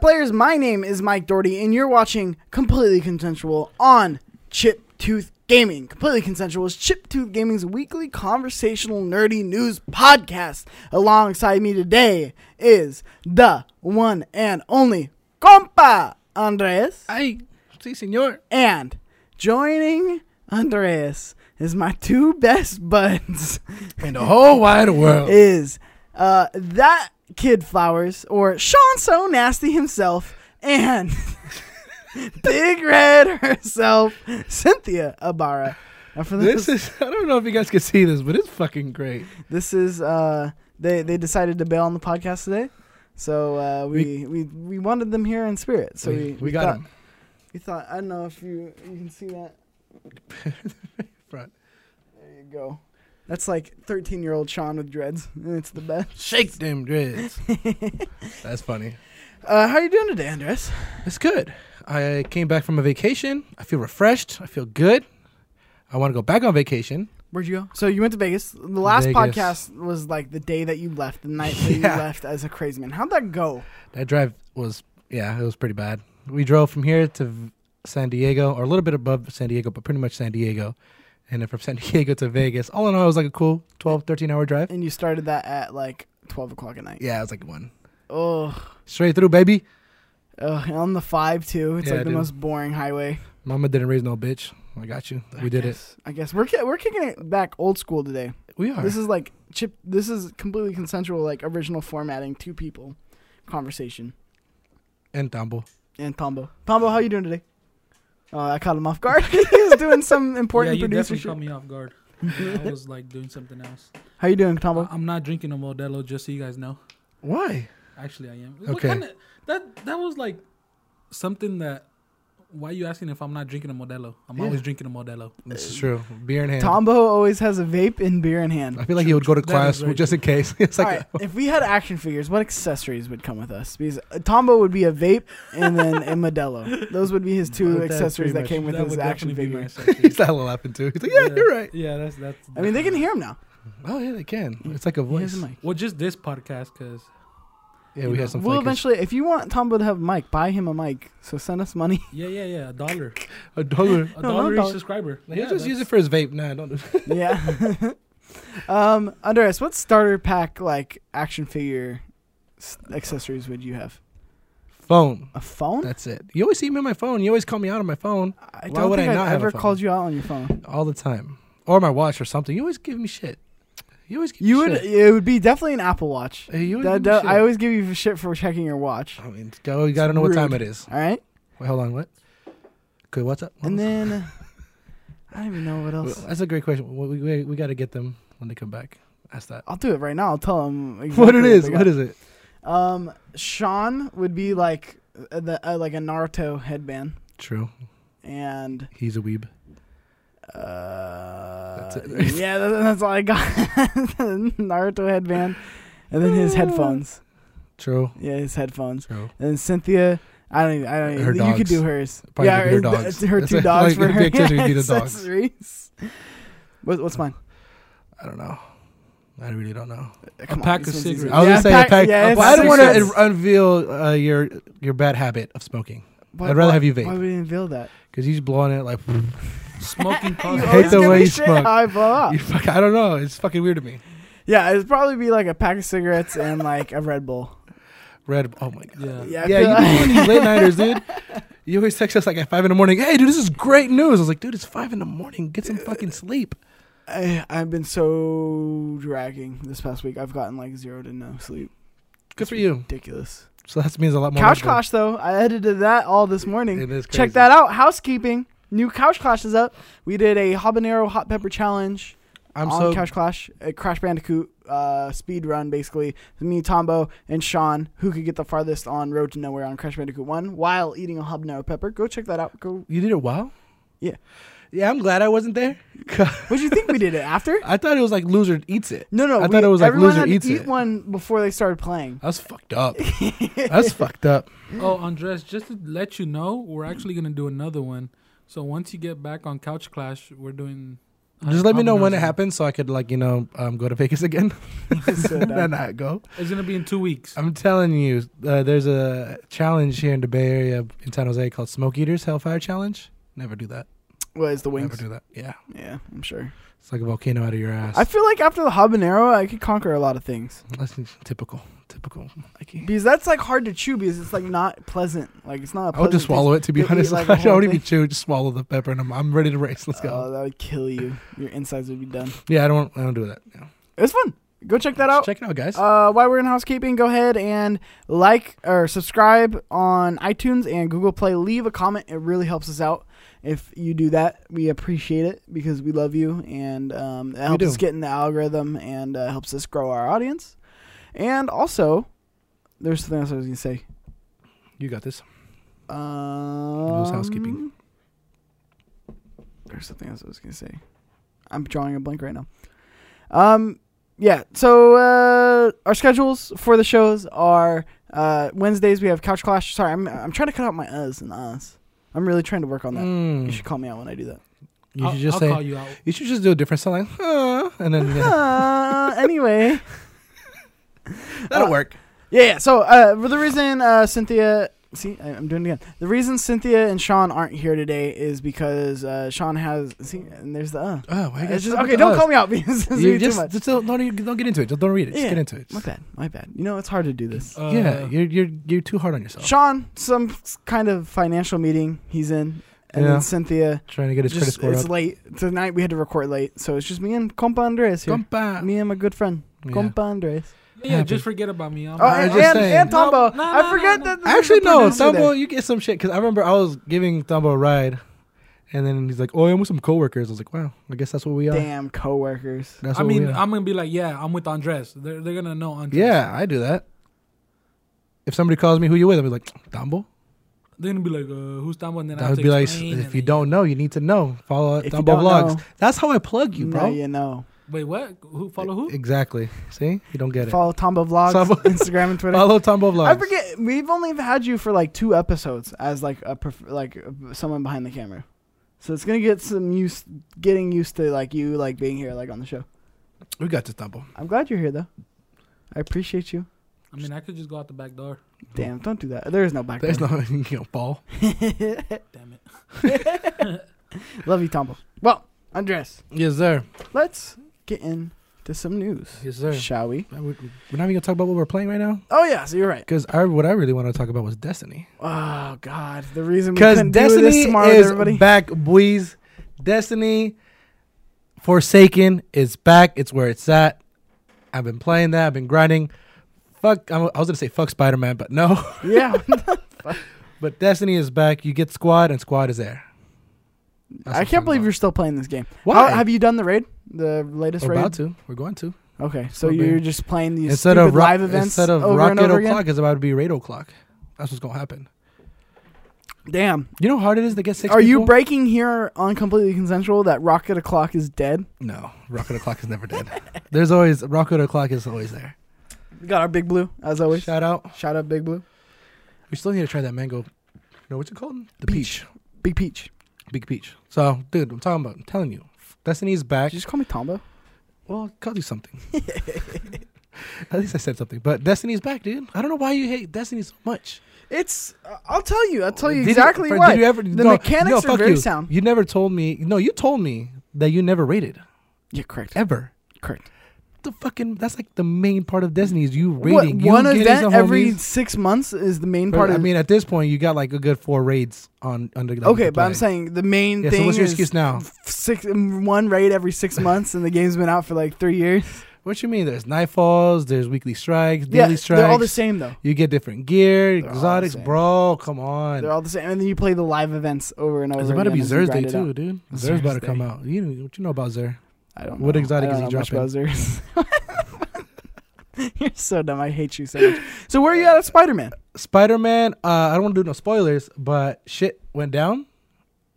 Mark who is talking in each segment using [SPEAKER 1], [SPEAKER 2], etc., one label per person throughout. [SPEAKER 1] players? My name is Mike Doherty, and you're watching Completely Consensual on Chip Tooth Gaming. Completely Consensual is Chip Tooth Gaming's weekly conversational nerdy news podcast. Alongside me today is the one and only compa Andres,
[SPEAKER 2] Ay, sí, señor.
[SPEAKER 1] and joining Andres is my two best buds.
[SPEAKER 2] In the whole wide world.
[SPEAKER 1] is uh, that kid Flowers or Sean So Nasty himself and Big Red herself, Cynthia Abara. Now for this,
[SPEAKER 2] This is, I don't know if you guys can see this, but it's fucking great.
[SPEAKER 1] this is uh, they they decided to bail on the podcast today, so uh, we, we we wanted them here in spirit. So we,
[SPEAKER 2] we, got
[SPEAKER 1] thought,
[SPEAKER 2] him.
[SPEAKER 1] We thought I don't know if you you can see that.
[SPEAKER 2] Front.
[SPEAKER 1] There you go. That's like thirteen year old Sean with dreads. It's the best.
[SPEAKER 2] Shake them dreads. That's funny.
[SPEAKER 1] Uh, how are you doing today, Andres?
[SPEAKER 2] It's good. I came back from a vacation. I feel refreshed. I feel good. I want to go back on vacation.
[SPEAKER 1] Where'd you go? So you went to Vegas. The last
[SPEAKER 2] Vegas.
[SPEAKER 1] podcast was like the day that you left, the night that you
[SPEAKER 2] Yeah.
[SPEAKER 1] left as a crazy man. How'd that go?
[SPEAKER 2] That drive was, yeah, it was pretty bad. We drove from here to V- San Diego, or a little bit above San Diego, but pretty much San Diego. And then from San Diego to Vegas. All in all, it was like a cool 12, 13 hour drive.
[SPEAKER 1] And you started that at like twelve o'clock at night.
[SPEAKER 2] Yeah, it was like one.
[SPEAKER 1] Oh,
[SPEAKER 2] Straight through, baby.
[SPEAKER 1] ugh, on the five too. It's
[SPEAKER 2] Yeah,
[SPEAKER 1] like the
[SPEAKER 2] dude.
[SPEAKER 1] most boring highway.
[SPEAKER 2] Mama didn't raise no bitch. I got you. We did it.
[SPEAKER 1] I guess we're ki- we're kicking it back old school today.
[SPEAKER 2] We are.
[SPEAKER 1] This is like chip. This is completely consensual, like original formatting. Two people, conversation,
[SPEAKER 2] and Tambo.
[SPEAKER 1] and Tombo. Tombo, how you doing today? Oh, I caught him off guard. he was doing some important
[SPEAKER 3] yeah, you
[SPEAKER 1] producer
[SPEAKER 3] definitely
[SPEAKER 1] shit.
[SPEAKER 3] caught me off guard. I was like doing something else.
[SPEAKER 1] How you doing,
[SPEAKER 3] I-
[SPEAKER 1] Tombo?
[SPEAKER 3] I'm not drinking a Modelo, just so you guys know.
[SPEAKER 2] Why?
[SPEAKER 3] Actually, I am. What
[SPEAKER 2] Okay.
[SPEAKER 3] kinda- that that was like something that. Why you asking if I'm not drinking a Modelo? I'm
[SPEAKER 2] Yeah.
[SPEAKER 3] always drinking a Modelo.
[SPEAKER 2] This is true. Beer in hand.
[SPEAKER 1] Tombo always has a vape and beer in hand.
[SPEAKER 2] I feel like he would go to
[SPEAKER 3] That is
[SPEAKER 2] class
[SPEAKER 3] very
[SPEAKER 2] just in case. It's like,
[SPEAKER 1] Alright, if we had action figures, what accessories would come with us? Because uh, Tombo would be a vape and then a Modelo. Those would be his two
[SPEAKER 2] That's
[SPEAKER 1] accessories
[SPEAKER 2] pretty
[SPEAKER 1] that came with
[SPEAKER 3] that
[SPEAKER 1] his
[SPEAKER 3] would
[SPEAKER 1] action
[SPEAKER 3] definitely be my
[SPEAKER 1] figure.
[SPEAKER 3] accessory.
[SPEAKER 2] he's not laughing too. He's like, yeah, you're right.
[SPEAKER 3] Yeah, that's that's.
[SPEAKER 1] I mean, they can hear him now.
[SPEAKER 2] Oh, yeah, they can. It's like a
[SPEAKER 1] He has
[SPEAKER 2] voice.
[SPEAKER 1] a mic.
[SPEAKER 3] Well, just this podcast, cause
[SPEAKER 2] Yeah, we
[SPEAKER 3] You
[SPEAKER 2] had some
[SPEAKER 1] We'll
[SPEAKER 2] flankers.
[SPEAKER 1] eventually, if you want Tombo to have a mic, buy him a mic. So send us money.
[SPEAKER 3] yeah, yeah, yeah, a dollar,
[SPEAKER 2] A dollar.
[SPEAKER 1] No,
[SPEAKER 3] a
[SPEAKER 1] not
[SPEAKER 3] dollar
[SPEAKER 1] a dollar.
[SPEAKER 3] each subscriber.
[SPEAKER 2] Like,
[SPEAKER 3] Yeah,
[SPEAKER 2] he'll just use it
[SPEAKER 3] that's-
[SPEAKER 2] for his vape. Nah, don't do that.
[SPEAKER 1] yeah. um, Andres, what starter pack like action figure s- accessories would you have?
[SPEAKER 2] Phone.
[SPEAKER 1] A phone?
[SPEAKER 2] That's it. You always see me on my phone. You always call me out on my phone
[SPEAKER 1] I
[SPEAKER 2] Uh, Why
[SPEAKER 1] don't
[SPEAKER 2] would
[SPEAKER 1] think
[SPEAKER 2] I
[SPEAKER 1] I've
[SPEAKER 2] not have a
[SPEAKER 1] ever
[SPEAKER 2] phone?
[SPEAKER 1] called you out on your phone.
[SPEAKER 2] all the time. Or my watch or something. You always give me shit. You always give
[SPEAKER 1] You
[SPEAKER 2] me
[SPEAKER 1] would.
[SPEAKER 2] shit.
[SPEAKER 1] It would be definitely an Apple Watch.
[SPEAKER 2] Hey, you always
[SPEAKER 1] That-
[SPEAKER 2] give me
[SPEAKER 1] that-
[SPEAKER 2] shit.
[SPEAKER 1] I always give you shit for checking your watch.
[SPEAKER 2] I mean, go, you gotta know what
[SPEAKER 1] rude.
[SPEAKER 2] time it is.
[SPEAKER 1] All right,
[SPEAKER 2] Wait, hold on. What? Okay, what's up?
[SPEAKER 1] and then I don't even know what
[SPEAKER 2] Well,
[SPEAKER 1] else.
[SPEAKER 2] that's a great question. We, we, we got to get them when they come back. Ask that.
[SPEAKER 1] I'll do it right now. I'll tell them
[SPEAKER 2] What it is? What is it?
[SPEAKER 1] Um, Sean would be like uh, the uh, like a Naruto headband,
[SPEAKER 2] True.
[SPEAKER 1] and
[SPEAKER 2] He's a weeb.
[SPEAKER 1] uh,
[SPEAKER 2] That's it.
[SPEAKER 1] yeah, that, that's all I got. Naruto headband, and then his headphones.
[SPEAKER 2] True.
[SPEAKER 1] Yeah, his headphones.
[SPEAKER 2] True.
[SPEAKER 1] And then Cynthia, I don't even. I don't even.
[SPEAKER 2] Her
[SPEAKER 1] you could
[SPEAKER 2] dogs.
[SPEAKER 1] do hers.
[SPEAKER 2] Probably could do her
[SPEAKER 1] th-
[SPEAKER 2] dogs.
[SPEAKER 1] her
[SPEAKER 2] That's
[SPEAKER 1] two
[SPEAKER 2] it.
[SPEAKER 1] dogs
[SPEAKER 2] Like,
[SPEAKER 1] for
[SPEAKER 2] the
[SPEAKER 1] her
[SPEAKER 2] accessories would be the dogs.
[SPEAKER 1] accessories. What, what's mine?
[SPEAKER 2] I don't know. I really don't know.
[SPEAKER 1] Uh, come on,
[SPEAKER 3] pack
[SPEAKER 1] this
[SPEAKER 3] of
[SPEAKER 1] one's
[SPEAKER 3] cigarettes.
[SPEAKER 1] easy.
[SPEAKER 2] Oh, I was
[SPEAKER 1] Yeah,
[SPEAKER 2] gonna say a pack.
[SPEAKER 1] yeah, it's
[SPEAKER 2] but I don't want
[SPEAKER 1] cigarettes.
[SPEAKER 2] to unveil uh, your your bad habit of smoking
[SPEAKER 1] Why-
[SPEAKER 2] I'd rather
[SPEAKER 1] why-
[SPEAKER 2] have you vape.
[SPEAKER 1] Why would you unveil that?
[SPEAKER 2] because he's blowing it like
[SPEAKER 3] smoking.
[SPEAKER 1] You
[SPEAKER 3] pot.
[SPEAKER 1] always
[SPEAKER 2] hate the
[SPEAKER 1] give
[SPEAKER 2] way
[SPEAKER 1] me
[SPEAKER 2] you
[SPEAKER 1] shit
[SPEAKER 2] smoke.
[SPEAKER 1] how I blow up.
[SPEAKER 2] you fuck, I don't know. It's fucking weird to me.
[SPEAKER 1] Yeah, it'd probably be like a pack of cigarettes and like a Red Bull.
[SPEAKER 2] Red. Oh my god.
[SPEAKER 1] Yeah, I
[SPEAKER 3] Yeah,
[SPEAKER 2] Yeah,
[SPEAKER 1] feel
[SPEAKER 2] you
[SPEAKER 1] like-
[SPEAKER 2] do these late nighters, dude. You always text us like at five in the morning. Hey, dude, this is great news. I was like, dude, it's five in the morning. Get some fucking sleep.
[SPEAKER 1] I, I've been so dragging this past week. I've gotten like zero to no sleep.
[SPEAKER 2] Good for you.
[SPEAKER 1] Ridiculous.
[SPEAKER 2] So that means a lot more.
[SPEAKER 1] couch
[SPEAKER 2] work.
[SPEAKER 1] Clash though, I edited that all this morning.
[SPEAKER 2] It is
[SPEAKER 1] Check
[SPEAKER 2] crazy.
[SPEAKER 1] that out. Housekeeping. New Couch Clash is up. We did a habanero hot pepper challenge.
[SPEAKER 2] I'm
[SPEAKER 1] on
[SPEAKER 2] so
[SPEAKER 1] Couch Clash, a Crash Bandicoot uh, speed run, basically. Me, Tombo, and Sean, who could get the farthest on Road to Nowhere on Crash Bandicoot 1 while eating a habanero pepper. Go check that out. Go.
[SPEAKER 2] you did it while?
[SPEAKER 1] Yeah.
[SPEAKER 2] Yeah, I'm glad I wasn't there.
[SPEAKER 1] What do you think we did it after?
[SPEAKER 2] I thought it was like loser eats it.
[SPEAKER 1] No, no.
[SPEAKER 2] I
[SPEAKER 1] we-
[SPEAKER 2] thought it was like
[SPEAKER 1] everyone
[SPEAKER 2] loser
[SPEAKER 1] had
[SPEAKER 2] eats
[SPEAKER 1] to eat
[SPEAKER 2] it.
[SPEAKER 1] one before they started playing.
[SPEAKER 2] That's fucked up. That's fucked up.
[SPEAKER 3] Oh, Andres, just to let you know, we're actually gonna do another one. So once you get back on Couch Clash, we're doing
[SPEAKER 2] Just let me
[SPEAKER 3] probably
[SPEAKER 2] know
[SPEAKER 3] not
[SPEAKER 2] when it
[SPEAKER 3] soon.
[SPEAKER 2] happens so I could like you know um, go to Vegas again
[SPEAKER 1] So dumb.
[SPEAKER 2] and then I go.
[SPEAKER 3] It's gonna be in two weeks.
[SPEAKER 2] I'm telling you, uh, there's a challenge here in the Bay Area in San Jose called Smoke Eaters Hellfire Challenge. Never do that.
[SPEAKER 1] was the wings?
[SPEAKER 2] Never do that. Yeah,
[SPEAKER 1] Yeah, I'm sure.
[SPEAKER 2] it's like a volcano out of your ass.
[SPEAKER 1] I feel like after the habanero, I could conquer a lot of things
[SPEAKER 2] That's typical. Typical. Mikey.
[SPEAKER 1] because that's like hard to chew because it's like not pleasant. Like it's not. A
[SPEAKER 2] I would
[SPEAKER 1] pleasant
[SPEAKER 2] just swallow it to be
[SPEAKER 1] You'll eat,
[SPEAKER 2] honest.
[SPEAKER 1] like, a
[SPEAKER 2] I
[SPEAKER 1] whole
[SPEAKER 2] don't even
[SPEAKER 1] thing.
[SPEAKER 2] chew. Just swallow the pepper, and I'm, I'm ready to race. Let's
[SPEAKER 1] taste.
[SPEAKER 2] go.
[SPEAKER 1] Oh, that would kill you. Your insides would be done.
[SPEAKER 2] yeah, I don't. I don't do that. Yeah.
[SPEAKER 1] It was fun. Go check that out.
[SPEAKER 2] Check it out, guys.
[SPEAKER 1] Uh, while we're in housekeeping, go ahead and like or subscribe on iTunes and Google Play. Leave a comment; it really helps us out. If you do that, we appreciate it because we love you, and um, it helps
[SPEAKER 2] do.
[SPEAKER 1] us get in the algorithm and uh, helps us grow our audience. And also, there's something else I was gonna say.
[SPEAKER 2] you got this.
[SPEAKER 1] Um,
[SPEAKER 2] housekeeping.
[SPEAKER 1] There's something else I was gonna say. I'm drawing a blank right now. Um, yeah. So uh, our schedules for the shows are uh, Wednesdays we have Couch Clash. Sorry, I'm I'm trying to cut out my uhs and ahs. I'm really trying to work on that.
[SPEAKER 2] Mm.
[SPEAKER 1] You should call me out when I do that.
[SPEAKER 2] You
[SPEAKER 3] I'll-
[SPEAKER 2] should just
[SPEAKER 3] I'll
[SPEAKER 2] say.
[SPEAKER 3] call you out.
[SPEAKER 2] You should just do a different sound, like huh, and then yeah,
[SPEAKER 1] Uh, anyway. Uh,
[SPEAKER 2] that'll work.
[SPEAKER 1] Yeah, yeah. So uh, for the reason uh, Cynthia, see, I, I'm doing it again. The reason Cynthia and Sean aren't here today is because uh, Sean has see, and there's the uh.
[SPEAKER 2] Oh, why you guys
[SPEAKER 1] It's just,
[SPEAKER 2] talk
[SPEAKER 1] okay,
[SPEAKER 2] about
[SPEAKER 1] don't
[SPEAKER 2] us?
[SPEAKER 1] call me out because this is
[SPEAKER 2] You
[SPEAKER 1] too
[SPEAKER 2] just,
[SPEAKER 1] much.
[SPEAKER 2] just don't, don't even- don't get into it. Just don't read it. Just
[SPEAKER 1] Yeah.
[SPEAKER 2] get into it.
[SPEAKER 1] my bad, my bad. You know it's hard to do this.
[SPEAKER 3] Uh,
[SPEAKER 2] yeah, you're you're you're too hard on yourself.
[SPEAKER 1] Sean, some s- kind of financial meeting he's in, and
[SPEAKER 2] Yeah.
[SPEAKER 1] then Cynthia.
[SPEAKER 2] Trying to get his credit
[SPEAKER 1] Just,
[SPEAKER 2] score
[SPEAKER 1] it's
[SPEAKER 2] up.
[SPEAKER 1] late tonight. We had to record late, so it's just me and compa Andres here.
[SPEAKER 2] Compa.
[SPEAKER 1] Me and my good friend
[SPEAKER 2] Yeah.
[SPEAKER 1] compa Andres.
[SPEAKER 3] yeah,
[SPEAKER 2] happens.
[SPEAKER 3] just forget about me. I'm
[SPEAKER 1] Oh,
[SPEAKER 2] I
[SPEAKER 1] and,
[SPEAKER 2] was just
[SPEAKER 1] and,
[SPEAKER 2] saying.
[SPEAKER 1] and Tombo.
[SPEAKER 3] No, no,
[SPEAKER 1] I
[SPEAKER 3] no,
[SPEAKER 1] forgot
[SPEAKER 3] no.
[SPEAKER 1] that. there's a
[SPEAKER 2] Actually, no,
[SPEAKER 1] producer there.
[SPEAKER 2] Thumbo, you get some shit because I remember I was giving Thumbo a ride, and then he's like, "Oh, I'm with some coworkers." I was like, "Wow, I guess that's what we are."
[SPEAKER 1] Damn coworkers.
[SPEAKER 2] That's
[SPEAKER 3] I
[SPEAKER 2] what
[SPEAKER 3] mean,
[SPEAKER 2] we are.
[SPEAKER 3] I'm gonna be like, yeah, I'm with Andres. They're, they're gonna know Andres.
[SPEAKER 2] yeah, I do that. If somebody calls me, "Who you with?" I'm like, "Thumbo."
[SPEAKER 3] they're gonna be like, uh, who's Tambo? And then
[SPEAKER 2] That
[SPEAKER 3] I
[SPEAKER 2] would be like, if you don't know, you need to know. Follow
[SPEAKER 1] If you
[SPEAKER 2] Thumbo
[SPEAKER 1] don't
[SPEAKER 2] Uh, vlogs.
[SPEAKER 1] know-
[SPEAKER 2] That's how I plug you,
[SPEAKER 1] You
[SPEAKER 2] bro.
[SPEAKER 1] you know.
[SPEAKER 3] Wait, what? Who follow who?
[SPEAKER 2] Exactly. See, you don't get it.
[SPEAKER 1] Follow Tombo vlogs,
[SPEAKER 2] Tombo-
[SPEAKER 1] Instagram and Twitter.
[SPEAKER 2] Follow Thumbo vlogs.
[SPEAKER 1] I forget. We've only had you for like two episodes as like a prof- like uh, someone behind the camera, so it's gonna get some used getting used to like you like being here like on the show.
[SPEAKER 2] We got this, Thumbo.
[SPEAKER 1] I'm glad you're here though. I appreciate you.
[SPEAKER 3] I mean, I could just go out the back door.
[SPEAKER 1] Damn, don't do that. There is no back.
[SPEAKER 2] There's
[SPEAKER 1] door.
[SPEAKER 2] no you know, ball.
[SPEAKER 3] Damn it.
[SPEAKER 1] Love you, Tombo. Well, Andres,
[SPEAKER 2] Yes, sir.
[SPEAKER 1] let's get into some news,
[SPEAKER 2] Yes, sir.
[SPEAKER 1] shall we?
[SPEAKER 2] We're not even gonna talk about what we're playing right now
[SPEAKER 1] Oh yeah, so you're right.
[SPEAKER 2] because I what I really want to talk about was Destiny.
[SPEAKER 1] Oh God, the reason we
[SPEAKER 2] Because
[SPEAKER 1] couldn't do
[SPEAKER 2] Destiny
[SPEAKER 1] this tomorrow, with
[SPEAKER 2] is
[SPEAKER 1] everybody.
[SPEAKER 2] back, boys. Destiny Forsaken is back. It's where it's at. I've been playing that. I've been grinding. Fuck, I was gonna say fuck Spider Man, but no.
[SPEAKER 1] yeah,
[SPEAKER 2] but Destiny is back. You get Squad, and Squad is there. That's
[SPEAKER 1] I
[SPEAKER 2] what
[SPEAKER 1] can't
[SPEAKER 2] I'm
[SPEAKER 1] believe
[SPEAKER 2] talking
[SPEAKER 1] you're still playing this game.
[SPEAKER 2] Why?
[SPEAKER 1] How- have you done the raid? The latest
[SPEAKER 2] about. We're
[SPEAKER 1] raid?
[SPEAKER 2] about to. We're going to
[SPEAKER 1] Okay, so
[SPEAKER 2] Probably.
[SPEAKER 1] you're just playing these
[SPEAKER 2] instead
[SPEAKER 1] stupid
[SPEAKER 2] of rock,
[SPEAKER 1] live events
[SPEAKER 2] instead of
[SPEAKER 1] over and
[SPEAKER 2] Rocket
[SPEAKER 1] over again.
[SPEAKER 2] O'clock is about to be Raid O'clock. That's what's gonna happen.
[SPEAKER 1] Damn,
[SPEAKER 2] You know how hard it is to get six.
[SPEAKER 1] are you
[SPEAKER 2] people?
[SPEAKER 1] breaking here on completely consensual that Rocket O'clock is dead?
[SPEAKER 2] No, Rocket O'Clock is never dead. There's always Rocket O'Clock is always there.
[SPEAKER 1] We got our Big Blue as always. Shout,
[SPEAKER 2] Shout out.
[SPEAKER 1] out Big Blue,
[SPEAKER 2] We still need to try that mango. No, what's it called? The
[SPEAKER 1] Peach. Big Peach.
[SPEAKER 2] Big peach. So, dude, I'm talking about. I'm telling you, Destiny's back.
[SPEAKER 1] Did you just call me Tombo?
[SPEAKER 2] well, I called you something. At least I said something. But Destiny's back, dude. I don't know why you hate Destiny so much.
[SPEAKER 1] It's. uh, I'll tell you. I'll tell you
[SPEAKER 2] Did
[SPEAKER 1] exactly
[SPEAKER 2] Fred,
[SPEAKER 1] why.
[SPEAKER 2] Did you ever?
[SPEAKER 1] the
[SPEAKER 2] no,
[SPEAKER 1] mechanics
[SPEAKER 2] no,
[SPEAKER 1] are
[SPEAKER 2] fuck
[SPEAKER 1] very
[SPEAKER 2] you.
[SPEAKER 1] sound.
[SPEAKER 2] You never told me. No, you told me that you never rated
[SPEAKER 1] Yeah, correct.
[SPEAKER 2] ever.
[SPEAKER 1] Correct.
[SPEAKER 2] The fucking that's like the main part of Destiny is you
[SPEAKER 1] What,
[SPEAKER 2] rating. You
[SPEAKER 1] one
[SPEAKER 2] getting
[SPEAKER 1] event
[SPEAKER 2] some
[SPEAKER 1] every
[SPEAKER 2] homies.
[SPEAKER 1] six months is the main
[SPEAKER 2] But,
[SPEAKER 1] part.
[SPEAKER 2] I
[SPEAKER 1] of,
[SPEAKER 2] mean, at this point, you got like a good four raids on under. Like,
[SPEAKER 1] okay,
[SPEAKER 2] to
[SPEAKER 1] but I'm
[SPEAKER 2] play.
[SPEAKER 1] saying the main
[SPEAKER 2] Yeah,
[SPEAKER 1] thing.
[SPEAKER 2] so what's your
[SPEAKER 1] is
[SPEAKER 2] excuse now?
[SPEAKER 1] Six mm, one raid every six months, and the game's been out for like three years.
[SPEAKER 2] What you mean? There's nightfalls. There's weekly strikes. Daily
[SPEAKER 1] Yeah,
[SPEAKER 2] strikes.
[SPEAKER 1] they're all the same though.
[SPEAKER 2] You get different gear,
[SPEAKER 1] They're all the
[SPEAKER 2] exotics,
[SPEAKER 1] same.
[SPEAKER 2] bro. Come on.
[SPEAKER 1] They're all the same, and then you play the live events over and over.
[SPEAKER 2] it's about to
[SPEAKER 1] again
[SPEAKER 2] be
[SPEAKER 1] as you
[SPEAKER 2] Thursday
[SPEAKER 1] grind it
[SPEAKER 2] too,
[SPEAKER 1] out.
[SPEAKER 2] dude. Zer's about to
[SPEAKER 3] Thursday.
[SPEAKER 2] come out. You know what you know about Zer?
[SPEAKER 1] I don't.
[SPEAKER 2] What
[SPEAKER 1] know.
[SPEAKER 2] exotic
[SPEAKER 1] I
[SPEAKER 2] is
[SPEAKER 1] don't
[SPEAKER 2] he
[SPEAKER 1] know much
[SPEAKER 2] dropping?
[SPEAKER 1] about Zers. You're so dumb. I hate you so much. So where are you at, Spider Man?
[SPEAKER 2] Spider Man. Uh, I don't want to do no spoilers, but shit went down.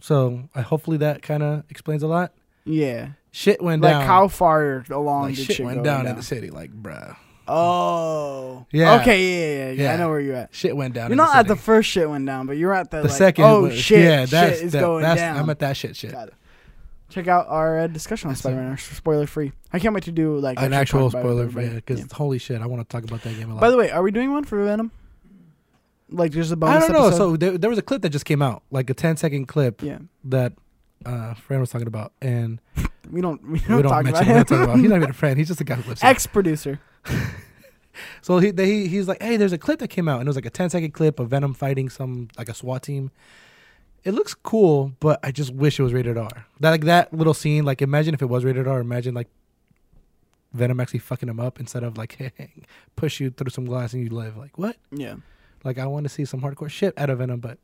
[SPEAKER 2] So I hopefully that kind of explains a lot.
[SPEAKER 1] Yeah,
[SPEAKER 2] Shit went
[SPEAKER 1] like
[SPEAKER 2] down.
[SPEAKER 1] how far along
[SPEAKER 2] Like,
[SPEAKER 1] did
[SPEAKER 2] shit went
[SPEAKER 1] go
[SPEAKER 2] down, in the city, like bruh.
[SPEAKER 1] Oh,
[SPEAKER 2] Yeah.
[SPEAKER 1] Okay, yeah, yeah, yeah, yeah. I
[SPEAKER 2] Yeah.
[SPEAKER 1] know where you're at.
[SPEAKER 2] Shit went down.
[SPEAKER 1] You're
[SPEAKER 2] in
[SPEAKER 1] not
[SPEAKER 2] the
[SPEAKER 1] at the
[SPEAKER 2] city.
[SPEAKER 1] first shit went down, but you're at the,
[SPEAKER 2] the
[SPEAKER 1] like,
[SPEAKER 2] second.
[SPEAKER 1] Oh
[SPEAKER 2] was-
[SPEAKER 1] shit!
[SPEAKER 2] Yeah, that's
[SPEAKER 1] shit is
[SPEAKER 2] that-
[SPEAKER 1] going
[SPEAKER 2] that's,
[SPEAKER 1] down.
[SPEAKER 2] I'm at that shit. Shit.
[SPEAKER 1] Got it. check out our uh, discussion on
[SPEAKER 2] That's it.
[SPEAKER 1] Spider Man. Spoiler free. I can't wait to do like
[SPEAKER 2] An actual
[SPEAKER 1] talk about it with
[SPEAKER 2] spoiler for
[SPEAKER 1] everybody.
[SPEAKER 2] you because
[SPEAKER 1] Yeah.
[SPEAKER 2] holy shit, I want to talk about that game a lot.
[SPEAKER 1] By the way, are we doing one for Venom? Like, there's a bonus.
[SPEAKER 2] I don't know.
[SPEAKER 1] Episode?
[SPEAKER 2] So there, there was a clip that just came out, like a 10 second clip
[SPEAKER 1] yeah,
[SPEAKER 2] that uh, Fran was talking about, and
[SPEAKER 1] we don't we don't,
[SPEAKER 2] we don't
[SPEAKER 1] talk
[SPEAKER 2] mention
[SPEAKER 1] about
[SPEAKER 2] we don't talk
[SPEAKER 1] him.
[SPEAKER 2] about. He's not even a friend. He's just a guy who lives. here.
[SPEAKER 1] Ex producer.
[SPEAKER 2] So he, they, he he's like, hey, there's a clip that came out, and it was like a 10 second clip of Venom fighting some like a SWAT team. It looks cool, but I just wish it was rated R. That like that little scene, like imagine if it was rated R. Imagine like Venom actually fucking him up instead of like push you through some glass and you live. Like what?
[SPEAKER 1] Yeah,
[SPEAKER 2] Like I want to see some hardcore shit out of Venom, but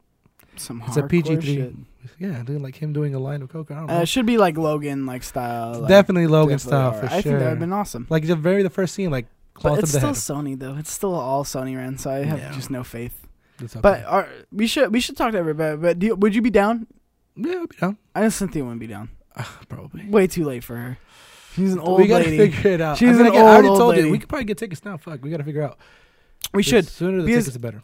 [SPEAKER 1] some
[SPEAKER 2] It's a
[SPEAKER 1] hardcore
[SPEAKER 2] PG-3.
[SPEAKER 1] shit.
[SPEAKER 2] yeah, dude, like him doing a line of coke. I don't know.
[SPEAKER 1] Uh, it should be like Logan like style. Like,
[SPEAKER 2] Uh-huh. definitely Logan
[SPEAKER 1] definitely
[SPEAKER 2] style
[SPEAKER 1] R.
[SPEAKER 2] for
[SPEAKER 1] I think
[SPEAKER 2] sure.
[SPEAKER 1] that would have been awesome.
[SPEAKER 2] like the very the first scene, like cloth
[SPEAKER 1] But
[SPEAKER 2] of
[SPEAKER 1] it's
[SPEAKER 2] the
[SPEAKER 1] still
[SPEAKER 2] head.
[SPEAKER 1] Sony though. It's still all Sony ran, so I have
[SPEAKER 2] Yeah.
[SPEAKER 1] just no faith.
[SPEAKER 2] It's okay.
[SPEAKER 1] But are, we should we should talk to everybody. But do, you- would you be down?
[SPEAKER 2] yeah, it'll be down
[SPEAKER 1] I know Cynthia wouldn't be down.
[SPEAKER 2] probably.
[SPEAKER 1] Way too late for her. She's an old
[SPEAKER 2] we gotta
[SPEAKER 1] lady.
[SPEAKER 2] figure it out.
[SPEAKER 1] She's
[SPEAKER 2] I mean,
[SPEAKER 1] an
[SPEAKER 2] again, I already
[SPEAKER 1] old, old
[SPEAKER 2] told
[SPEAKER 1] lady.
[SPEAKER 2] you we could probably get tickets now. Fuck, we gotta figure out.
[SPEAKER 1] we should.
[SPEAKER 2] the sooner the
[SPEAKER 1] because-
[SPEAKER 2] tickets the better.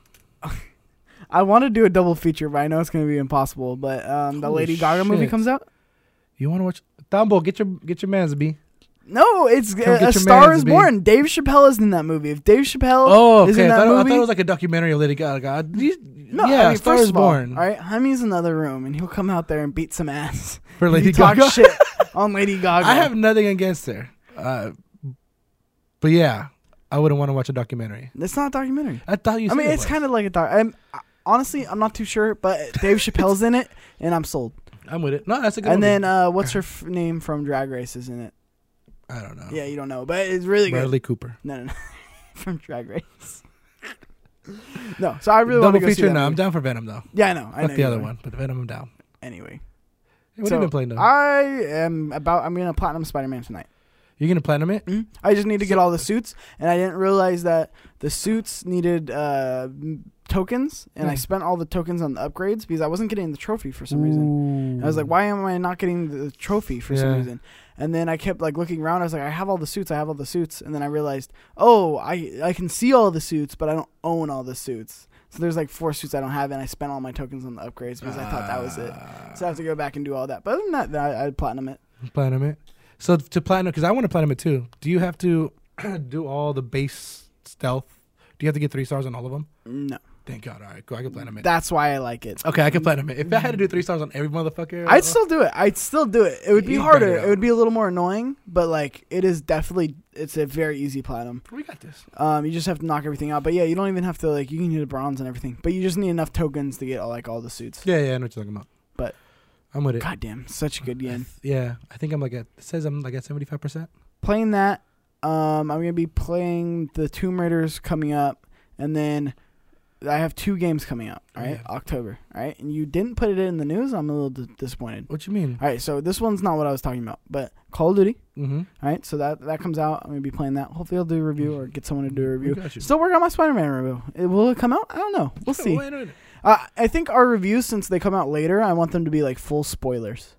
[SPEAKER 1] I want to do a double feature, but I know it's gonna be impossible. But um, the
[SPEAKER 2] Holy
[SPEAKER 1] Lady Gaga movie
[SPEAKER 2] shit.
[SPEAKER 1] comes out.
[SPEAKER 2] You want to watch Dumbo? Get your get your man's B.
[SPEAKER 1] No, it's
[SPEAKER 2] Come get
[SPEAKER 1] uh, A
[SPEAKER 2] your
[SPEAKER 1] Star
[SPEAKER 2] mans,
[SPEAKER 1] Is
[SPEAKER 2] B.
[SPEAKER 1] Born. Dave Chappelle is in that movie. If Dave Chappelle
[SPEAKER 2] Oh,
[SPEAKER 1] is
[SPEAKER 2] okay.
[SPEAKER 1] in
[SPEAKER 2] I
[SPEAKER 1] that
[SPEAKER 2] thought, it- I
[SPEAKER 1] movie,
[SPEAKER 2] thought it was like a documentary of Lady Gaga. You-
[SPEAKER 1] no,
[SPEAKER 2] yeah,
[SPEAKER 1] I mean,
[SPEAKER 2] Star
[SPEAKER 1] first
[SPEAKER 2] is
[SPEAKER 1] of all,
[SPEAKER 2] Born
[SPEAKER 1] All right, Jaime's in another room, and he'll come out there and beat some ass.
[SPEAKER 2] for
[SPEAKER 1] If
[SPEAKER 2] Lady
[SPEAKER 1] you talk
[SPEAKER 2] Gaga.
[SPEAKER 1] shit on Lady Gaga.
[SPEAKER 2] I have nothing against her, uh, but yeah, I wouldn't want to watch a documentary.
[SPEAKER 1] It's not a documentary.
[SPEAKER 2] I thought you.
[SPEAKER 1] I
[SPEAKER 2] said
[SPEAKER 1] mean,
[SPEAKER 2] it
[SPEAKER 1] it's
[SPEAKER 2] was.
[SPEAKER 1] kind of like a doc. I'm, I- honestly, I'm not too sure, but Dave Chappelle's in it, and I'm sold.
[SPEAKER 2] I'm with it. No, that's a good.
[SPEAKER 1] And
[SPEAKER 2] movie.
[SPEAKER 1] then uh, what's her f- name from Drag Race is in it?
[SPEAKER 2] I don't know.
[SPEAKER 1] Yeah, you don't know, but it's really good.
[SPEAKER 2] Bradley Cooper.
[SPEAKER 1] No, no, no. from Drag Race. no, so I really want
[SPEAKER 2] Double
[SPEAKER 1] to go see
[SPEAKER 2] feature.
[SPEAKER 1] that.
[SPEAKER 2] No, I'm
[SPEAKER 1] movie.
[SPEAKER 2] down for Venom though.
[SPEAKER 1] Yeah, I know. I know
[SPEAKER 2] Not the
[SPEAKER 1] you
[SPEAKER 2] other
[SPEAKER 1] would.
[SPEAKER 2] one, but Venom I'm down.
[SPEAKER 1] Anyway,
[SPEAKER 2] Hey, What
[SPEAKER 1] So,
[SPEAKER 2] have you been playing though?
[SPEAKER 1] I am about. I'm gonna platinum Spider-Man tonight.
[SPEAKER 2] you gonna platinum it?
[SPEAKER 1] Mhm. I just need to get all the suits, and I didn't realize that the suits needed uh, m- tokens, and I
[SPEAKER 2] Mm.
[SPEAKER 1] spent all the tokens on the upgrades because I wasn't getting the trophy for some reason.
[SPEAKER 2] reason.
[SPEAKER 1] I was like, why am I not getting the trophy for some
[SPEAKER 2] Yeah.
[SPEAKER 1] reason? And then I kept like looking around. I was like, I have all the suits. I have all the suits. And then I realized, oh, I I can see all the suits, but I don't own all the suits. So there's like four suits I don't have, and I spent all my tokens on the upgrades because I thought that was
[SPEAKER 2] Ah.
[SPEAKER 1] it. So I have to go back and do all that. But other than that, I, I platinum it.
[SPEAKER 2] Platinum it. So to platinum, because I want to platinum it too. Do you have to do all the base stealth? Do you have to get three stars on all of them?
[SPEAKER 1] No,
[SPEAKER 2] Thank God. All right, cool. I can platinum it.
[SPEAKER 1] that's why I like it.
[SPEAKER 2] okay, I can platinum it. If I had to do three stars on every motherfucker,
[SPEAKER 1] I'd still do it. I'd still do it. It would be
[SPEAKER 2] You
[SPEAKER 1] harder.
[SPEAKER 2] better.
[SPEAKER 1] It would be a little more annoying, but like it is definitely it's a very easy platinum.
[SPEAKER 2] we got this.
[SPEAKER 1] Um, you just have to knock everything out. But yeah, you don't even have to like you can hit a bronze and everything. But you just need enough tokens to get like all the suits.
[SPEAKER 2] Yeah, yeah, I know what you're talking about.
[SPEAKER 1] But-
[SPEAKER 2] I'm with it.
[SPEAKER 1] Goddamn, such a good game.
[SPEAKER 2] Yeah, I think I'm like at. It says I'm like at seventy five percent.
[SPEAKER 1] Playing that, um, I'm gonna be playing the Tomb Raiders coming up, and then I have two games coming up. All right, October. All right, and you didn't put it in the news. I'm a little d- disappointed.
[SPEAKER 2] What you mean?
[SPEAKER 1] All right, so this one's not what I was talking about, but Call of Duty.
[SPEAKER 2] Mm-hmm.
[SPEAKER 1] All right, so that that comes out. I'm gonna be playing that. Hopefully, I'll do a review or get someone to do a
[SPEAKER 2] We
[SPEAKER 1] review.
[SPEAKER 2] got you.
[SPEAKER 1] Still work on my Spider-Man review. It, will it come out? I don't know. We'll see.
[SPEAKER 2] Wait a minute.
[SPEAKER 1] Uh, I think our reviews, since they come out later, I want them to be like full spoilers,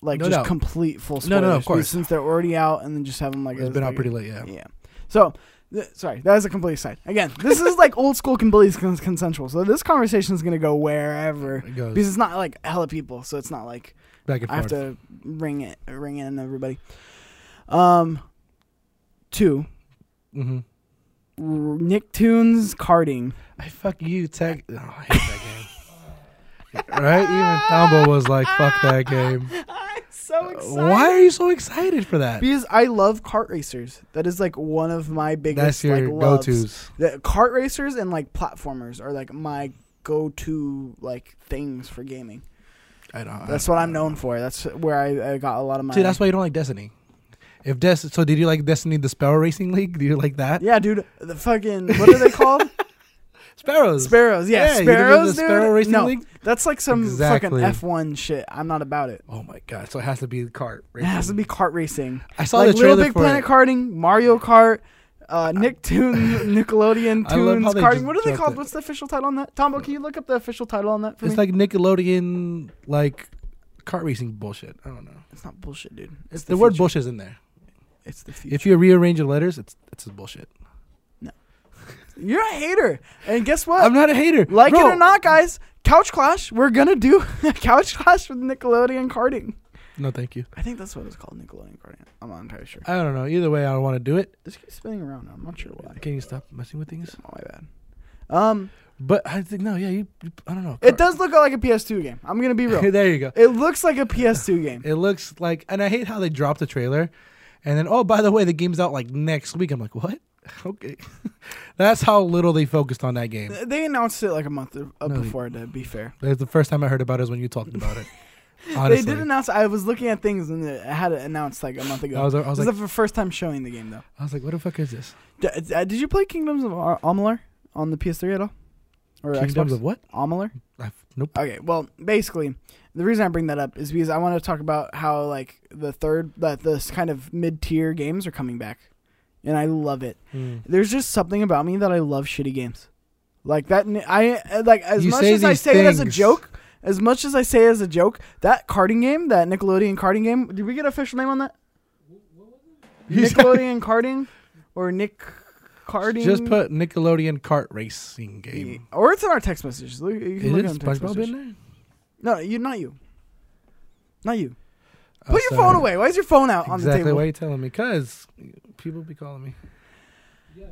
[SPEAKER 1] like
[SPEAKER 2] No
[SPEAKER 1] just
[SPEAKER 2] doubt.
[SPEAKER 1] complete full
[SPEAKER 2] No,
[SPEAKER 1] spoilers.
[SPEAKER 2] no, of course.
[SPEAKER 1] Since they're already out, and then just have them like
[SPEAKER 2] it's
[SPEAKER 1] as,
[SPEAKER 2] been out
[SPEAKER 1] like,
[SPEAKER 2] pretty late. Yeah.
[SPEAKER 1] Yeah. So, th- sorry, that is a complete aside. Again, this is like old school completely cons- consensual. So this conversation is gonna go wherever
[SPEAKER 2] It goes
[SPEAKER 1] because it's not like hella people. So it's not like
[SPEAKER 2] back and
[SPEAKER 1] I have to
[SPEAKER 2] forth.
[SPEAKER 1] ring it, ring in everybody. Um, two
[SPEAKER 2] hmm
[SPEAKER 1] R- Nicktoons karting.
[SPEAKER 2] I fuck you, tech. Oh, I hate that game. right? Even Thumbo was like, "Fuck that game."
[SPEAKER 1] I'm so
[SPEAKER 2] Uh,
[SPEAKER 1] excited.
[SPEAKER 2] Why are you so excited for that?
[SPEAKER 1] Because I love kart racers. That is like one of my biggest
[SPEAKER 2] That's your
[SPEAKER 1] like
[SPEAKER 2] go
[SPEAKER 1] loves.
[SPEAKER 2] tos.
[SPEAKER 1] The kart racers and like platformers are like my go-to like things for gaming.
[SPEAKER 2] I know.
[SPEAKER 1] That's what I'm known for. That's where I, I got a lot of my.
[SPEAKER 2] See, that's why you don't like Destiny. If Des, so did you like Destiny, the Sparrow Racing League? Do you like that?
[SPEAKER 1] yeah, dude. The fucking what are they called?
[SPEAKER 2] Sparrows.
[SPEAKER 1] Sparrows. Yeah,
[SPEAKER 2] you didn't do
[SPEAKER 1] sparrows.
[SPEAKER 2] the
[SPEAKER 1] dude.
[SPEAKER 2] Sparrow Racing
[SPEAKER 1] no,
[SPEAKER 2] League.
[SPEAKER 1] that's like some
[SPEAKER 2] Exactly.
[SPEAKER 1] fucking F1 shit. I'm not about it.
[SPEAKER 2] Oh my god! So it has to be cart.
[SPEAKER 1] It
[SPEAKER 2] Racing.
[SPEAKER 1] has to be kart racing.
[SPEAKER 2] I saw
[SPEAKER 1] like
[SPEAKER 2] the
[SPEAKER 1] Little
[SPEAKER 2] trailer
[SPEAKER 1] Big
[SPEAKER 2] for
[SPEAKER 1] Planet
[SPEAKER 2] it.
[SPEAKER 1] karting, Mario Kart, uh, Nicktoon, Nickelodeon
[SPEAKER 2] I love
[SPEAKER 1] Tunes
[SPEAKER 2] how they
[SPEAKER 1] karting.
[SPEAKER 2] just
[SPEAKER 1] What are they
[SPEAKER 2] dropped
[SPEAKER 1] called?
[SPEAKER 2] it.
[SPEAKER 1] What's the official title on that? Tombo, can you look up the official title on that for
[SPEAKER 2] It's
[SPEAKER 1] me?
[SPEAKER 2] like Nickelodeon, like kart racing bullshit. I don't know.
[SPEAKER 1] it's not bullshit, dude. It's,
[SPEAKER 2] It's the, word
[SPEAKER 1] future.
[SPEAKER 2] bullshit's in there.
[SPEAKER 1] It's the future.
[SPEAKER 2] If you rearrange the letters, it's it's bullshit.
[SPEAKER 1] You're a hater, and guess what?
[SPEAKER 2] I'm not a hater.
[SPEAKER 1] like
[SPEAKER 2] Bro,
[SPEAKER 1] it or not, guys, Couch Clash. We're gonna do a Couch Clash with Nickelodeon karting.
[SPEAKER 2] No, thank you.
[SPEAKER 1] I think that's what it's called, Nickelodeon Guardian. I'm not entirely sure.
[SPEAKER 2] I don't know. Either way, I don't want to do it.
[SPEAKER 1] This keeps spinning around. I'm not sure why.
[SPEAKER 2] Can you stop messing with things?
[SPEAKER 1] Oh, my bad. Um,
[SPEAKER 2] But I think no. Yeah, you. you- I don't know.
[SPEAKER 1] it does look like a PS2 game. I'm gonna be real.
[SPEAKER 2] there you go.
[SPEAKER 1] it looks like a PS2 game.
[SPEAKER 2] It looks like, and I hate how they dropped the trailer, and then oh by the way, the game's out like next week. I'm like, what? Okay, that's how little they focused on that game.
[SPEAKER 1] They announced it like a month or- uh,
[SPEAKER 2] No, they-
[SPEAKER 1] before. To be fair,
[SPEAKER 2] That's the first time I heard about it is when you talked about it.
[SPEAKER 1] they
[SPEAKER 2] Honestly,
[SPEAKER 1] did announce. I was looking at things and it had it announced like a month ago.
[SPEAKER 2] I was, I was
[SPEAKER 1] this
[SPEAKER 2] like,
[SPEAKER 1] is the first time showing the game though.
[SPEAKER 2] I was like, what the fuck is this?
[SPEAKER 1] D- uh, did you play Kingdoms of Ar- Amalur on the PS3 at all? Or
[SPEAKER 2] Kingdoms
[SPEAKER 1] Xbox?
[SPEAKER 2] of what?
[SPEAKER 1] Amalur?
[SPEAKER 2] i nope.
[SPEAKER 1] Okay, well, basically, the reason I bring that up is because I want to talk about how like the third, that this kind of mid-tier games are coming back, and I love it. There's just something about me that I love shitty games, like that. n- I uh, like as
[SPEAKER 2] You
[SPEAKER 1] much
[SPEAKER 2] say
[SPEAKER 1] as I
[SPEAKER 2] these
[SPEAKER 1] say it as a
[SPEAKER 2] things.
[SPEAKER 1] joke. As much as I say it as a joke, that carding game, that Nickelodeon carding game, did we get an official name on that? Nickelodeon carding, or Nick carding?
[SPEAKER 2] Just put Nickelodeon kart racing game.
[SPEAKER 1] or it's in our text messages. Look, you
[SPEAKER 2] Is
[SPEAKER 1] can look
[SPEAKER 2] it
[SPEAKER 1] it on text
[SPEAKER 2] SpongeBob
[SPEAKER 1] message.
[SPEAKER 2] in there?
[SPEAKER 1] No, you, not you, not you.
[SPEAKER 2] Oh,
[SPEAKER 1] Put your
[SPEAKER 2] sorry.
[SPEAKER 1] phone away. Why is your phone out on the
[SPEAKER 2] Exactly
[SPEAKER 1] table?
[SPEAKER 2] why you telling me? Cause people be calling me.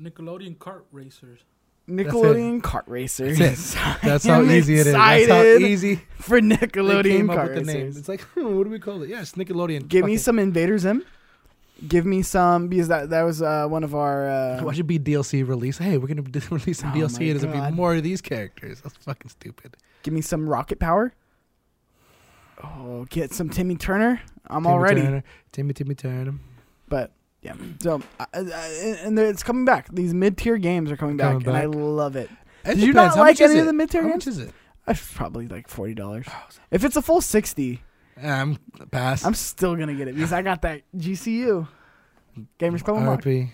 [SPEAKER 3] Nickelodeon kart racers.
[SPEAKER 1] Nickelodeon kart racer.
[SPEAKER 2] That's
[SPEAKER 1] I
[SPEAKER 2] That's how
[SPEAKER 1] am
[SPEAKER 2] easy it is. That's how
[SPEAKER 1] excited
[SPEAKER 2] easy
[SPEAKER 1] for
[SPEAKER 2] they
[SPEAKER 1] Nickelodeon
[SPEAKER 2] came up
[SPEAKER 1] kart
[SPEAKER 2] with the name.
[SPEAKER 1] racers.
[SPEAKER 2] It's like, hmm, what do we call it? Yeah, it's Nickelodeon.
[SPEAKER 1] Give
[SPEAKER 2] Fuck
[SPEAKER 1] me
[SPEAKER 2] it.
[SPEAKER 1] some Invader Zim. Give me some because that that was uh, one of our. Uh,
[SPEAKER 2] Why should be DLC release? Hey, we're gonna d- release some
[SPEAKER 1] Oh my
[SPEAKER 2] DLC and it's gonna
[SPEAKER 1] God.
[SPEAKER 2] be more of these characters. That's fucking stupid.
[SPEAKER 1] give me some rocket power. Oh, get some Timmy Turner. I'm
[SPEAKER 2] Timmy
[SPEAKER 1] already.
[SPEAKER 2] Turner, Timmy Timmy Turner.
[SPEAKER 1] But yeah, so I, I, and there- it's coming back. These mid-tier games are coming back,
[SPEAKER 2] Coming
[SPEAKER 1] and I
[SPEAKER 2] back.
[SPEAKER 1] love it.
[SPEAKER 2] It
[SPEAKER 1] Did you
[SPEAKER 2] depends.
[SPEAKER 1] not
[SPEAKER 2] How
[SPEAKER 1] like
[SPEAKER 2] much is
[SPEAKER 1] any of
[SPEAKER 2] it?
[SPEAKER 1] the mid-tier
[SPEAKER 2] How
[SPEAKER 1] games?
[SPEAKER 2] much is it?
[SPEAKER 1] Uh, Probably like forty dollars.
[SPEAKER 2] Oh, it's-
[SPEAKER 1] If it's a full sixty,
[SPEAKER 2] Um, pass.
[SPEAKER 1] I'm still gonna get it because I got that GCU. Gamers Club Unlocked.
[SPEAKER 2] RIP.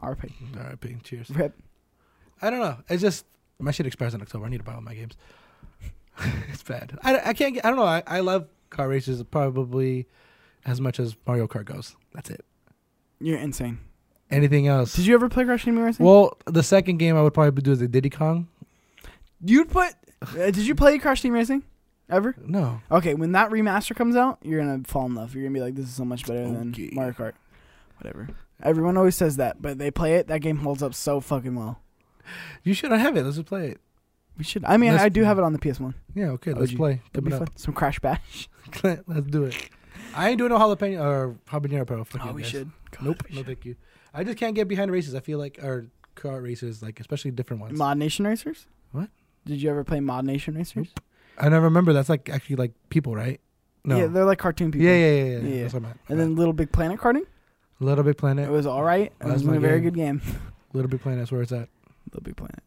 [SPEAKER 1] RP.
[SPEAKER 2] RIP. Cheers.
[SPEAKER 1] Rip.
[SPEAKER 2] I don't know. It's just my shit expires in October. I need to buy all my games. it's bad. I, I can't get. I don't know. I, I love car races probably as much as Mario Kart goes. That's it.
[SPEAKER 1] You're insane.
[SPEAKER 2] Anything else?
[SPEAKER 1] Did you ever play Crash Team Racing?
[SPEAKER 2] well, the second game I would probably do is the Diddy Kong.
[SPEAKER 1] you'd put. Uh, did you play Crash Team Racing? Ever?
[SPEAKER 2] No.
[SPEAKER 1] Okay, when that remaster comes out, you're gonna fall in love. You're gonna be like, this is so much better
[SPEAKER 2] Okay.
[SPEAKER 1] than Mario Kart. Whatever. Everyone always says that, but they play it. That game holds up so fucking well.
[SPEAKER 2] You should. I have it. Let's just play it.
[SPEAKER 1] We should. I mean,
[SPEAKER 2] Let's-
[SPEAKER 1] I do have it on the PS One.
[SPEAKER 2] Yeah. Okay.
[SPEAKER 1] Oh,
[SPEAKER 2] Let's
[SPEAKER 1] gee.
[SPEAKER 2] play.
[SPEAKER 1] That'd be
[SPEAKER 2] Coming
[SPEAKER 1] fun.
[SPEAKER 2] up.
[SPEAKER 1] Some Crash Bash.
[SPEAKER 2] Let's do it. I ain't doing no jalapeno or habanero. Bro. Fuck you guys.
[SPEAKER 1] God,
[SPEAKER 2] Nope.
[SPEAKER 1] Oh, we
[SPEAKER 2] No,
[SPEAKER 1] should.
[SPEAKER 2] thank you. I just can't get behind races. I feel like or car races, like especially different ones.
[SPEAKER 1] Mod Nation Racers.
[SPEAKER 2] What?
[SPEAKER 1] Did you ever play Mod Nation Racers?
[SPEAKER 2] I don't remember. That's like actually like people, right? No.
[SPEAKER 1] Yeah, they're like cartoon people.
[SPEAKER 2] Yeah, yeah, yeah, yeah.
[SPEAKER 1] Yeah.
[SPEAKER 2] That's what I meant.
[SPEAKER 1] And then Little Big Planet karting.
[SPEAKER 2] Little Big Planet,
[SPEAKER 1] It was all right. It
[SPEAKER 2] That's
[SPEAKER 1] was
[SPEAKER 2] my
[SPEAKER 1] a very
[SPEAKER 2] game.
[SPEAKER 1] good game.
[SPEAKER 2] Little Big Planet, that's where it's at.
[SPEAKER 1] Little Big Planet.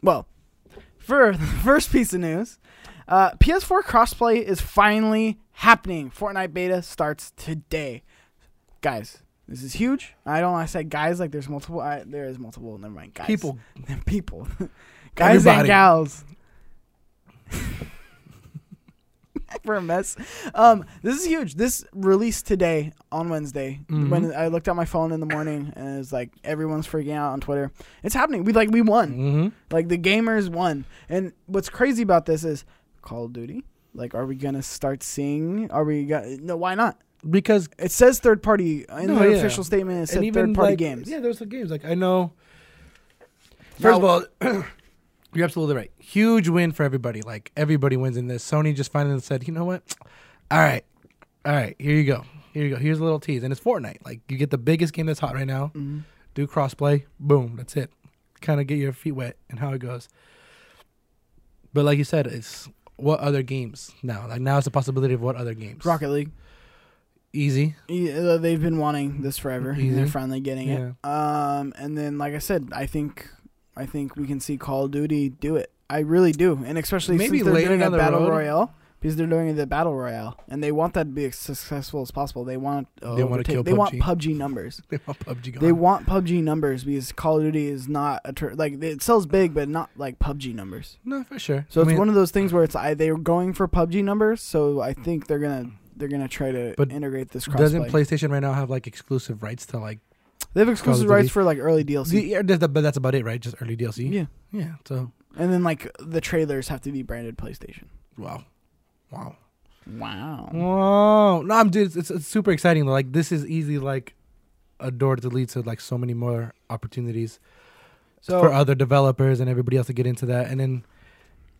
[SPEAKER 1] Well, for the first piece of news, uh, PS4 crossplay is finally happening. Fortnite beta starts today, guys. This is huge. I don't want to say guys like there's multiple. I, there is multiple. Never mind, guys.
[SPEAKER 2] People,
[SPEAKER 1] people, guys and
[SPEAKER 2] Everybody.
[SPEAKER 1] gals. For a mess. Um, this is huge. This released today on Wednesday.
[SPEAKER 2] Mhm.
[SPEAKER 1] When I looked at my phone in the morning, and it's like everyone's freaking out on Twitter. It's happening. We like we won.
[SPEAKER 2] mm-hmm.
[SPEAKER 1] Like the gamers won. And what's crazy about this is Call of Duty. Like, are we gonna start seeing? Are we gonna? No, why not?
[SPEAKER 2] because
[SPEAKER 1] It says third party in
[SPEAKER 2] No,
[SPEAKER 1] their
[SPEAKER 2] yeah.
[SPEAKER 1] official statement. It said
[SPEAKER 2] and even
[SPEAKER 1] third party
[SPEAKER 2] like,
[SPEAKER 1] games.
[SPEAKER 2] Yeah, there's some games like I know.
[SPEAKER 1] Now-
[SPEAKER 2] First of all, you're absolutely right. Huge win for everybody. Like everybody wins in this. Sony just finally said, you know what? All right, all right. Here you go. Here you go. Here's a little tease, and it's Fortnite. Like you get the biggest game that's hot right now.
[SPEAKER 1] Mhm.
[SPEAKER 2] Do crossplay. Boom. That's it. Kind of get your feet wet and how it goes. But like you said, it's what other games now? Like now it's the possibility of what other games?
[SPEAKER 1] Rocket League.
[SPEAKER 2] Easy.
[SPEAKER 1] Yeah, uh, they've been wanting this forever. And they're
[SPEAKER 2] Easy.
[SPEAKER 1] finally getting it. Um, and then, like I said, I think I think we can see Call of Duty do it. I really do, and especially
[SPEAKER 2] Maybe
[SPEAKER 1] since they're
[SPEAKER 2] later
[SPEAKER 1] doing a
[SPEAKER 2] down the
[SPEAKER 1] battle
[SPEAKER 2] road.
[SPEAKER 1] royale because they're doing the battle royale, and they want that to be as successful as possible. They want uh,
[SPEAKER 2] They wanna
[SPEAKER 1] overtake-
[SPEAKER 2] kill
[SPEAKER 1] they want
[SPEAKER 2] PUBG.
[SPEAKER 1] PUBG numbers.
[SPEAKER 2] They want PUBG gone.
[SPEAKER 1] They want PUBG numbers because Call of Duty is not a tur like it sells big, but not like PUBG numbers.
[SPEAKER 2] no, for sure.
[SPEAKER 1] So
[SPEAKER 2] I
[SPEAKER 1] it's
[SPEAKER 2] mean,
[SPEAKER 1] one of those things where it's I, they're going for PUBG numbers, so I think they're gonna they're gonna try to
[SPEAKER 2] But
[SPEAKER 1] integrate this
[SPEAKER 2] Doesn't
[SPEAKER 1] crossplay.
[SPEAKER 2] PlayStation right now have like exclusive rights to like?
[SPEAKER 1] They have
[SPEAKER 2] Call of
[SPEAKER 1] exclusive
[SPEAKER 2] Duty.
[SPEAKER 1] rights for like early DLC.
[SPEAKER 2] The, E yeah, that's- but that's about it, right? Just early DLC.
[SPEAKER 1] Yeah.
[SPEAKER 2] Yeah. So
[SPEAKER 1] And then like the trailers have to be branded PlayStation.
[SPEAKER 2] wow, wow.
[SPEAKER 1] Wow.
[SPEAKER 2] Whoa! No, I'm dude. It's, it's, it's super exciting. Like this is easy. Like a door to lead to like so many more opportunities
[SPEAKER 1] So
[SPEAKER 2] for uh, other developers and everybody else to get into that. And then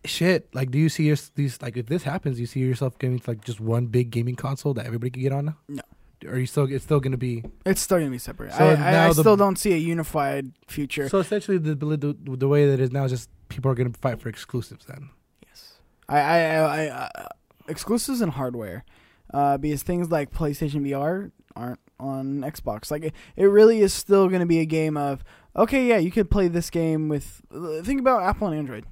[SPEAKER 2] shit. Like, do you see your these like if this happens, you see yourself getting like just one big gaming console that everybody could get on? now?
[SPEAKER 1] No.
[SPEAKER 2] Are you still? It's still going to be
[SPEAKER 1] it's still gonna be separate.
[SPEAKER 2] So
[SPEAKER 1] I, I,
[SPEAKER 2] now
[SPEAKER 1] I
[SPEAKER 2] the-
[SPEAKER 1] still don't see a unified future.
[SPEAKER 2] so essentially the, the the way that it is now is just people are going to fight for exclusives then.
[SPEAKER 1] Yes. I I, I, I uh, exclusives and hardware, uh, because things like PlayStation VR aren't on Xbox. Like it, it really is still going to be a game of okay, yeah, you could play this game with. uh, Think about Apple and Android.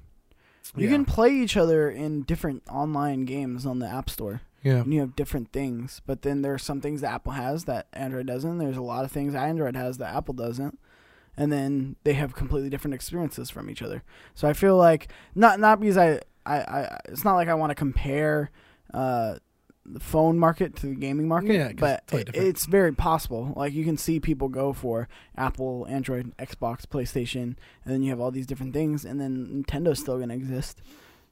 [SPEAKER 1] You
[SPEAKER 2] Yeah.
[SPEAKER 1] can play each other in different online games on the App Store.
[SPEAKER 2] Yeah.
[SPEAKER 1] And you have different things, but then there are some things that Apple has that Android doesn't. There's a lot of things that Android has that Apple doesn't. And then they have completely different experiences from each other. So I feel like not not because I I, I it's not like I want to compare uh, the phone market to the gaming market,
[SPEAKER 2] Yeah, 'cause
[SPEAKER 1] but
[SPEAKER 2] it's totally
[SPEAKER 1] it-
[SPEAKER 2] different.
[SPEAKER 1] it's very possible. Like you can see people go for Apple, Android, Xbox, PlayStation, and then you have all these different things, and then Nintendo's still gonna exist.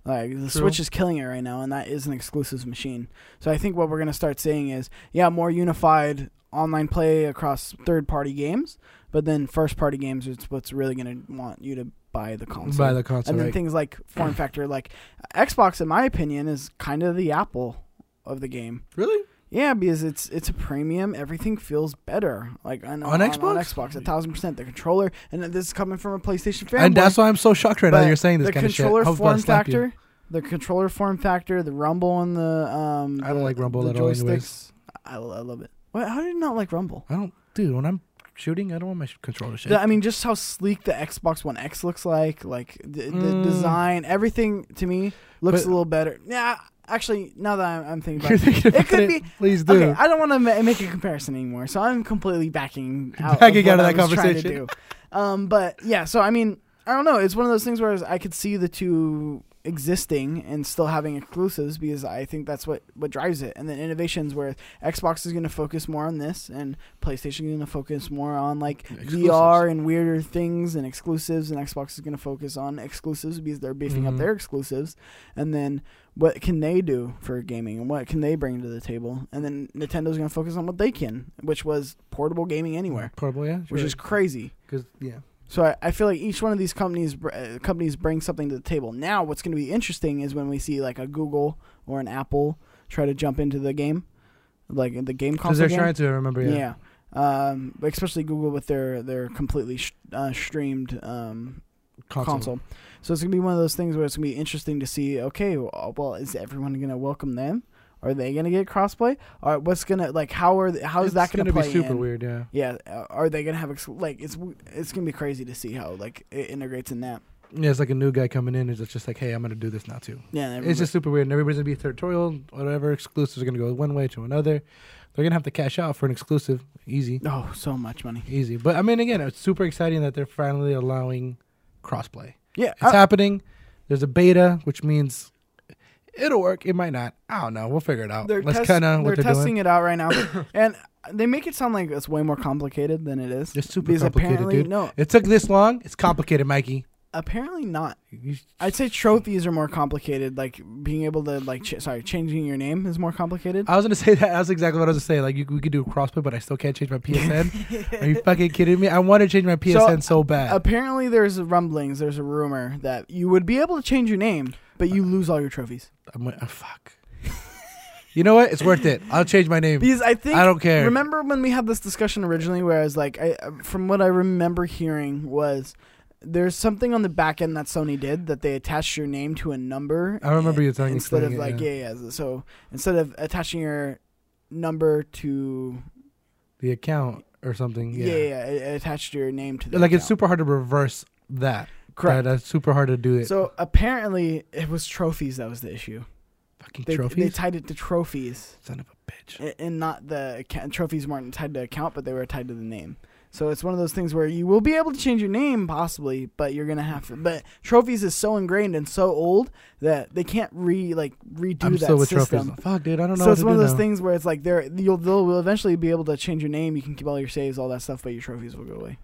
[SPEAKER 1] Like the Switch is killing it right now, and that is an exclusive machine. So I think what we're gonna start seeing is yeah, more unified online play across third-party games, but then first-party games is what's really gonna want you to buy the console.
[SPEAKER 2] By the console,
[SPEAKER 1] and then
[SPEAKER 2] right?
[SPEAKER 1] things like form factor, like Xbox, in my opinion, is kind of the Apple of the game.
[SPEAKER 2] really?
[SPEAKER 1] Yeah, because it's it's a premium. Everything feels better, like on,
[SPEAKER 2] On
[SPEAKER 1] on
[SPEAKER 2] Xbox?
[SPEAKER 1] Xbox, a thousand percent. The controller, and this is coming from a PlayStation fan.
[SPEAKER 2] And that's why I'm so shocked right now. that You're saying this
[SPEAKER 1] the
[SPEAKER 2] kind of shit.
[SPEAKER 1] controller
[SPEAKER 2] I was about to
[SPEAKER 1] form
[SPEAKER 2] slap you.
[SPEAKER 1] factor, the controller form factor, the rumble and the um.
[SPEAKER 2] I don't
[SPEAKER 1] the-
[SPEAKER 2] like rumble
[SPEAKER 1] the
[SPEAKER 2] at all
[SPEAKER 1] joysticks.
[SPEAKER 2] anyways.
[SPEAKER 1] I, I love it. What, how do you not like rumble?
[SPEAKER 2] I don't, dude. When I'm shooting, I don't want my sh- controller shit.
[SPEAKER 1] The- I mean, just how sleek the Xbox One X looks like, like the, the
[SPEAKER 2] Mm.
[SPEAKER 1] design, everything to me looks a
[SPEAKER 2] But-
[SPEAKER 1] little better. Yeah, actually, now that I'm, I'm thinking
[SPEAKER 2] You're
[SPEAKER 1] about it,
[SPEAKER 2] thinking about
[SPEAKER 1] it could be.
[SPEAKER 2] Please do.
[SPEAKER 1] Okay, I don't want to ma- make a comparison anymore, so I'm completely backing out
[SPEAKER 2] Backing
[SPEAKER 1] of,
[SPEAKER 2] out
[SPEAKER 1] what
[SPEAKER 2] of that
[SPEAKER 1] I was trying to
[SPEAKER 2] conversation.
[SPEAKER 1] do. Um, but yeah, so I mean, I don't know. It's one of those things where I could see the two existing and still having exclusives because I think that's what what drives it. And then innovations where Xbox is going to focus more on this, and PlayStation is going to focus more on like VR and weirder things and exclusives, and Xbox is going to focus on exclusives because they're beefing up
[SPEAKER 2] Mhm.
[SPEAKER 1] their exclusives. And then what can they do for gaming and what can they bring to the table? And then Nintendo's going to focus on what they can, which was portable gaming anywhere,
[SPEAKER 2] Portable, yeah.
[SPEAKER 1] which is crazy.
[SPEAKER 2] because yeah.
[SPEAKER 1] So I, I feel like each one of these companies br- uh, companies bring something to the table. Now, what's going to be interesting is when we see like a Google or an Apple try to jump into the game, like in the game console.
[SPEAKER 2] Because they're
[SPEAKER 1] game.
[SPEAKER 2] trying to remember. Yeah.
[SPEAKER 1] Yeah. Um, especially Google with their their completely sh- uh, streamed um, console. So it's gonna be one of those things where it's gonna be interesting to see. Okay, well, well, is everyone gonna welcome them? Are they gonna get crossplay? Or what's gonna like? How are th- how is
[SPEAKER 2] It's
[SPEAKER 1] that gonna,
[SPEAKER 2] gonna
[SPEAKER 1] play
[SPEAKER 2] be super
[SPEAKER 1] in?
[SPEAKER 2] weird? Yeah.
[SPEAKER 1] Yeah, uh, are they gonna have ex- like it's w- it's gonna be crazy to see how like it integrates in that.
[SPEAKER 2] Yeah, it's like a new guy coming in. and It's just like, hey, I'm gonna do this now too.
[SPEAKER 1] Yeah, and
[SPEAKER 2] It's just super weird, and everybody's gonna be territorial. Whatever exclusives are gonna go one way to another. They're gonna have to cash out for an exclusive. Easy,
[SPEAKER 1] oh, so much money.
[SPEAKER 2] easy. But I mean, again, it's super exciting that they're finally allowing crossplay.
[SPEAKER 1] Yeah, uh,
[SPEAKER 2] It's
[SPEAKER 1] I-
[SPEAKER 2] happening. There's a beta, which means it'll work. It might not. I don't know. We'll figure it out.
[SPEAKER 1] they're
[SPEAKER 2] That's
[SPEAKER 1] test-
[SPEAKER 2] kind of what
[SPEAKER 1] they're
[SPEAKER 2] they're,
[SPEAKER 1] testing
[SPEAKER 2] doing.
[SPEAKER 1] it out right now, and they make it sound like it's way more complicated than it is.
[SPEAKER 2] It's super
[SPEAKER 1] because
[SPEAKER 2] complicated,
[SPEAKER 1] apparently,
[SPEAKER 2] dude.
[SPEAKER 1] no,
[SPEAKER 2] It took this long. It's complicated, Mikey.
[SPEAKER 1] apparently not.
[SPEAKER 2] You-
[SPEAKER 1] I'd say trophies are more complicated. Like being able to like ch- sorry, changing your name is more complicated.
[SPEAKER 2] I was gonna say that. That's exactly what I was gonna say. Like, you, we could do a crossplay, but I still can't change my PSN. Are you fucking kidding me? I want to change my PSN so,
[SPEAKER 1] uh,
[SPEAKER 2] bad.
[SPEAKER 1] Apparently, there's rumblings. There's a rumor that you would be able to change your name, but you lose all your trophies.
[SPEAKER 2] I'm like, oh, fuck. you know what? It's worth it. I'll change my name.
[SPEAKER 1] Because I think
[SPEAKER 2] I don't care.
[SPEAKER 1] Remember when we had this discussion originally, where I was like, I, from what I remember hearing was. There's something on the back end that Sony did that they attached your name to a number.
[SPEAKER 2] I remember you telling-
[SPEAKER 1] instead of
[SPEAKER 2] explaining
[SPEAKER 1] like
[SPEAKER 2] it,
[SPEAKER 1] yeah yeah. So instead of attaching your number to
[SPEAKER 2] the account or something.
[SPEAKER 1] yeah
[SPEAKER 2] Yeah.
[SPEAKER 1] yeah, it, it attached your name to the
[SPEAKER 2] Like, it's
[SPEAKER 1] account.
[SPEAKER 2] super hard to reverse that.
[SPEAKER 1] Correct.
[SPEAKER 2] That- that's super hard to do it.
[SPEAKER 1] So apparently it was trophies that was the issue.
[SPEAKER 2] fucking
[SPEAKER 1] They,
[SPEAKER 2] trophies.
[SPEAKER 1] they tied it to trophies
[SPEAKER 2] Son of a bitch.
[SPEAKER 1] a- and not the account. Trophies weren't tied to account, but they were tied to the name. So it's one of those things where you will be able to change your name possibly, but you're gonna have to. But trophies is so ingrained and so old that they can't re like redo
[SPEAKER 2] I'm
[SPEAKER 1] that
[SPEAKER 2] still with
[SPEAKER 1] system.
[SPEAKER 2] trophies. Fuck, dude. I don't
[SPEAKER 1] So
[SPEAKER 2] know. what
[SPEAKER 1] it's
[SPEAKER 2] to
[SPEAKER 1] one of
[SPEAKER 2] do
[SPEAKER 1] those
[SPEAKER 2] now.
[SPEAKER 1] things where it's like they're you'll they'll will eventually be able to change your name. You can keep all your saves, all that stuff, but your trophies will go away.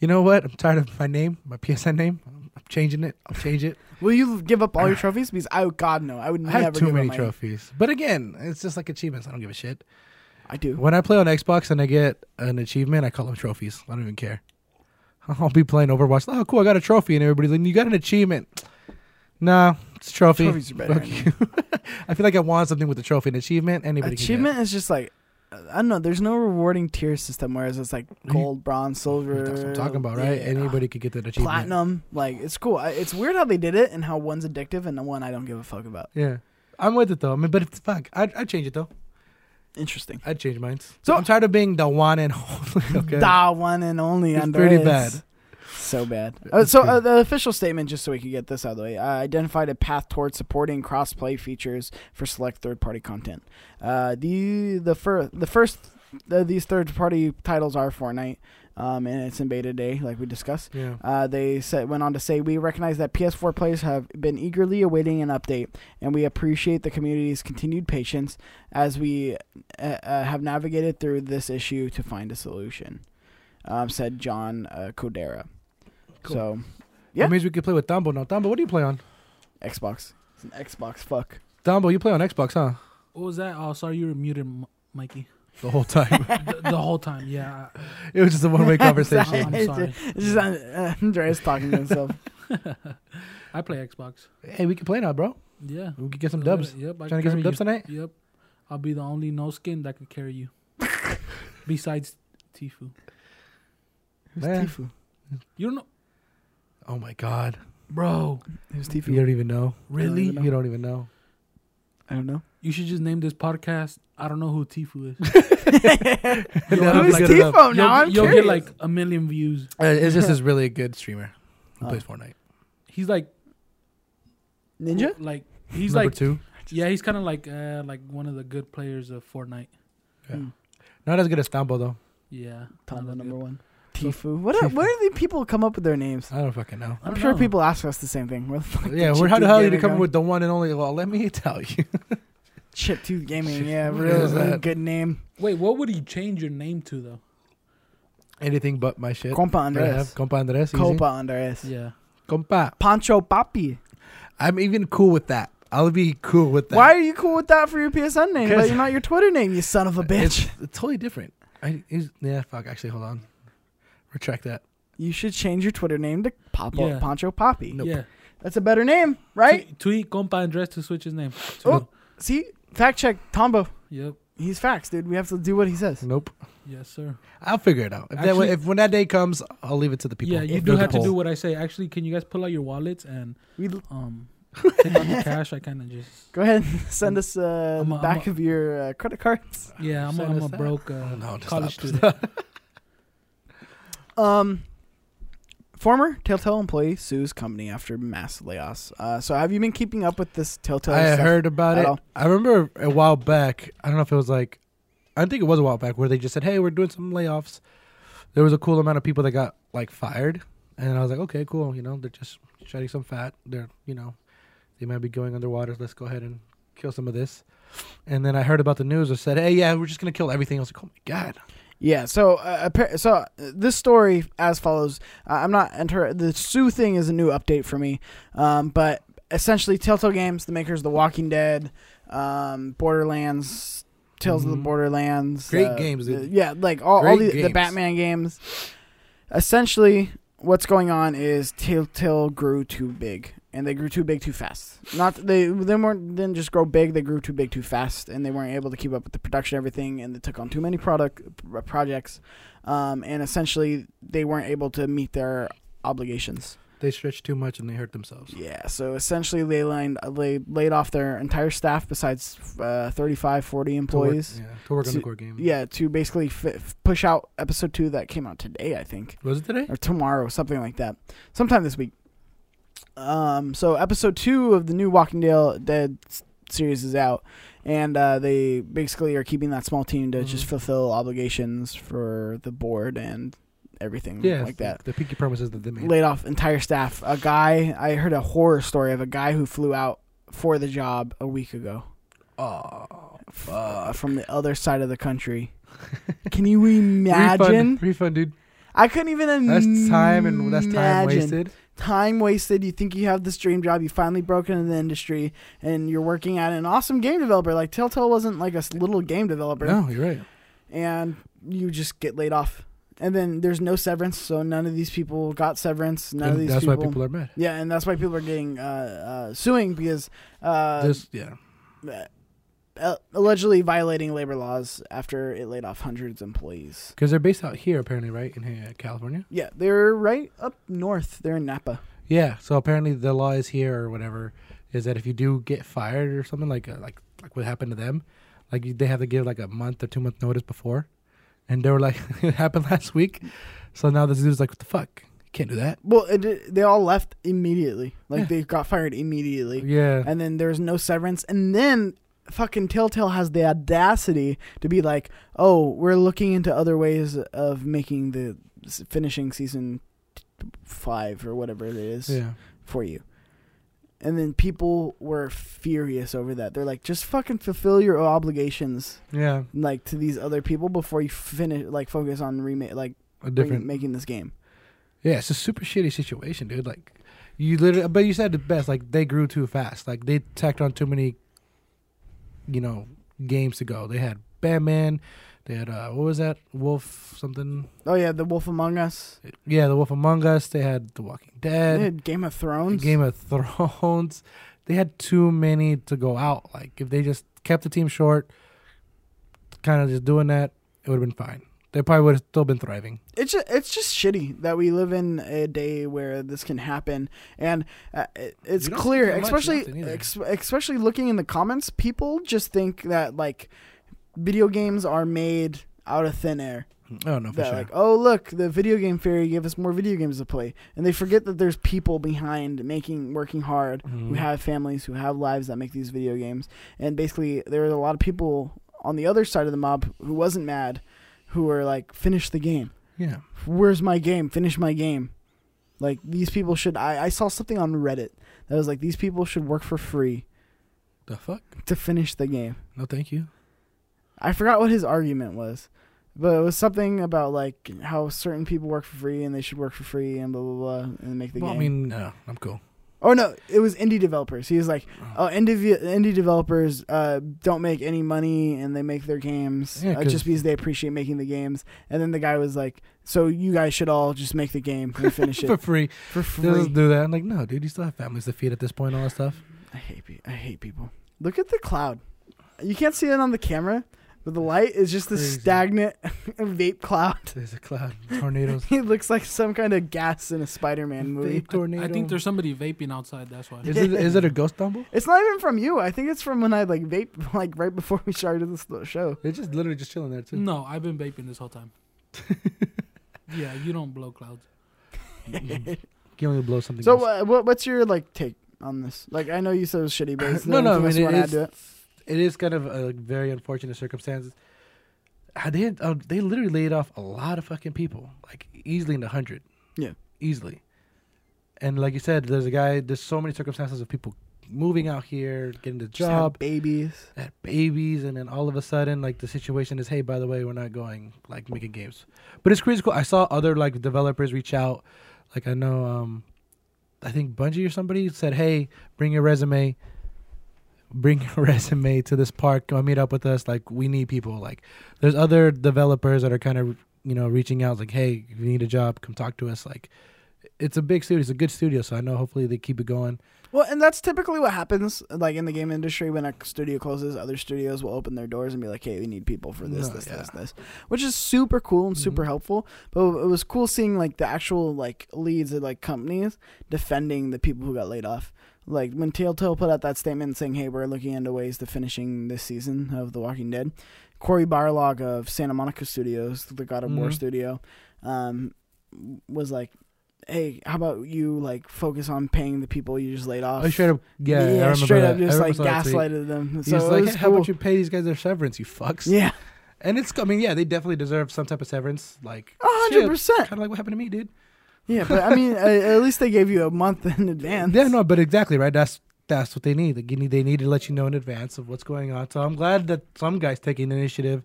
[SPEAKER 2] You know what? I'm tired of my name, my PSN name. I'm I'm changing it. I'll change it.
[SPEAKER 1] Will you give up all your trophies? Because I, God no, I would
[SPEAKER 2] I
[SPEAKER 1] never.
[SPEAKER 2] have
[SPEAKER 1] give
[SPEAKER 2] too
[SPEAKER 1] up
[SPEAKER 2] many
[SPEAKER 1] my-
[SPEAKER 2] trophies. But again, it's just like achievements. I don't give a shit.
[SPEAKER 1] I do.
[SPEAKER 2] When I play on Xbox and I get an achievement, I call them trophies. I don't even care. I'll be playing Overwatch. Oh, cool! I got a trophy, and everybody's like, "You got an achievement." Nah, it's a trophy.
[SPEAKER 1] Trophies are better.
[SPEAKER 2] Fuck you. I feel like I want something with a trophy, an achievement. Anybody
[SPEAKER 1] Achievement is just like I don't know. There's no rewarding tier system, whereas it's like
[SPEAKER 2] You-
[SPEAKER 1] gold, bronze,
[SPEAKER 2] Can get
[SPEAKER 1] silver.
[SPEAKER 2] that. That's what I'm talking about, right?
[SPEAKER 1] yeah,
[SPEAKER 2] Anybody could get that achievement.
[SPEAKER 1] platinum. Like it's cool. I, it's weird how they did it and how one's addictive and the one I don't give a fuck about.
[SPEAKER 2] Yeah, I'm with it though. I mean, but it's fuck. I'd, I'd change it though.
[SPEAKER 1] Interesting.
[SPEAKER 2] I'd change mine. So
[SPEAKER 1] So-
[SPEAKER 2] I'm tired of being the one and okay.
[SPEAKER 1] Da one and only
[SPEAKER 2] It's
[SPEAKER 1] Andres.
[SPEAKER 2] pretty bad.
[SPEAKER 1] So bad.
[SPEAKER 2] It's
[SPEAKER 1] Uh, so
[SPEAKER 2] good.
[SPEAKER 1] uh, the official statement, just so we can get this out of the way, uh, identified a path toward supporting cross-play features for select third-party content. Uh, the the fir- the first uh, these third-party titles are Fortnite, um, and it's in beta day, like we discussed.
[SPEAKER 2] Yeah.
[SPEAKER 1] Uh, they said, went on to say, We recognize that PS4 players have been eagerly awaiting an update, and we appreciate the community's continued patience as we uh, uh, have navigated through this issue to find a solution, um, said John uh, Codera.
[SPEAKER 2] Cool.
[SPEAKER 1] So, yeah.
[SPEAKER 2] That means we could play with Dumbo now. Dumbo, what do you play on?
[SPEAKER 1] Xbox. It's an Xbox fuck.
[SPEAKER 2] Dumbo, you play on Xbox, huh?
[SPEAKER 3] What was that? Oh, sorry, you were muted, M- Mikey.
[SPEAKER 2] The whole time.
[SPEAKER 3] the, the whole time, yeah.
[SPEAKER 2] it was just a one way
[SPEAKER 3] I,
[SPEAKER 2] conversation.
[SPEAKER 1] Sorry.
[SPEAKER 3] Oh, I'm sorry.
[SPEAKER 1] It's just uh, Andreas talking to himself.
[SPEAKER 3] I play Xbox.
[SPEAKER 2] hey, we can play now, bro.
[SPEAKER 3] Yeah.
[SPEAKER 2] We can get some dubs.
[SPEAKER 3] Yep. I
[SPEAKER 2] Trying to get some
[SPEAKER 3] carry
[SPEAKER 2] dubs tonight?
[SPEAKER 3] you. Yep. I'll be the only no skin that could carry you. Besides Tifu.
[SPEAKER 1] Who's
[SPEAKER 2] Yeah.
[SPEAKER 1] Tifu?
[SPEAKER 3] You don't know.
[SPEAKER 2] Oh my god.
[SPEAKER 3] Bro,
[SPEAKER 1] Who's
[SPEAKER 2] You
[SPEAKER 1] Tifu?
[SPEAKER 2] don't even know.
[SPEAKER 1] Really?
[SPEAKER 2] You don't even know.
[SPEAKER 1] I don't know.
[SPEAKER 3] you should just name this podcast. I don't know who Tifu is.
[SPEAKER 2] Who's
[SPEAKER 3] You'll have,
[SPEAKER 1] Who's
[SPEAKER 3] like,
[SPEAKER 1] Tifo?
[SPEAKER 2] Tifu?
[SPEAKER 3] you'll
[SPEAKER 1] Oh, Now I'm
[SPEAKER 3] you'll
[SPEAKER 1] curious.
[SPEAKER 3] get like a million views.
[SPEAKER 2] Uh, it's just this really good streamer who
[SPEAKER 1] Oh.
[SPEAKER 2] plays Fortnite.
[SPEAKER 3] He's like
[SPEAKER 1] Ninja?
[SPEAKER 3] Like he's
[SPEAKER 2] Number
[SPEAKER 3] like
[SPEAKER 2] two.
[SPEAKER 3] yeah, he's kind of like uh like one of the good players of Fortnite.
[SPEAKER 2] Yeah.
[SPEAKER 1] Mm.
[SPEAKER 2] Not as good as Dumbo though.
[SPEAKER 3] Yeah,
[SPEAKER 1] Tombo
[SPEAKER 3] not that
[SPEAKER 1] number
[SPEAKER 3] good.
[SPEAKER 1] one. Tifu. What? Are,
[SPEAKER 2] Tifu.
[SPEAKER 1] where do the people come up with their names?
[SPEAKER 2] I don't fucking know.
[SPEAKER 3] I
[SPEAKER 1] I'm
[SPEAKER 3] don't
[SPEAKER 1] sure
[SPEAKER 3] know.
[SPEAKER 1] people ask us the same thing. Where the fuck
[SPEAKER 2] Yeah,
[SPEAKER 1] did
[SPEAKER 2] where how
[SPEAKER 1] Chiptune
[SPEAKER 2] the hell did
[SPEAKER 1] Gaming
[SPEAKER 2] you come up
[SPEAKER 1] go?
[SPEAKER 2] with the one and only? Well, let me tell you.
[SPEAKER 1] Chiptooth Gaming?
[SPEAKER 2] Chip-
[SPEAKER 1] Yeah,
[SPEAKER 2] What
[SPEAKER 1] really
[SPEAKER 2] is that?
[SPEAKER 1] good name.
[SPEAKER 3] Wait, what would you change your name to though?
[SPEAKER 2] Anything but my shit.
[SPEAKER 1] Compa
[SPEAKER 2] that I have.
[SPEAKER 1] Andres.
[SPEAKER 2] Compa Andres. easy.
[SPEAKER 1] Copa Andres.
[SPEAKER 3] Yeah,
[SPEAKER 2] Compa.
[SPEAKER 1] Pancho Papi.
[SPEAKER 2] I'm even cool with that. I'll be cool with that.
[SPEAKER 1] Why are you cool with that for your PSN name, but
[SPEAKER 2] Because-
[SPEAKER 1] you're not your Twitter name, you son of a
[SPEAKER 2] It's,
[SPEAKER 1] bitch?
[SPEAKER 2] it's totally different. I is, yeah. Fuck. Actually, hold on. Retract that.
[SPEAKER 1] You should change your Twitter name to Papa
[SPEAKER 3] Yeah.
[SPEAKER 1] Pancho Papi.
[SPEAKER 2] Nope.
[SPEAKER 3] yeah.
[SPEAKER 1] That's a better name, right?
[SPEAKER 3] T- tweet compa Andres to switch his name. To-
[SPEAKER 1] Oh. See, fact check Tombo.
[SPEAKER 3] Yep.
[SPEAKER 1] He's facts, dude. We have to do what he says.
[SPEAKER 2] Nope.
[SPEAKER 3] Yes, sir.
[SPEAKER 2] I'll figure it out. If, that
[SPEAKER 3] Actually-
[SPEAKER 2] if when that day comes, I'll leave it to the people.
[SPEAKER 3] Yeah, you
[SPEAKER 2] If
[SPEAKER 3] do
[SPEAKER 2] there's a
[SPEAKER 3] have to
[SPEAKER 2] poll.
[SPEAKER 3] do what I say. Actually, can you guys pull out your wallets and
[SPEAKER 1] We
[SPEAKER 3] um take out the cash? I kind of just
[SPEAKER 1] go ahead and send us uh,
[SPEAKER 3] I'm
[SPEAKER 1] the
[SPEAKER 3] a- I'm
[SPEAKER 1] back
[SPEAKER 3] a-
[SPEAKER 1] of your uh, credit cards.
[SPEAKER 3] yeah. I'm a,
[SPEAKER 2] Send
[SPEAKER 3] I'm
[SPEAKER 2] us
[SPEAKER 3] a
[SPEAKER 2] that.
[SPEAKER 3] broke uh,
[SPEAKER 2] No, just
[SPEAKER 3] college
[SPEAKER 2] stop.
[SPEAKER 3] student.
[SPEAKER 1] Um, former Telltale employee sues company after mass layoffs. Uh, so have you been keeping up with this Telltale?
[SPEAKER 2] I
[SPEAKER 1] stuff?
[SPEAKER 2] heard about
[SPEAKER 1] at
[SPEAKER 2] it.
[SPEAKER 1] all.
[SPEAKER 2] I remember a while back. I don't know if it was like, I think it was a while back where they just said, "Hey, we're doing some layoffs." There was a cool amount of people that got like fired, and I was like, "Okay, cool. You know, they're just shedding some fat. They're you know, they might be going underwater. Let's go ahead and kill some of this." And then I heard about the news that said, "Hey, yeah, we're just gonna kill everything." I was like, "Oh my god!"
[SPEAKER 1] Yeah. So, uh, appa- so uh, this story as follows. Uh, I'm not enter the Sue thing is a new update for me, um, but essentially, Telltale Games, the makers of The Walking Dead, um, Borderlands, Tales of
[SPEAKER 2] Mhm.
[SPEAKER 1] the Borderlands,
[SPEAKER 2] Great
[SPEAKER 1] uh,
[SPEAKER 2] games, dude.
[SPEAKER 1] uh, yeah, like all, all the,
[SPEAKER 2] Great
[SPEAKER 1] the
[SPEAKER 2] games.
[SPEAKER 1] Batman games. Essentially, what's going on is Telltale grew too big. And they grew too big too fast. Not they they weren't didn't just grow big. They grew too big too fast, and they weren't able to keep up with the production, and everything, and they took on too many product pr- projects, um, and essentially they weren't able to meet their obligations.
[SPEAKER 2] They stretched too much and they hurt themselves.
[SPEAKER 1] Yeah, so essentially they lined, they laid off their entire staff besides uh, 35, 40
[SPEAKER 2] To work-
[SPEAKER 1] employees.
[SPEAKER 2] yeah, to work on
[SPEAKER 1] To-
[SPEAKER 2] the core game.
[SPEAKER 1] Yeah, to basically fi push out episode two that came out today, I think,
[SPEAKER 2] was it today?
[SPEAKER 1] or tomorrow, something like that, sometime this week. Um, so episode two of the new Walking Dale Dead s- series is out, and uh, they basically are keeping that small team to just
[SPEAKER 2] Mhm.
[SPEAKER 1] fulfill obligations for the board and everything
[SPEAKER 2] Yeah,
[SPEAKER 1] like that
[SPEAKER 2] The pinky promises that they made.
[SPEAKER 1] laid off entire staff. A guy, I heard a horror story of a guy who flew out for the job a week ago
[SPEAKER 2] Oh,
[SPEAKER 1] f- uh,
[SPEAKER 2] fuck.
[SPEAKER 1] from the other side of the country. Can you imagine?
[SPEAKER 2] Refund, refund, dude.
[SPEAKER 1] I couldn't even
[SPEAKER 2] That's time and that's time
[SPEAKER 1] Mm, imagine.
[SPEAKER 2] wasted.
[SPEAKER 1] Time wasted. You think you have this dream job. You finally broke into the industry, and you're working at an awesome game developer. Like Telltale wasn't like a s- little game developer,
[SPEAKER 2] No, you're right.
[SPEAKER 1] and you just get laid off. And then there's no severance, so none of these people got severance. None of
[SPEAKER 2] And
[SPEAKER 1] these
[SPEAKER 2] that's
[SPEAKER 1] people.
[SPEAKER 2] why people are mad.
[SPEAKER 1] yeah, and that's why people are getting uh, uh, suing because uh,
[SPEAKER 2] Just yeah.
[SPEAKER 1] uh, allegedly violating labor laws after it laid off hundreds of employees.
[SPEAKER 2] Because they're based out here, apparently, right in uh, California.
[SPEAKER 1] Yeah, they're right up north. They're in Napa.
[SPEAKER 2] Yeah. So apparently, the law is here or whatever is that if you do get fired or something like uh, like like what happened to them, like you, they have to give like a month or two month notice before, and they were like, it happened last week, so now this dude's like, what the fuck, you can't do that.
[SPEAKER 1] Well, it, it- they all left immediately. Like
[SPEAKER 2] Yeah. Oh,
[SPEAKER 1] they got fired immediately,
[SPEAKER 2] Yeah.
[SPEAKER 1] and then there's no severance. And then fucking Telltale has the audacity to be like, "Oh, we're looking into other ways of making the s- finishing season t- five or whatever it is
[SPEAKER 2] yeah.
[SPEAKER 1] for you." And then people were furious over that. They're like, "Just fucking fulfill your obligations,
[SPEAKER 2] Yeah.
[SPEAKER 1] like to these other people before you finish, like focus on remake, like."
[SPEAKER 2] A
[SPEAKER 1] bring-
[SPEAKER 2] different.
[SPEAKER 1] making this game.
[SPEAKER 2] Yeah. It's a super shitty situation, dude. Like, you literally, but you said the best. Like they grew too fast. Like they tacked on too many. You know, games to go. They had Batman. They had uh, what was that? Wolf something.
[SPEAKER 1] Oh yeah, The Wolf Among Us.
[SPEAKER 2] Yeah, The Wolf Among Us. They had The Walking
[SPEAKER 1] They
[SPEAKER 2] Dead,
[SPEAKER 1] had Game of Thrones.
[SPEAKER 2] Game of Thrones. They had too many to go out. Like if they just kept the team short, kind of just doing that, it would have been fine. They probably would have still been thriving.
[SPEAKER 1] it's just, it's just shitty that we live in a day where this can happen, and uh, it, it's
[SPEAKER 2] You don't see
[SPEAKER 1] clear,
[SPEAKER 2] too much
[SPEAKER 1] especially
[SPEAKER 2] nothing either.
[SPEAKER 1] ex- especially looking in the comments, people just think that like video games are made out of thin air.
[SPEAKER 2] I don't know for
[SPEAKER 1] That
[SPEAKER 2] sure.
[SPEAKER 1] like, oh look, the video game fairy gave us more video games to play, and they forget that there's people behind making working hard who
[SPEAKER 2] Mhm.
[SPEAKER 1] have families, who have lives that make these video games. And basically, there are a lot of people on the other side of the mob who wasn't mad, who were like, finish the game.
[SPEAKER 2] yeah,
[SPEAKER 1] Where's my game? Finish my game. Like, these people should. I, I saw something on Reddit that was like, these people should work for free
[SPEAKER 2] the fuck?
[SPEAKER 1] to finish the game.
[SPEAKER 2] No, thank you.
[SPEAKER 1] I forgot what his argument was, but it was something about like how certain people work for free and they should work for free and blah blah blah and make the
[SPEAKER 2] Well,
[SPEAKER 1] game.
[SPEAKER 2] I mean, no, I'm cool.
[SPEAKER 1] Oh no, it was indie developers. He was like, "Oh, indie indie developers uh, don't make any money and they make their games
[SPEAKER 2] Yeah,
[SPEAKER 1] uh,
[SPEAKER 2] 'cause-
[SPEAKER 1] just because they appreciate making the games." And then the guy was like, "So you guys should all just make the game and finish
[SPEAKER 2] For
[SPEAKER 1] it
[SPEAKER 2] free,
[SPEAKER 1] for free."
[SPEAKER 2] just do that. I'm like, no, dude, you still have families to feed at this point, all that stuff.
[SPEAKER 1] I hate pe- I hate people. Look at the cloud. You can't see it on the camera, but the light is just this
[SPEAKER 2] Crazy.
[SPEAKER 1] stagnant vape cloud.
[SPEAKER 2] There's a cloud, tornadoes,
[SPEAKER 1] He looks like some kind of gas in a Spider-Man movie.
[SPEAKER 2] vape tornado.
[SPEAKER 3] I think there's somebody vaping outside. That's why.
[SPEAKER 2] Is it is it a ghost tumble?
[SPEAKER 1] It's not even from you. I think it's from when I like vape like right before we started this little show.
[SPEAKER 2] It's just literally just chilling there too.
[SPEAKER 3] No, I've been vaping this whole time. yeah, you don't blow clouds.
[SPEAKER 2] you only blow something.
[SPEAKER 1] So
[SPEAKER 2] else.
[SPEAKER 1] uh, what what's your like take on this? Like I know you said it was shitty, but is there
[SPEAKER 2] no, no, I
[SPEAKER 1] anything
[SPEAKER 2] mean,
[SPEAKER 1] else you wanna add to it?
[SPEAKER 2] it is, it is kind of a very unfortunate circumstances. How They uh, they literally laid off a lot of fucking people, like easily in the hundred.
[SPEAKER 1] Yeah.
[SPEAKER 2] easily. And like you said, there's a guy. There's so many circumstances of people moving out here, getting the
[SPEAKER 1] Just have
[SPEAKER 2] job,
[SPEAKER 1] babies.
[SPEAKER 2] had babies, and then all of a sudden, like the situation is, hey, by the way, we're not going like making games. But it's crazy cool. I saw other like developers reach out. Like I know, um, I think Bungie or somebody said, hey, bring your resume, bring your resume to this park. Come meet up with us. Like we need people. Like there's other developers that are kind of you know reaching out. Like hey, if you need a job, come talk to us. Like it's a big studio. It's a good studio. So I know hopefully they keep it going.
[SPEAKER 1] Well, and that's typically what happens like in the game industry when a studio closes, other studios will open their doors and be like, "Hey, we need people for this,
[SPEAKER 2] No,
[SPEAKER 1] this,
[SPEAKER 2] yeah. Mm-hmm.
[SPEAKER 1] this, this." Which is super cool and super helpful, but it was cool seeing like the actual like leads at like companies defending the people who got laid off. Like when Telltale put out that statement saying, "Hey, we're looking into ways to finishing this season of The Walking Dead." Corey Barlog of Santa Monica Studios, the God of War
[SPEAKER 2] Mhm.
[SPEAKER 1] studio, um, was like, "Hey, how about you like focus on paying the people you just laid off?"
[SPEAKER 2] I straight up, yeah, I remember
[SPEAKER 1] Oh, straight up
[SPEAKER 2] that. I
[SPEAKER 1] just like
[SPEAKER 2] remember saw that tweet.
[SPEAKER 1] gaslighted them.
[SPEAKER 2] He's
[SPEAKER 1] So it
[SPEAKER 2] like,
[SPEAKER 1] was
[SPEAKER 2] "Hey, how about
[SPEAKER 1] cool.
[SPEAKER 2] you pay these guys their severance, you fucks?
[SPEAKER 1] Yeah,
[SPEAKER 2] And it's, I mean, yeah, they definitely deserve some type of severance. Like,
[SPEAKER 1] a hundred percent.
[SPEAKER 2] Kind of like what happened to me, dude.
[SPEAKER 1] Yeah, but I mean, at, at least they gave you a month in advance.
[SPEAKER 2] Yeah, no, but exactly right. That's that's what they need. Like, you need, they need to let you know in advance of what's going on. So I'm glad that some guys taking the initiative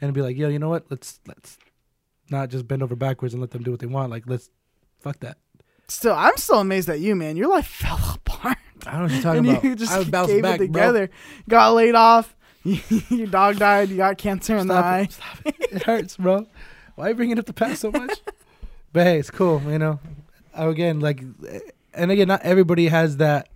[SPEAKER 2] and be like, yo, you know what? Let's let's not just bend over backwards and let them do what they want. Like let's fuck that.
[SPEAKER 1] Still, I'm still amazed at you, man. Your life fell apart.
[SPEAKER 2] I don't know what you're
[SPEAKER 1] and
[SPEAKER 2] talking
[SPEAKER 1] you
[SPEAKER 2] about.
[SPEAKER 1] just
[SPEAKER 2] I was
[SPEAKER 1] gave
[SPEAKER 2] bouncing back,
[SPEAKER 1] it together. Got laid off. Your dog died. You got cancer
[SPEAKER 2] bro.
[SPEAKER 1] in the eye.
[SPEAKER 2] it. Stop it. It hurts, bro. Why are you bringing up the past so much? but hey, it's cool. You know, Oh, again, like, eh, and again, not everybody has that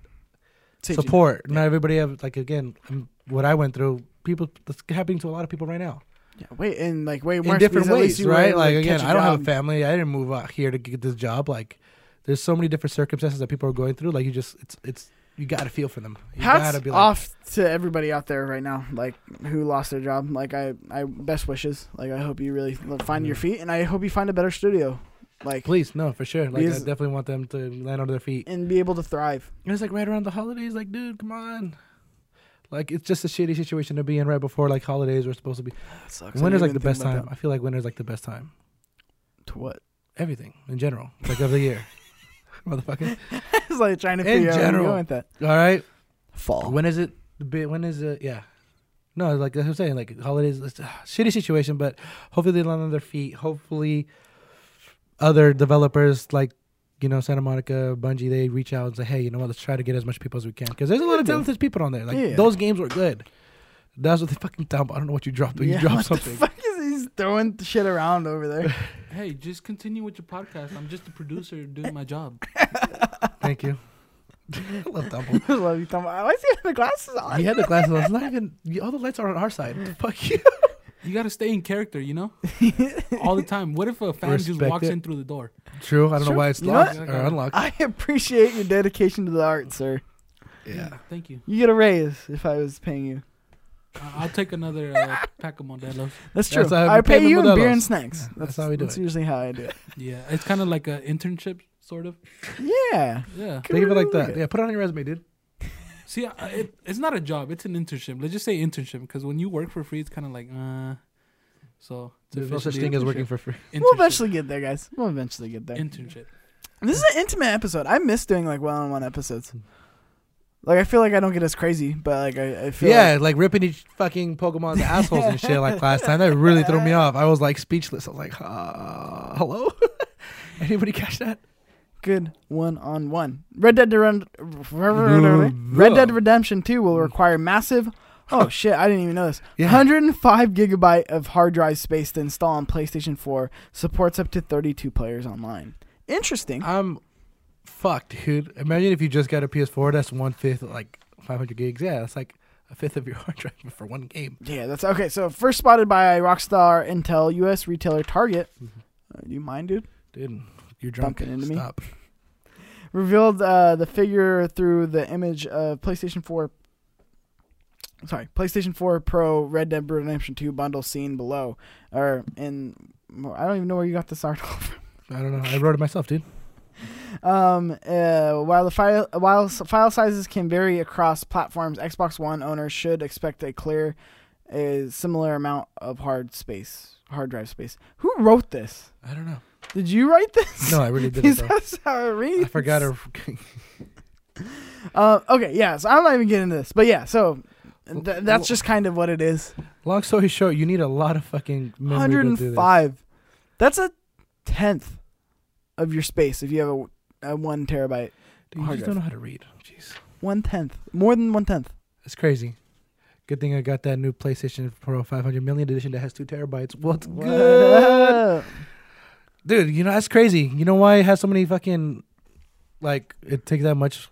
[SPEAKER 1] Sage,
[SPEAKER 2] support. Not everybody have like again um, what I went through. People, that's happening to a lot of people right now
[SPEAKER 1] Yeah, wait, and like way
[SPEAKER 2] in
[SPEAKER 1] more
[SPEAKER 2] different ways, right? Like again, I don't have a family. I didn't move out here to get this job. Like, there's so many different circumstances that people are going through. Like, you just it's it's you got to feel for them. You
[SPEAKER 1] Hats
[SPEAKER 2] gotta be like,
[SPEAKER 1] off to everybody out there right now, like who lost their job. Like I, I best wishes. Like I hope you really find your feet, and I hope you find a better studio, like
[SPEAKER 2] please, no, for sure. Like, I
[SPEAKER 1] Because-
[SPEAKER 2] definitely want them to land on their feet.
[SPEAKER 1] and be able to thrive.
[SPEAKER 2] And it's like right around the holidays. Like, dude, come on. Like, it's just a shitty situation to be in right before like holidays. We're supposed to be
[SPEAKER 1] That sucks. I
[SPEAKER 2] winter's like
[SPEAKER 1] didn't
[SPEAKER 2] the
[SPEAKER 1] even
[SPEAKER 2] best
[SPEAKER 1] think about
[SPEAKER 2] time. I feel like winter's like the best time.
[SPEAKER 1] that. To what?
[SPEAKER 2] Everything in general, like of the year, motherfucker.
[SPEAKER 1] it's like trying to
[SPEAKER 2] In
[SPEAKER 1] figure out where you're
[SPEAKER 2] general.
[SPEAKER 1] going with that.
[SPEAKER 2] All right.
[SPEAKER 1] Fall.
[SPEAKER 2] When is it? the bi- When is it? Yeah. No, like that's what I'm saying. Like holidays, it's a shitty situation, but hopefully they land on their feet. Hopefully, other developers like you know Santa Monica, Bungie, they reach out and say, hey, you know what? Let's try to get as much people as we can because there's a lot of
[SPEAKER 1] Yeah.
[SPEAKER 2] talented people on there. Like
[SPEAKER 1] Yeah.
[SPEAKER 2] those games were good. That's what they fucking dump. I don't know what you dropped. but
[SPEAKER 1] Yeah,
[SPEAKER 2] you dropped
[SPEAKER 1] what
[SPEAKER 2] something.
[SPEAKER 1] The fuck is he's throwing shit around over there?
[SPEAKER 3] Hey, just continue with your podcast. I'm just a producer doing my job.
[SPEAKER 2] Thank you. I love Dumble.
[SPEAKER 1] Love you, Tom. Why is he have the glasses on?
[SPEAKER 2] He had the glasses on. It's not even all the lights are on our side. Fuck you.
[SPEAKER 3] You gotta stay in character, you know, all the time. What if a fan just
[SPEAKER 2] Respect
[SPEAKER 3] walks
[SPEAKER 2] it.
[SPEAKER 3] in through the door?
[SPEAKER 2] True. I don't
[SPEAKER 1] Sure.
[SPEAKER 2] know why it's
[SPEAKER 1] You know what?
[SPEAKER 2] locked or unlocked.
[SPEAKER 1] I appreciate your dedication to the art, sir.
[SPEAKER 2] yeah.
[SPEAKER 3] Thank you.
[SPEAKER 1] You get a raise if I was paying you.
[SPEAKER 3] I- I'll take another uh, pack of Modelo's.
[SPEAKER 1] That's true.
[SPEAKER 2] That's how
[SPEAKER 1] I
[SPEAKER 2] we pay
[SPEAKER 1] pay
[SPEAKER 2] the
[SPEAKER 1] you in beer
[SPEAKER 2] Modelos.
[SPEAKER 1] and snacks.
[SPEAKER 2] Yeah,
[SPEAKER 1] that's,
[SPEAKER 2] that's how we do
[SPEAKER 1] That's
[SPEAKER 2] it.
[SPEAKER 1] usually how I do it.
[SPEAKER 3] Yeah, it's kind of like an internship, sort of.
[SPEAKER 1] Yeah.
[SPEAKER 3] Yeah.
[SPEAKER 1] Could
[SPEAKER 2] Think of it like
[SPEAKER 1] really
[SPEAKER 2] that.
[SPEAKER 1] good.
[SPEAKER 2] Yeah, put it on your resume, dude.
[SPEAKER 3] See, I- it, it's not a job; it's an internship. Let's just say internship, because when you work for free, it's kind of like, uh. So it's
[SPEAKER 2] There's no such
[SPEAKER 3] officially
[SPEAKER 2] thing as
[SPEAKER 3] internship.
[SPEAKER 2] working for free.
[SPEAKER 1] We'll
[SPEAKER 3] Internship.
[SPEAKER 1] eventually get there, guys. We'll eventually get there.
[SPEAKER 3] Internship.
[SPEAKER 1] this is an intimate episode. I miss doing like one-on-one episodes.
[SPEAKER 2] Hmm.
[SPEAKER 1] Like I feel like I don't get as crazy, but like I, I feel
[SPEAKER 2] yeah,
[SPEAKER 1] like-
[SPEAKER 2] like, ripping each fucking Pokemon's assholes and shit like last time. That really threw me off. I was like speechless. I was like, uh, hello? Anybody catch that?
[SPEAKER 1] good one-on-one. Red Dead Red, Red Dead Redemption Two will require massive. Oh shit! I didn't even know this.
[SPEAKER 2] Yeah.
[SPEAKER 1] 105 gigabyte of hard drive space to install on PlayStation 4. Supports up to 32 players online. Interesting.
[SPEAKER 2] I'm fucked, dude. Imagine if you just got a PS4, that's one fifth, like 500 gigs. Yeah, that's like a fifth of your hard drive for one game.
[SPEAKER 1] Yeah, that's okay. So first spotted by Rockstar Intel U.S. retailer Target. Uh, do you mind, dude?
[SPEAKER 2] Dude, you're drunk.
[SPEAKER 1] Bumping into me.
[SPEAKER 2] Stop.
[SPEAKER 1] Revealed uh, the figure through the image of PlayStation 4. Sorry, PlayStation 4 Pro Red Dead Redemption 2 bundle seen below, or in I don't even know where you got this article.
[SPEAKER 2] I don't know. I wrote it myself, dude.
[SPEAKER 1] Um, uh, while the file while s- file sizes can vary across platforms, Xbox One owners should expect a clear, a similar amount of hard space, hard drive space. Who wrote this?
[SPEAKER 2] I don't know.
[SPEAKER 1] Did you write this?
[SPEAKER 2] No, I really didn't.
[SPEAKER 1] Because
[SPEAKER 2] though.
[SPEAKER 1] that's how it reads.
[SPEAKER 2] I forgot her.
[SPEAKER 1] Uh, okay, yeah. So I'm not even getting into this, but yeah. So
[SPEAKER 2] Well,
[SPEAKER 1] th- that's just kind of what it is.
[SPEAKER 2] Long story short, you need a lot of fucking memory to do this.
[SPEAKER 1] 105. That's a tenth of your space if you have a, a one terabyte.
[SPEAKER 2] Dude, you
[SPEAKER 1] hard
[SPEAKER 2] just
[SPEAKER 1] drive.
[SPEAKER 2] don't know how to read. Jeez,
[SPEAKER 1] One tenth, more than one tenth.
[SPEAKER 2] it's crazy. Good thing I got that new PlayStation Pro 500 million edition that has two terabytes. What's good, dude? You know that's crazy. You know why it has so many fucking like it takes that much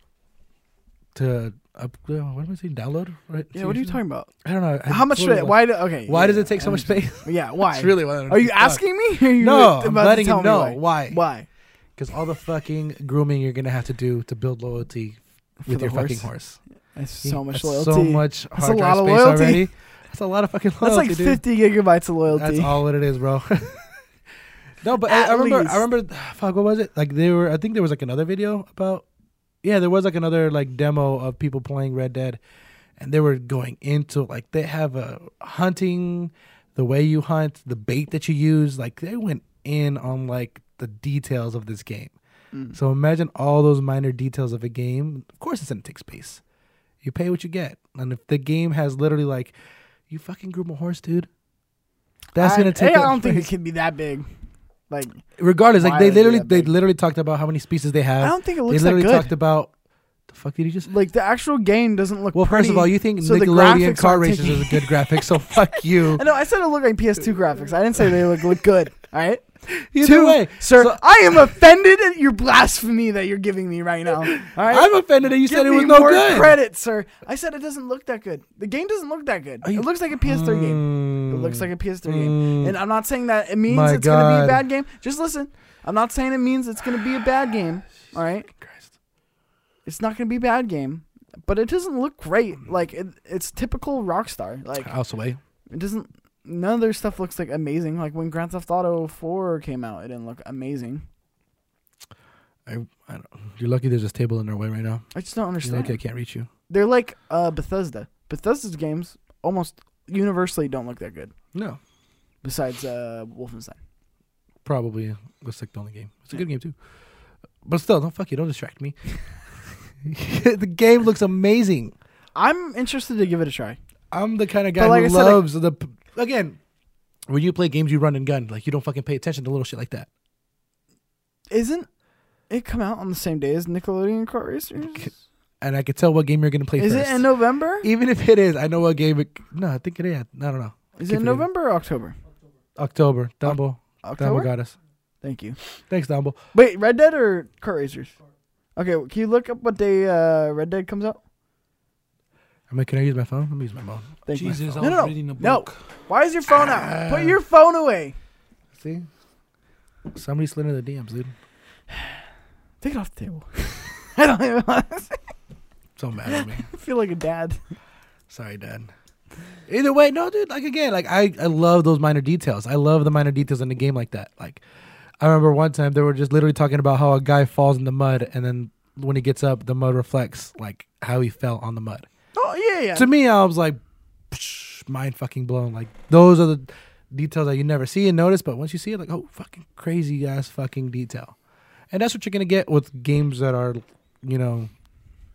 [SPEAKER 2] to up? uh, What am I saying? Download? Right?
[SPEAKER 1] Yeah, what are you talking about?
[SPEAKER 2] I don't know. I
[SPEAKER 1] How much?
[SPEAKER 2] totally
[SPEAKER 1] Should,
[SPEAKER 2] lost-
[SPEAKER 1] why? Do, okay.
[SPEAKER 2] Why
[SPEAKER 1] yeah,
[SPEAKER 2] does it take
[SPEAKER 1] I
[SPEAKER 2] so much space?
[SPEAKER 1] understand. Yeah. Why?
[SPEAKER 2] That's really what I don't
[SPEAKER 1] Are you asking
[SPEAKER 2] understand.
[SPEAKER 1] me? Or are you
[SPEAKER 2] No,
[SPEAKER 1] about
[SPEAKER 2] I'm
[SPEAKER 1] to
[SPEAKER 2] letting
[SPEAKER 1] tell
[SPEAKER 2] you
[SPEAKER 1] me
[SPEAKER 2] know
[SPEAKER 1] why?
[SPEAKER 2] why.
[SPEAKER 1] Why?
[SPEAKER 2] Because all the fucking grooming you're gonna have to do to buld loyalty
[SPEAKER 1] For
[SPEAKER 2] with
[SPEAKER 1] the
[SPEAKER 2] your
[SPEAKER 1] horse.
[SPEAKER 2] fucking horse.
[SPEAKER 1] That's so much
[SPEAKER 2] That's
[SPEAKER 1] loyalty.
[SPEAKER 2] So much
[SPEAKER 1] That's a
[SPEAKER 2] hard drive
[SPEAKER 1] lot of
[SPEAKER 2] space
[SPEAKER 1] loyalty.
[SPEAKER 2] already. That's a lot of fucking
[SPEAKER 1] That's
[SPEAKER 2] loyalty.
[SPEAKER 1] like
[SPEAKER 2] dude.
[SPEAKER 1] 50 gigabytes of loyalty.
[SPEAKER 2] That's all what it is, bro. no, but I,
[SPEAKER 1] At
[SPEAKER 2] I remember.
[SPEAKER 1] least.
[SPEAKER 2] I remember. Fuck, what was it? Like they were. I think there was like another video about. Yeah, there was like another like demo of people playing Red Dead, and they were going into like they have a hunting, the way you hunt, the bait that you use. Like they went in on like the details of this game.
[SPEAKER 1] Mm.
[SPEAKER 2] So imagine all those minor details of a game. Of course, it's gonna take space. You pay what you get, and if the game has literally like, you fucking groom a horse, dude. That's
[SPEAKER 1] I-
[SPEAKER 2] gonna take. Uh,
[SPEAKER 1] hey, I
[SPEAKER 2] up
[SPEAKER 1] don't think it
[SPEAKER 2] space.
[SPEAKER 1] can be that big. Like
[SPEAKER 2] Regardless, like
[SPEAKER 1] Why
[SPEAKER 2] they
[SPEAKER 1] are they
[SPEAKER 2] literally
[SPEAKER 1] that
[SPEAKER 2] they
[SPEAKER 1] big?
[SPEAKER 2] literally talked about how many species they have.
[SPEAKER 1] I don't think it
[SPEAKER 2] they
[SPEAKER 1] looks that
[SPEAKER 2] literally
[SPEAKER 1] good.
[SPEAKER 2] talked about the fuck did he just
[SPEAKER 1] like the actual game doesn't look.
[SPEAKER 2] Well, first of
[SPEAKER 1] pretty.
[SPEAKER 2] all, you think
[SPEAKER 1] so the
[SPEAKER 2] Nickelodeon
[SPEAKER 1] graphics
[SPEAKER 2] car
[SPEAKER 1] aren't
[SPEAKER 2] races
[SPEAKER 1] taking-
[SPEAKER 2] is a good graphic, so fuck you.
[SPEAKER 1] I know I said it looked like PS2 graphics. I didn't say they look look good. All right.
[SPEAKER 2] Either
[SPEAKER 1] Two,
[SPEAKER 2] way,
[SPEAKER 1] sir,
[SPEAKER 2] so-
[SPEAKER 1] I am offended at your blasphemy that you're giving me right now. All right?
[SPEAKER 2] I'm offended that you
[SPEAKER 1] Give
[SPEAKER 2] said it
[SPEAKER 1] me
[SPEAKER 2] was no
[SPEAKER 1] more
[SPEAKER 2] good.
[SPEAKER 1] credit, sir. I said it doesn't look that good. The game doesn't look that good.
[SPEAKER 2] Are you-
[SPEAKER 1] it looks like a PS3 game. It looks like a PS3 game.
[SPEAKER 2] Mm.
[SPEAKER 1] And I'm not saying that it means
[SPEAKER 2] My
[SPEAKER 1] it's going to be a
[SPEAKER 2] God.
[SPEAKER 1] bad game. Just listen. I'm not saying it means it's going to be a bad game. All right?
[SPEAKER 2] Christ.
[SPEAKER 1] It's not going to be a bad game. But it doesn't look great. Like, it, it's typical Rockstar. Like,
[SPEAKER 2] Also, wait.
[SPEAKER 1] it doesn't. None of their stuff looks like amazing. Like when Grand Theft Auto 4 came out, it didn't look amazing.
[SPEAKER 2] I, I don't, you're lucky there's this table in our way right now.
[SPEAKER 1] I just don't
[SPEAKER 2] You're
[SPEAKER 1] understand.
[SPEAKER 2] lucky I can't reach you.
[SPEAKER 1] They're like uh, Bethesda. Bethesda's games almost universally don't look that good.
[SPEAKER 2] No,
[SPEAKER 1] Besides uh, Wolfenstein.
[SPEAKER 2] probably looks like the only game. It's a good game too, but still, don't fuck you. Don't distract me. the game looks amazing.
[SPEAKER 1] I'm interested to give it a try.
[SPEAKER 2] I'm the kind of
[SPEAKER 1] But
[SPEAKER 2] guy
[SPEAKER 1] like
[SPEAKER 2] who
[SPEAKER 1] I said, I-
[SPEAKER 2] loves the p again. When you play games, you run and gun. Like you don't fucking pay attention to little shit like that.
[SPEAKER 1] Isn't it come out on the same day as Nickelodeon Kart Racers?
[SPEAKER 2] And I can tell what game you're gonna play
[SPEAKER 1] Is
[SPEAKER 2] first.
[SPEAKER 1] it in November?
[SPEAKER 2] Even if it is, I know what game. It, no, I think it is. I don't know.
[SPEAKER 1] Is
[SPEAKER 2] Keep
[SPEAKER 1] it in
[SPEAKER 2] reading.
[SPEAKER 1] November or October?
[SPEAKER 2] October. Dumbo. Dumbo
[SPEAKER 1] October.
[SPEAKER 2] got us.
[SPEAKER 1] Thank you.
[SPEAKER 2] Thanks, Dumbo.
[SPEAKER 1] Wait, Red Dead or Kart Racers? Okay, can you look up what day uh, Red Dead comes out?
[SPEAKER 2] I mean, can I use my phone? Let me use my phone.
[SPEAKER 1] Thank you.
[SPEAKER 3] Jesus, I
[SPEAKER 1] No,
[SPEAKER 3] was
[SPEAKER 1] no, no.
[SPEAKER 3] reading a
[SPEAKER 1] No.
[SPEAKER 3] book.
[SPEAKER 1] Why is your phone
[SPEAKER 2] Ah.
[SPEAKER 1] out? Put your phone away.
[SPEAKER 2] See? Somebody slid into the DMs, dude.
[SPEAKER 1] Take it off the table. I don't even I
[SPEAKER 2] So mad at me.
[SPEAKER 1] feel like a dad.
[SPEAKER 2] Sorry, Dad. Either way, no, dude. Like again, like I, I love those minor details. I love the minor details in a game like that. Like, I remember one time they were just literally talking about how a guy falls in the mud, and then when he gets up, the mud reflects like how he fell on the mud.
[SPEAKER 1] Oh yeah, yeah.
[SPEAKER 2] To me, I was like, psh, mind fucking blown. Like those are the details that you never see and notice, but once you see it, like, oh, fucking crazy ass fucking detail. And that's what you're gonna get with games that are, you know,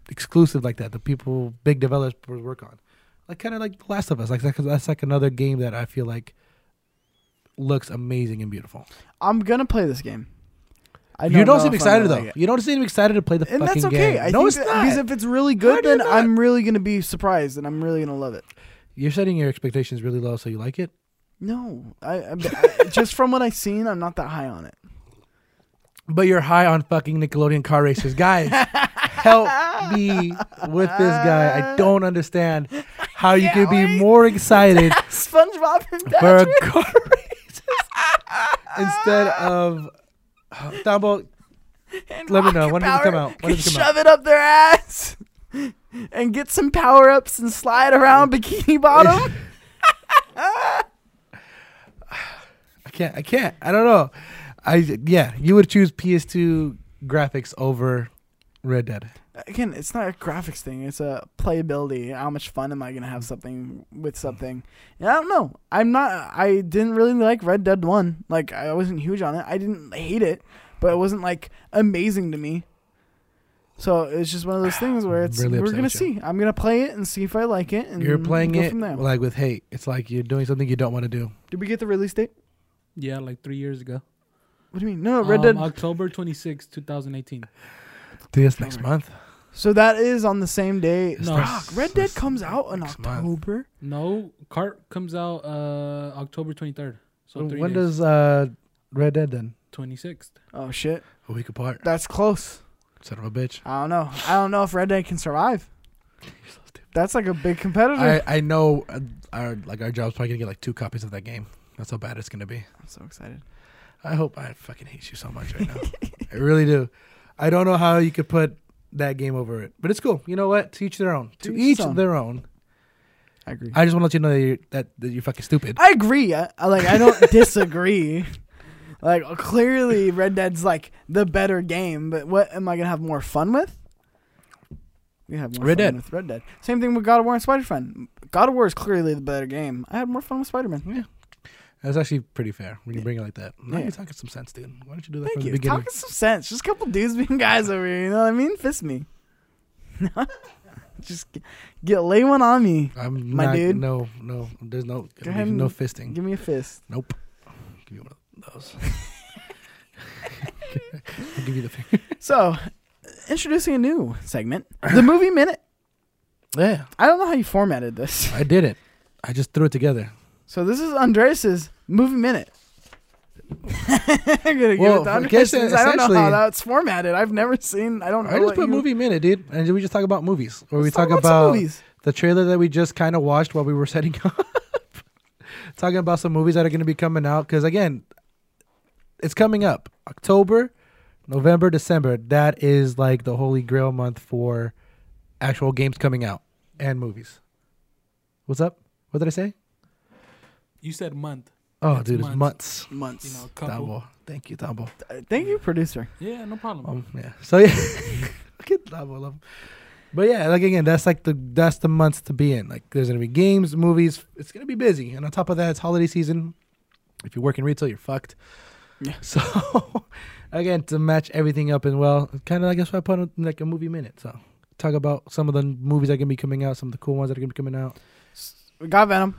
[SPEAKER 2] exclusive like that. The people, big developers work on, like kind of like The Last of Us. Like that's, that's like another game that I feel like looks amazing and beautiful.
[SPEAKER 1] I'm gonna play this game. I
[SPEAKER 2] you don't
[SPEAKER 1] know if
[SPEAKER 2] seem
[SPEAKER 1] I'm gonna
[SPEAKER 2] excited though.
[SPEAKER 1] like it.
[SPEAKER 2] you don't seem excited to play the
[SPEAKER 1] and
[SPEAKER 2] fucking
[SPEAKER 1] that's okay.
[SPEAKER 2] game.
[SPEAKER 1] I
[SPEAKER 2] no,
[SPEAKER 1] think
[SPEAKER 2] it's
[SPEAKER 1] that-
[SPEAKER 2] not.
[SPEAKER 1] because if it's really good,
[SPEAKER 2] do you
[SPEAKER 1] then
[SPEAKER 2] not?
[SPEAKER 1] I'm really gonna be surprised and I'm really gonna love it.
[SPEAKER 2] you're setting your expectations really low, so you like it.
[SPEAKER 1] No, I, I, I- just from what I've seen, I'm not that high on it.
[SPEAKER 2] But you're high on fucking Nickelodeon car races. Guys, help
[SPEAKER 1] Ah.
[SPEAKER 2] me with this guy. I don't understand how you could be
[SPEAKER 1] wait.
[SPEAKER 2] more excited
[SPEAKER 1] SpongeBob and
[SPEAKER 2] for a
[SPEAKER 1] Patrick.
[SPEAKER 2] car races instead
[SPEAKER 1] uh,
[SPEAKER 2] of. uh, Dumbo,
[SPEAKER 1] and
[SPEAKER 2] let me know.
[SPEAKER 1] Rocket
[SPEAKER 2] When does it
[SPEAKER 1] Power
[SPEAKER 2] come out? When
[SPEAKER 1] could
[SPEAKER 2] does it come out?
[SPEAKER 1] shove it up their ass and get some power ups and slide around Bikini Bottom.
[SPEAKER 2] I can't. I can't. I don't know. I yeah. You would choose PS2 graphics over Red Dead.
[SPEAKER 1] Again, it's not a graphics thing. It's a playability. How much fun am I gonna have something with something? And I don't know. I'm not. I didn't really like Red Dead One. Like I wasn't huge on it. I didn't hate it, but it wasn't like amazing to me. So it's just one of those things where it's
[SPEAKER 2] Really
[SPEAKER 1] we're
[SPEAKER 2] upset
[SPEAKER 1] gonna
[SPEAKER 2] with you.
[SPEAKER 1] see. I'm gonna play it and see if I like it. And
[SPEAKER 2] You're playing
[SPEAKER 1] go
[SPEAKER 2] it
[SPEAKER 1] from there.
[SPEAKER 2] like with hate. It's like you're doing something you don't want to do.
[SPEAKER 1] Did we get the release date?
[SPEAKER 3] Yeah, like three years ago.
[SPEAKER 1] What do you mean? No, no Red
[SPEAKER 3] Um,
[SPEAKER 1] Dead.
[SPEAKER 3] October twenty sixth, 2018.
[SPEAKER 2] Do this next month.
[SPEAKER 1] so that is on the same day.
[SPEAKER 3] No.
[SPEAKER 1] Fuck, Red Dead comes out in
[SPEAKER 2] next month.
[SPEAKER 1] October.
[SPEAKER 3] No, Cart comes out uh October 23rd. So three
[SPEAKER 2] when
[SPEAKER 3] days.
[SPEAKER 2] does uh, Red Dead then?
[SPEAKER 3] 26th.
[SPEAKER 1] Oh shit,
[SPEAKER 2] A week apart.
[SPEAKER 1] that's close.
[SPEAKER 2] Son of a bitch.
[SPEAKER 1] I don't know. I don't know if Red Dead can survive. That's like a big competitor.
[SPEAKER 2] I, I know uh, our like our job's probably gonna get like two copies of that game. That's how bad it's gonna be.
[SPEAKER 1] I'm so excited.
[SPEAKER 2] I hope I fucking hate you so much right now. I really do. I don't know how you could put that game over it, but it's cool. You know what? To each their own. To,
[SPEAKER 1] To each
[SPEAKER 2] each
[SPEAKER 1] his own.
[SPEAKER 2] their own.
[SPEAKER 1] I agree. I,
[SPEAKER 2] I just want to let you know that you're, that, that you're fucking stupid.
[SPEAKER 1] agree. I, I, like I don't disagree. Like clearly, Red Dead's like the better game. But what am I gonna have more fun with? We have more
[SPEAKER 2] Red
[SPEAKER 1] fun
[SPEAKER 2] Dead.
[SPEAKER 1] with Red Dead. Same thing with God of War and Spider Man. God of War is clearly the better game. I had more fun with Spider Man.
[SPEAKER 2] yeah, that's actually pretty fair when you bring it like that. Now
[SPEAKER 1] Yeah.
[SPEAKER 2] you're talking some sense, dude. Why don't you do that
[SPEAKER 1] Thank
[SPEAKER 2] from
[SPEAKER 1] you.
[SPEAKER 2] the beginning?
[SPEAKER 1] Talking some sense. Just a couple dudes being guys over here. You know what I mean? Fist me. Just get, get lay one on me.
[SPEAKER 2] I'm
[SPEAKER 1] my
[SPEAKER 2] not.
[SPEAKER 1] dude.
[SPEAKER 2] No, no. There's no.
[SPEAKER 1] ahead
[SPEAKER 2] no
[SPEAKER 1] and
[SPEAKER 2] fisting.
[SPEAKER 1] Give me a fist.
[SPEAKER 2] Nope. Give me one of those. I'll give you the finger.
[SPEAKER 1] So, introducing a new segment, the movie minute.
[SPEAKER 2] yeah,
[SPEAKER 1] I don't know how you formatted this.
[SPEAKER 2] I did it. I just threw it together.
[SPEAKER 1] So this is Andreas's movie minute. I'm gonna give
[SPEAKER 2] Well,
[SPEAKER 1] it to
[SPEAKER 2] I guess
[SPEAKER 1] Andres. since I don't know how
[SPEAKER 2] essentially-
[SPEAKER 1] that's formatted. I've never seen. I don't know.
[SPEAKER 2] I just
[SPEAKER 1] what
[SPEAKER 2] put
[SPEAKER 1] you-
[SPEAKER 2] movie minute, dude, and we just talk about movies, or we
[SPEAKER 1] Let's
[SPEAKER 2] talk,
[SPEAKER 1] some
[SPEAKER 2] about,
[SPEAKER 1] movies.
[SPEAKER 2] the trailer that we just kind of watched while we were setting up, talking about some movies that are going to be coming out. Because again, it's coming up October, November, December. That is like the holy grail month for actual games coming out and movies. What's up? What did I say?
[SPEAKER 3] You said month.
[SPEAKER 2] Oh,
[SPEAKER 3] It's
[SPEAKER 2] dude, it's
[SPEAKER 3] months.
[SPEAKER 2] months.
[SPEAKER 3] You
[SPEAKER 1] months.
[SPEAKER 3] know, couple.
[SPEAKER 2] Double. Thank you, Double.
[SPEAKER 1] Uh, Thank you, producer.
[SPEAKER 3] Yeah, no problem.
[SPEAKER 2] Um, yeah. So yeah, look at that, I love him. But yeah, like again, that's like the that's the months to be in. Like there's gonna be games, movies. It's gonna be busy, and on top of that, it's holiday season. If you work in retail, you're fucked.
[SPEAKER 1] Yeah.
[SPEAKER 2] So again, to match everything up and well, kind of I guess what I put in like a movie minute. So talk about some of the movies that are gonna be coming out, some of the cool ones that are gonna be coming out.
[SPEAKER 1] We got Venom.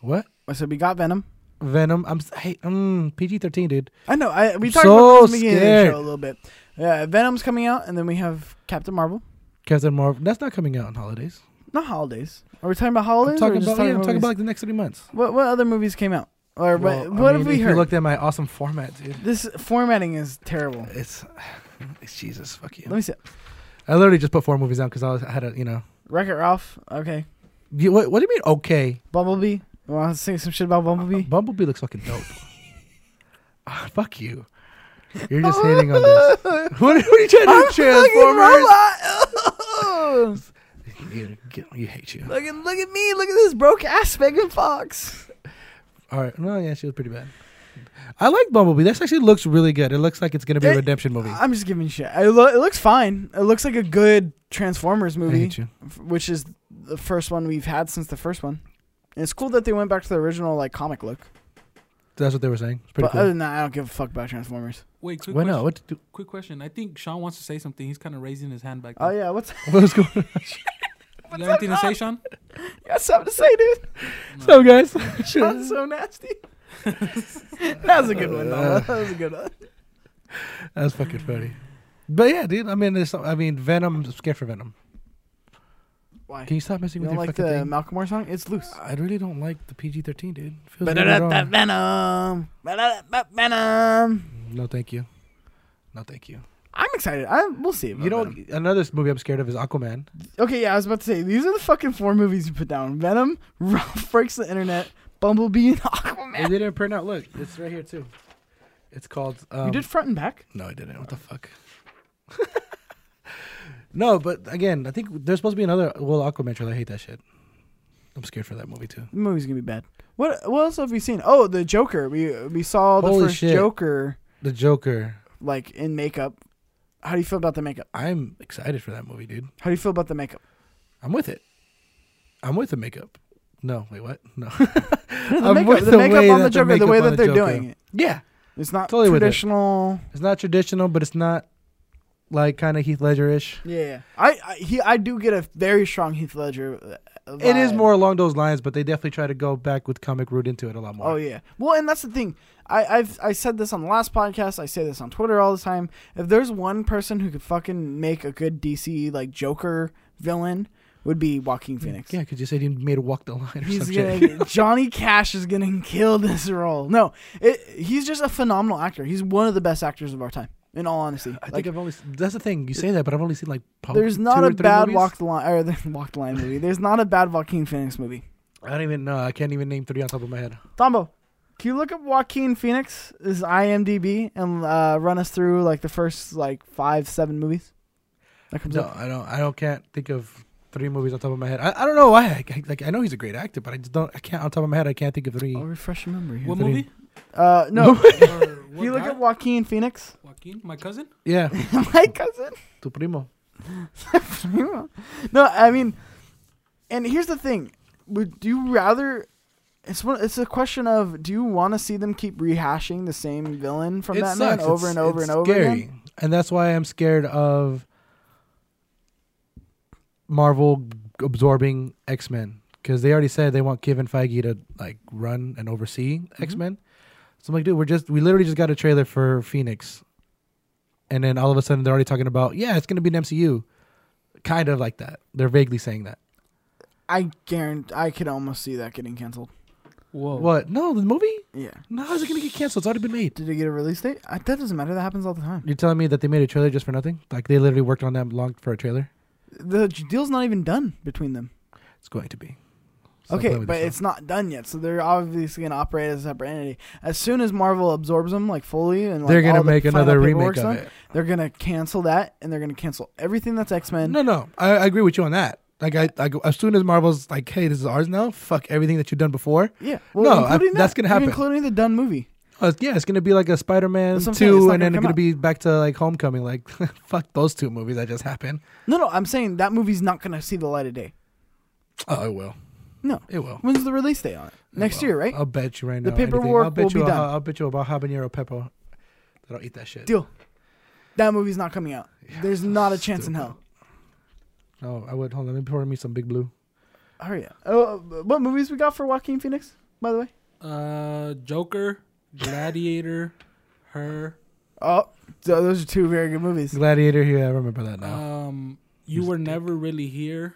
[SPEAKER 2] What
[SPEAKER 1] I said we got Venom.
[SPEAKER 2] Venom? I'm s- hey, mm, PG-13, dude.
[SPEAKER 1] I know. I we
[SPEAKER 2] I'm
[SPEAKER 1] talked
[SPEAKER 2] so
[SPEAKER 1] about this in the beginning of the
[SPEAKER 2] scared.
[SPEAKER 1] show a little bit. Yeah, Venom's coming out, and then we have Captain Marvel.
[SPEAKER 2] Captain Marvel. That's not coming out on holidays.
[SPEAKER 1] Not holidays. Are we talking about
[SPEAKER 2] I'm
[SPEAKER 1] holidays? or
[SPEAKER 2] talking
[SPEAKER 1] just
[SPEAKER 2] about yeah, I'm talking
[SPEAKER 1] movies?
[SPEAKER 2] about like the next three months.
[SPEAKER 1] what what other movies came out, or
[SPEAKER 2] Well,
[SPEAKER 1] what,
[SPEAKER 2] I
[SPEAKER 1] what
[SPEAKER 2] mean,
[SPEAKER 1] have we
[SPEAKER 2] if
[SPEAKER 1] heard?
[SPEAKER 2] You looked at my awesome format, dude.
[SPEAKER 1] this formatting is terrible.
[SPEAKER 2] It's, it's Jesus, fuck
[SPEAKER 1] Let
[SPEAKER 2] you.
[SPEAKER 1] me see.
[SPEAKER 2] I literally just put four movies out because I, was- I had a, you know,
[SPEAKER 1] Wreck It Ralph. Okay.
[SPEAKER 2] you, what, what do you mean? Okay,
[SPEAKER 1] Bumblebee. You want to sing some shit about Bumblebee?
[SPEAKER 2] Bumblebee looks fucking dope. Ah, fuck you. You're
[SPEAKER 1] Oh.
[SPEAKER 2] just hating on this. What, what are you trying to do? Transformers.
[SPEAKER 1] Transformers.
[SPEAKER 2] You, you- you hate you.
[SPEAKER 1] look, at, look at me. Look at this broke ass Megan Fox.
[SPEAKER 2] All right. No, yeah, she was pretty bad. I like Bumblebee. This actually looks really good. It looks like it's gonna be a
[SPEAKER 1] It-
[SPEAKER 2] redemption movie.
[SPEAKER 1] I'm just giving shit. I lo- it looks fine. It looks like a good Transformers
[SPEAKER 2] I
[SPEAKER 1] movie,
[SPEAKER 2] hate you.
[SPEAKER 1] f- which is the first one we've had since the first one. And it's cool that they went back to the original like comic look.
[SPEAKER 2] That's what they were saying. It's pretty
[SPEAKER 1] but uh, other
[SPEAKER 2] cool.
[SPEAKER 1] than that, I don't give a fuck about Transformers.
[SPEAKER 3] Wait, quick
[SPEAKER 2] Why
[SPEAKER 3] question.
[SPEAKER 2] not? uh, What? do-
[SPEAKER 3] Quick question. I think Sean wants to say something. He's kind of raising his hand back
[SPEAKER 1] Oh
[SPEAKER 3] there.
[SPEAKER 1] yeah, what's
[SPEAKER 2] What was going? on?
[SPEAKER 3] You got anything to say, Sean?
[SPEAKER 1] you got something to say, dude?
[SPEAKER 3] No.
[SPEAKER 2] So guys,
[SPEAKER 1] That's so nasty. that was a good one. Though. That was a good one.
[SPEAKER 2] That's fucking funny. But yeah, dude. I mean, it's, I mean, Venom. I'm scared for Venom.
[SPEAKER 1] Why?
[SPEAKER 2] Can you stop messing
[SPEAKER 1] You
[SPEAKER 2] with
[SPEAKER 1] don't
[SPEAKER 2] your
[SPEAKER 1] like
[SPEAKER 2] fucking
[SPEAKER 1] the
[SPEAKER 2] thing?
[SPEAKER 1] Malcolm Moore song? It's loose.
[SPEAKER 2] I really don't like the PG-13, dude. Feels really wrong.
[SPEAKER 1] Venom. Venom.
[SPEAKER 2] No, thank you. No, thank you.
[SPEAKER 1] I'm excited. I we'll see. about
[SPEAKER 2] You know, another movie I'm scared of is Aquaman.
[SPEAKER 1] Venom. Okay, yeah, I was about to say these are the fucking four movies you put down: Venom, Ralph breaks the internet, Bumblebee, and
[SPEAKER 2] They
[SPEAKER 1] Aquaman.
[SPEAKER 2] didn't print out. Look, it's right here too. It's called. Um,
[SPEAKER 1] you did front and back.
[SPEAKER 2] No, I didn't. What the fuck? no, but again, I think there's supposed to be another. Well, Aquaman trailer. I hate that shit. I'm scared for that movie too.
[SPEAKER 1] The movie's gonna be bad. What what else have we seen? Oh, the Joker. We we saw the
[SPEAKER 2] Holy
[SPEAKER 1] first
[SPEAKER 2] shit.
[SPEAKER 1] Joker
[SPEAKER 2] The Joker.
[SPEAKER 1] like in makeup. How do you feel about the makeup?
[SPEAKER 2] I'm excited for that movie, dude.
[SPEAKER 1] How do you feel about the makeup?
[SPEAKER 2] I'm with it. I'm with the makeup. No, wait, what? No.
[SPEAKER 1] The
[SPEAKER 2] I'm
[SPEAKER 1] makeup,
[SPEAKER 2] with
[SPEAKER 1] the
[SPEAKER 2] the
[SPEAKER 1] makeup
[SPEAKER 2] way
[SPEAKER 1] on the
[SPEAKER 2] that the
[SPEAKER 1] Joker, the
[SPEAKER 2] makeup
[SPEAKER 1] way
[SPEAKER 2] on
[SPEAKER 1] that
[SPEAKER 2] the
[SPEAKER 1] they're
[SPEAKER 2] Joker.
[SPEAKER 1] doing it.
[SPEAKER 2] yeah.
[SPEAKER 1] It's not
[SPEAKER 2] Totally with it.
[SPEAKER 1] traditional.
[SPEAKER 2] It's not traditional, but it's not like kind of Heath Ledger ish.
[SPEAKER 1] Yeah, I, I he I do get a very strong Heath Ledger. uh,
[SPEAKER 2] It is
[SPEAKER 1] vibe.
[SPEAKER 2] more along those lines, but they definitely try to go back with comic root into it a lot more.
[SPEAKER 1] Oh yeah. Well, and that's the thing. I I've I said this on the last podcast. I say this on Twitter all the time. If there's one person who could fucking make a good DC like Joker villain, would be Joaquin Phoenix.
[SPEAKER 2] Yeah, because you said you made a walk the line or
[SPEAKER 1] He's
[SPEAKER 2] some shit.
[SPEAKER 1] getting, Johnny Cash is getting killed this role. No, it, he's just a phenomenal actor. He's one of the best actors of our time. In all honesty,
[SPEAKER 2] I
[SPEAKER 1] like
[SPEAKER 2] think I've only. s- That's the thing. You say that, but I've only seen like. Probably
[SPEAKER 1] there's
[SPEAKER 2] two
[SPEAKER 1] not
[SPEAKER 2] or
[SPEAKER 1] a
[SPEAKER 2] three
[SPEAKER 1] bad
[SPEAKER 2] movies.
[SPEAKER 1] walk the line or the walk the line movie. There's not a bad Joaquin Phoenix movie.
[SPEAKER 2] I don't even know. I can't even name three on top of my head.
[SPEAKER 1] Tombo, can you look up Joaquin Phoenix is IMDb and uh, run us through like the first like five seven movies that comes
[SPEAKER 2] No,
[SPEAKER 1] up?
[SPEAKER 2] I don't. I don't. Can't think of three movies on top of my head. I, I don't know why. I, I- like I know he's a great actor, but I just don't. I can't on top of my head. I can't think of three.
[SPEAKER 1] I'll refresh your memory.
[SPEAKER 2] What
[SPEAKER 3] What
[SPEAKER 2] Anthony.
[SPEAKER 3] movie?
[SPEAKER 1] Uh, no,
[SPEAKER 3] Or
[SPEAKER 1] can you
[SPEAKER 3] what
[SPEAKER 1] look
[SPEAKER 3] guy?
[SPEAKER 1] up Joaquin Phoenix,
[SPEAKER 3] Joaquin, my cousin?
[SPEAKER 2] Yeah,
[SPEAKER 1] my cousin.
[SPEAKER 2] tu primo.
[SPEAKER 1] no, I mean, and here's the thing: Would you rather? It's one. It's a question of: Do you want to see them keep rehashing the same villain from
[SPEAKER 2] It
[SPEAKER 1] that man
[SPEAKER 2] sucks.
[SPEAKER 1] over
[SPEAKER 2] It's-
[SPEAKER 1] and over
[SPEAKER 2] it's
[SPEAKER 1] and over
[SPEAKER 2] scary.
[SPEAKER 1] again?
[SPEAKER 2] And that's why I'm scared of Marvel absorbing X
[SPEAKER 1] Mm-hmm.
[SPEAKER 2] Men because they already said they want Kevin Feige to like run and oversee X Men. So I'm like, dude, we're just we literally just got a trailer for Phoenix, and then all of a sudden they're already talking about yeah, it's gonna be an MCU, kind of like that. They're vaguely saying that.
[SPEAKER 1] I guarantee I could almost see that getting canceled.
[SPEAKER 3] Whoa.
[SPEAKER 2] What? No, the movie?
[SPEAKER 1] Yeah.
[SPEAKER 2] No, how's it gonna get canceled? It's already been made.
[SPEAKER 1] Did it get a release date? I, that doesn't matter. That happens all the time.
[SPEAKER 2] You're telling me that they made a trailer just for nothing? Like they literally worked on that long for a trailer?
[SPEAKER 1] The j- deal's not even done between them.
[SPEAKER 2] It's going to be. Stop
[SPEAKER 1] Okay,
[SPEAKER 2] playing with
[SPEAKER 1] but
[SPEAKER 2] yourself.
[SPEAKER 1] it's not done yet, so they're obviously gonna operate as a separate entity. As soon as Marvel absorbs them like fully, and like,
[SPEAKER 2] they're
[SPEAKER 1] all
[SPEAKER 2] gonna
[SPEAKER 1] the
[SPEAKER 2] make
[SPEAKER 1] final
[SPEAKER 2] another
[SPEAKER 1] paperwork's
[SPEAKER 2] remake of
[SPEAKER 1] done,
[SPEAKER 2] it.
[SPEAKER 1] They're gonna cancel that, and they're gonna cancel everything that's X Men.
[SPEAKER 2] No, no, I, I agree with you on that. Like I, I, go- as soon as Marvel's like, hey, this is ours now. Fuck everything that you've done before.
[SPEAKER 1] Yeah,
[SPEAKER 2] No,
[SPEAKER 1] well,
[SPEAKER 2] I-
[SPEAKER 1] including
[SPEAKER 2] that's
[SPEAKER 1] that,
[SPEAKER 2] gonna happen.
[SPEAKER 1] including the done movie.
[SPEAKER 2] Oh, it's- yeah, it's gonna be like a Spider-Man
[SPEAKER 1] That's what I'm saying, it's
[SPEAKER 2] two,
[SPEAKER 1] not
[SPEAKER 2] and
[SPEAKER 1] gonna
[SPEAKER 2] then it's
[SPEAKER 1] come
[SPEAKER 2] gonna
[SPEAKER 1] out.
[SPEAKER 2] be back to like Homecoming. Like, fuck those two movies that just happened.
[SPEAKER 1] No, no, I'm saying that movie's not gonna see the light of day.
[SPEAKER 2] Oh, it will.
[SPEAKER 1] No,
[SPEAKER 2] It will.
[SPEAKER 1] when's the release date on it?
[SPEAKER 2] It
[SPEAKER 1] Next
[SPEAKER 2] will.
[SPEAKER 1] year, right?
[SPEAKER 2] I'll bet you right now.
[SPEAKER 1] The
[SPEAKER 2] anything.
[SPEAKER 1] paperwork
[SPEAKER 2] I'll bet
[SPEAKER 1] will
[SPEAKER 2] you
[SPEAKER 1] be
[SPEAKER 2] a-
[SPEAKER 1] done.
[SPEAKER 2] I'll bet you about habanero pepper that I'll eat that shit.
[SPEAKER 1] Deal. That movie's not coming out. There's not a chance in
[SPEAKER 2] stupid.
[SPEAKER 1] hell.
[SPEAKER 2] No, Oh, I would. Hold on, let me pour me some Big Blue.
[SPEAKER 1] Hurry up. Oh, uh, what movies we got for Joaquin Phoenix? By the way.
[SPEAKER 3] Uh, Joker, Gladiator, Her.
[SPEAKER 1] Oh, so those are two very good movies.
[SPEAKER 2] Gladiator. Yeah, I remember that now.
[SPEAKER 3] Um, You
[SPEAKER 2] Who's
[SPEAKER 3] Were
[SPEAKER 2] the-
[SPEAKER 3] Never Really Here.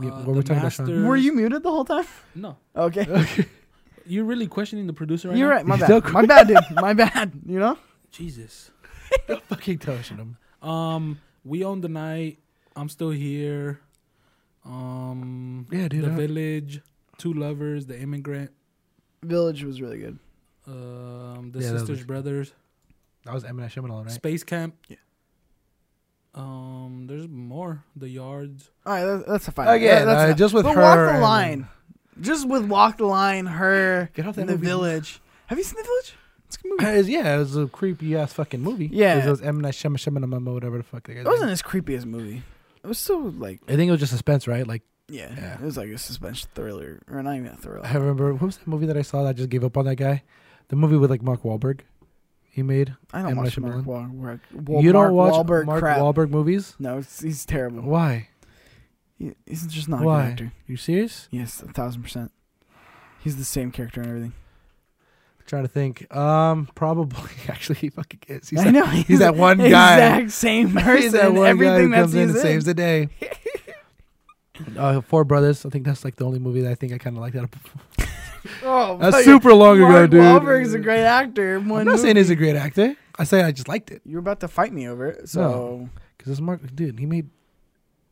[SPEAKER 2] Yeah,
[SPEAKER 3] Uh,
[SPEAKER 2] what
[SPEAKER 3] The
[SPEAKER 2] we're talking about, Sean?
[SPEAKER 3] Master-
[SPEAKER 1] Were you muted the whole time?
[SPEAKER 3] No.
[SPEAKER 1] Okay.
[SPEAKER 3] You're really questioning the producer right
[SPEAKER 1] You're
[SPEAKER 3] now?
[SPEAKER 1] right. My
[SPEAKER 2] You still
[SPEAKER 1] bad. My bad, dude. My bad. You know?
[SPEAKER 3] Jesus.
[SPEAKER 2] Fucking touching them.
[SPEAKER 3] Um, We Own the Night. I'm Still Here. Um,
[SPEAKER 2] Yeah, dude.
[SPEAKER 3] The
[SPEAKER 2] I-
[SPEAKER 3] Village. Two Lovers. The Immigrant.
[SPEAKER 1] Village was really good.
[SPEAKER 3] Um, The
[SPEAKER 2] Yeah, that was-
[SPEAKER 3] Sisters Brothers.
[SPEAKER 2] That was Eminem Shimonal, right?
[SPEAKER 3] Space Camp.
[SPEAKER 1] Yeah.
[SPEAKER 3] Um, there's more. The Yards.
[SPEAKER 1] All right, that, that's a fine.
[SPEAKER 2] Again,
[SPEAKER 1] That- that's
[SPEAKER 2] uh,
[SPEAKER 1] fine.
[SPEAKER 2] just with
[SPEAKER 1] but
[SPEAKER 2] her
[SPEAKER 1] Walk the
[SPEAKER 2] and-
[SPEAKER 1] line. Just with Walk the Line, her,
[SPEAKER 2] Get off that
[SPEAKER 1] and the
[SPEAKER 2] movie.
[SPEAKER 1] village. Have you seen the village? It's a good movie.
[SPEAKER 2] Uh, it's- yeah, it was a creepy ass fucking movie.
[SPEAKER 1] Yeah.
[SPEAKER 2] it was M Night Shyam- Shyamalan, whatever the fuck.
[SPEAKER 1] It wasn't as creepy as movie. It was so like
[SPEAKER 2] I think it was just suspense, right? Like
[SPEAKER 1] yeah,
[SPEAKER 2] Yeah.
[SPEAKER 1] It was like a suspense thriller, or not even a thriller.
[SPEAKER 2] I remember what was that movie that I saw that I just gave up on that guy? The movie with like Mark Wahlberg, he made.
[SPEAKER 1] I don't
[SPEAKER 2] M.
[SPEAKER 1] watch Mark
[SPEAKER 2] Night Shyamalan.
[SPEAKER 1] Wahlberg. Wa-
[SPEAKER 2] you
[SPEAKER 1] Mark
[SPEAKER 2] don't watch
[SPEAKER 1] Wahlberg
[SPEAKER 2] Mark
[SPEAKER 1] crap.
[SPEAKER 2] Wahlberg movies?
[SPEAKER 1] no, it's, he's terrible.
[SPEAKER 2] Why?
[SPEAKER 1] He, he's just not a
[SPEAKER 2] Why?
[SPEAKER 1] good actor.
[SPEAKER 2] You serious?
[SPEAKER 1] Yes, a thousand percent. He's the same character and everything.
[SPEAKER 2] trying to think. Um, probably actually he fucking is. He's
[SPEAKER 1] I
[SPEAKER 2] that,
[SPEAKER 1] know he's,
[SPEAKER 2] that
[SPEAKER 1] the
[SPEAKER 2] one guy.
[SPEAKER 1] exact same person.
[SPEAKER 2] he's that one
[SPEAKER 1] everything that's
[SPEAKER 2] guy who comes
[SPEAKER 1] he's
[SPEAKER 2] in and
[SPEAKER 1] in.
[SPEAKER 2] saves the day. Uh, Four Brothers. I think that's like the only movie that I think I kind of like that.
[SPEAKER 1] Oh,
[SPEAKER 2] That's
[SPEAKER 1] fuck.
[SPEAKER 2] super long ago,
[SPEAKER 1] Mark
[SPEAKER 2] dude.
[SPEAKER 1] Wahlberg's a great actor. in
[SPEAKER 2] I'm
[SPEAKER 1] One
[SPEAKER 2] not saying
[SPEAKER 1] movie.
[SPEAKER 2] he's a great actor. I say I just liked it
[SPEAKER 1] You're about to fight me over it, so
[SPEAKER 2] No. because it's Mark. Dude, he made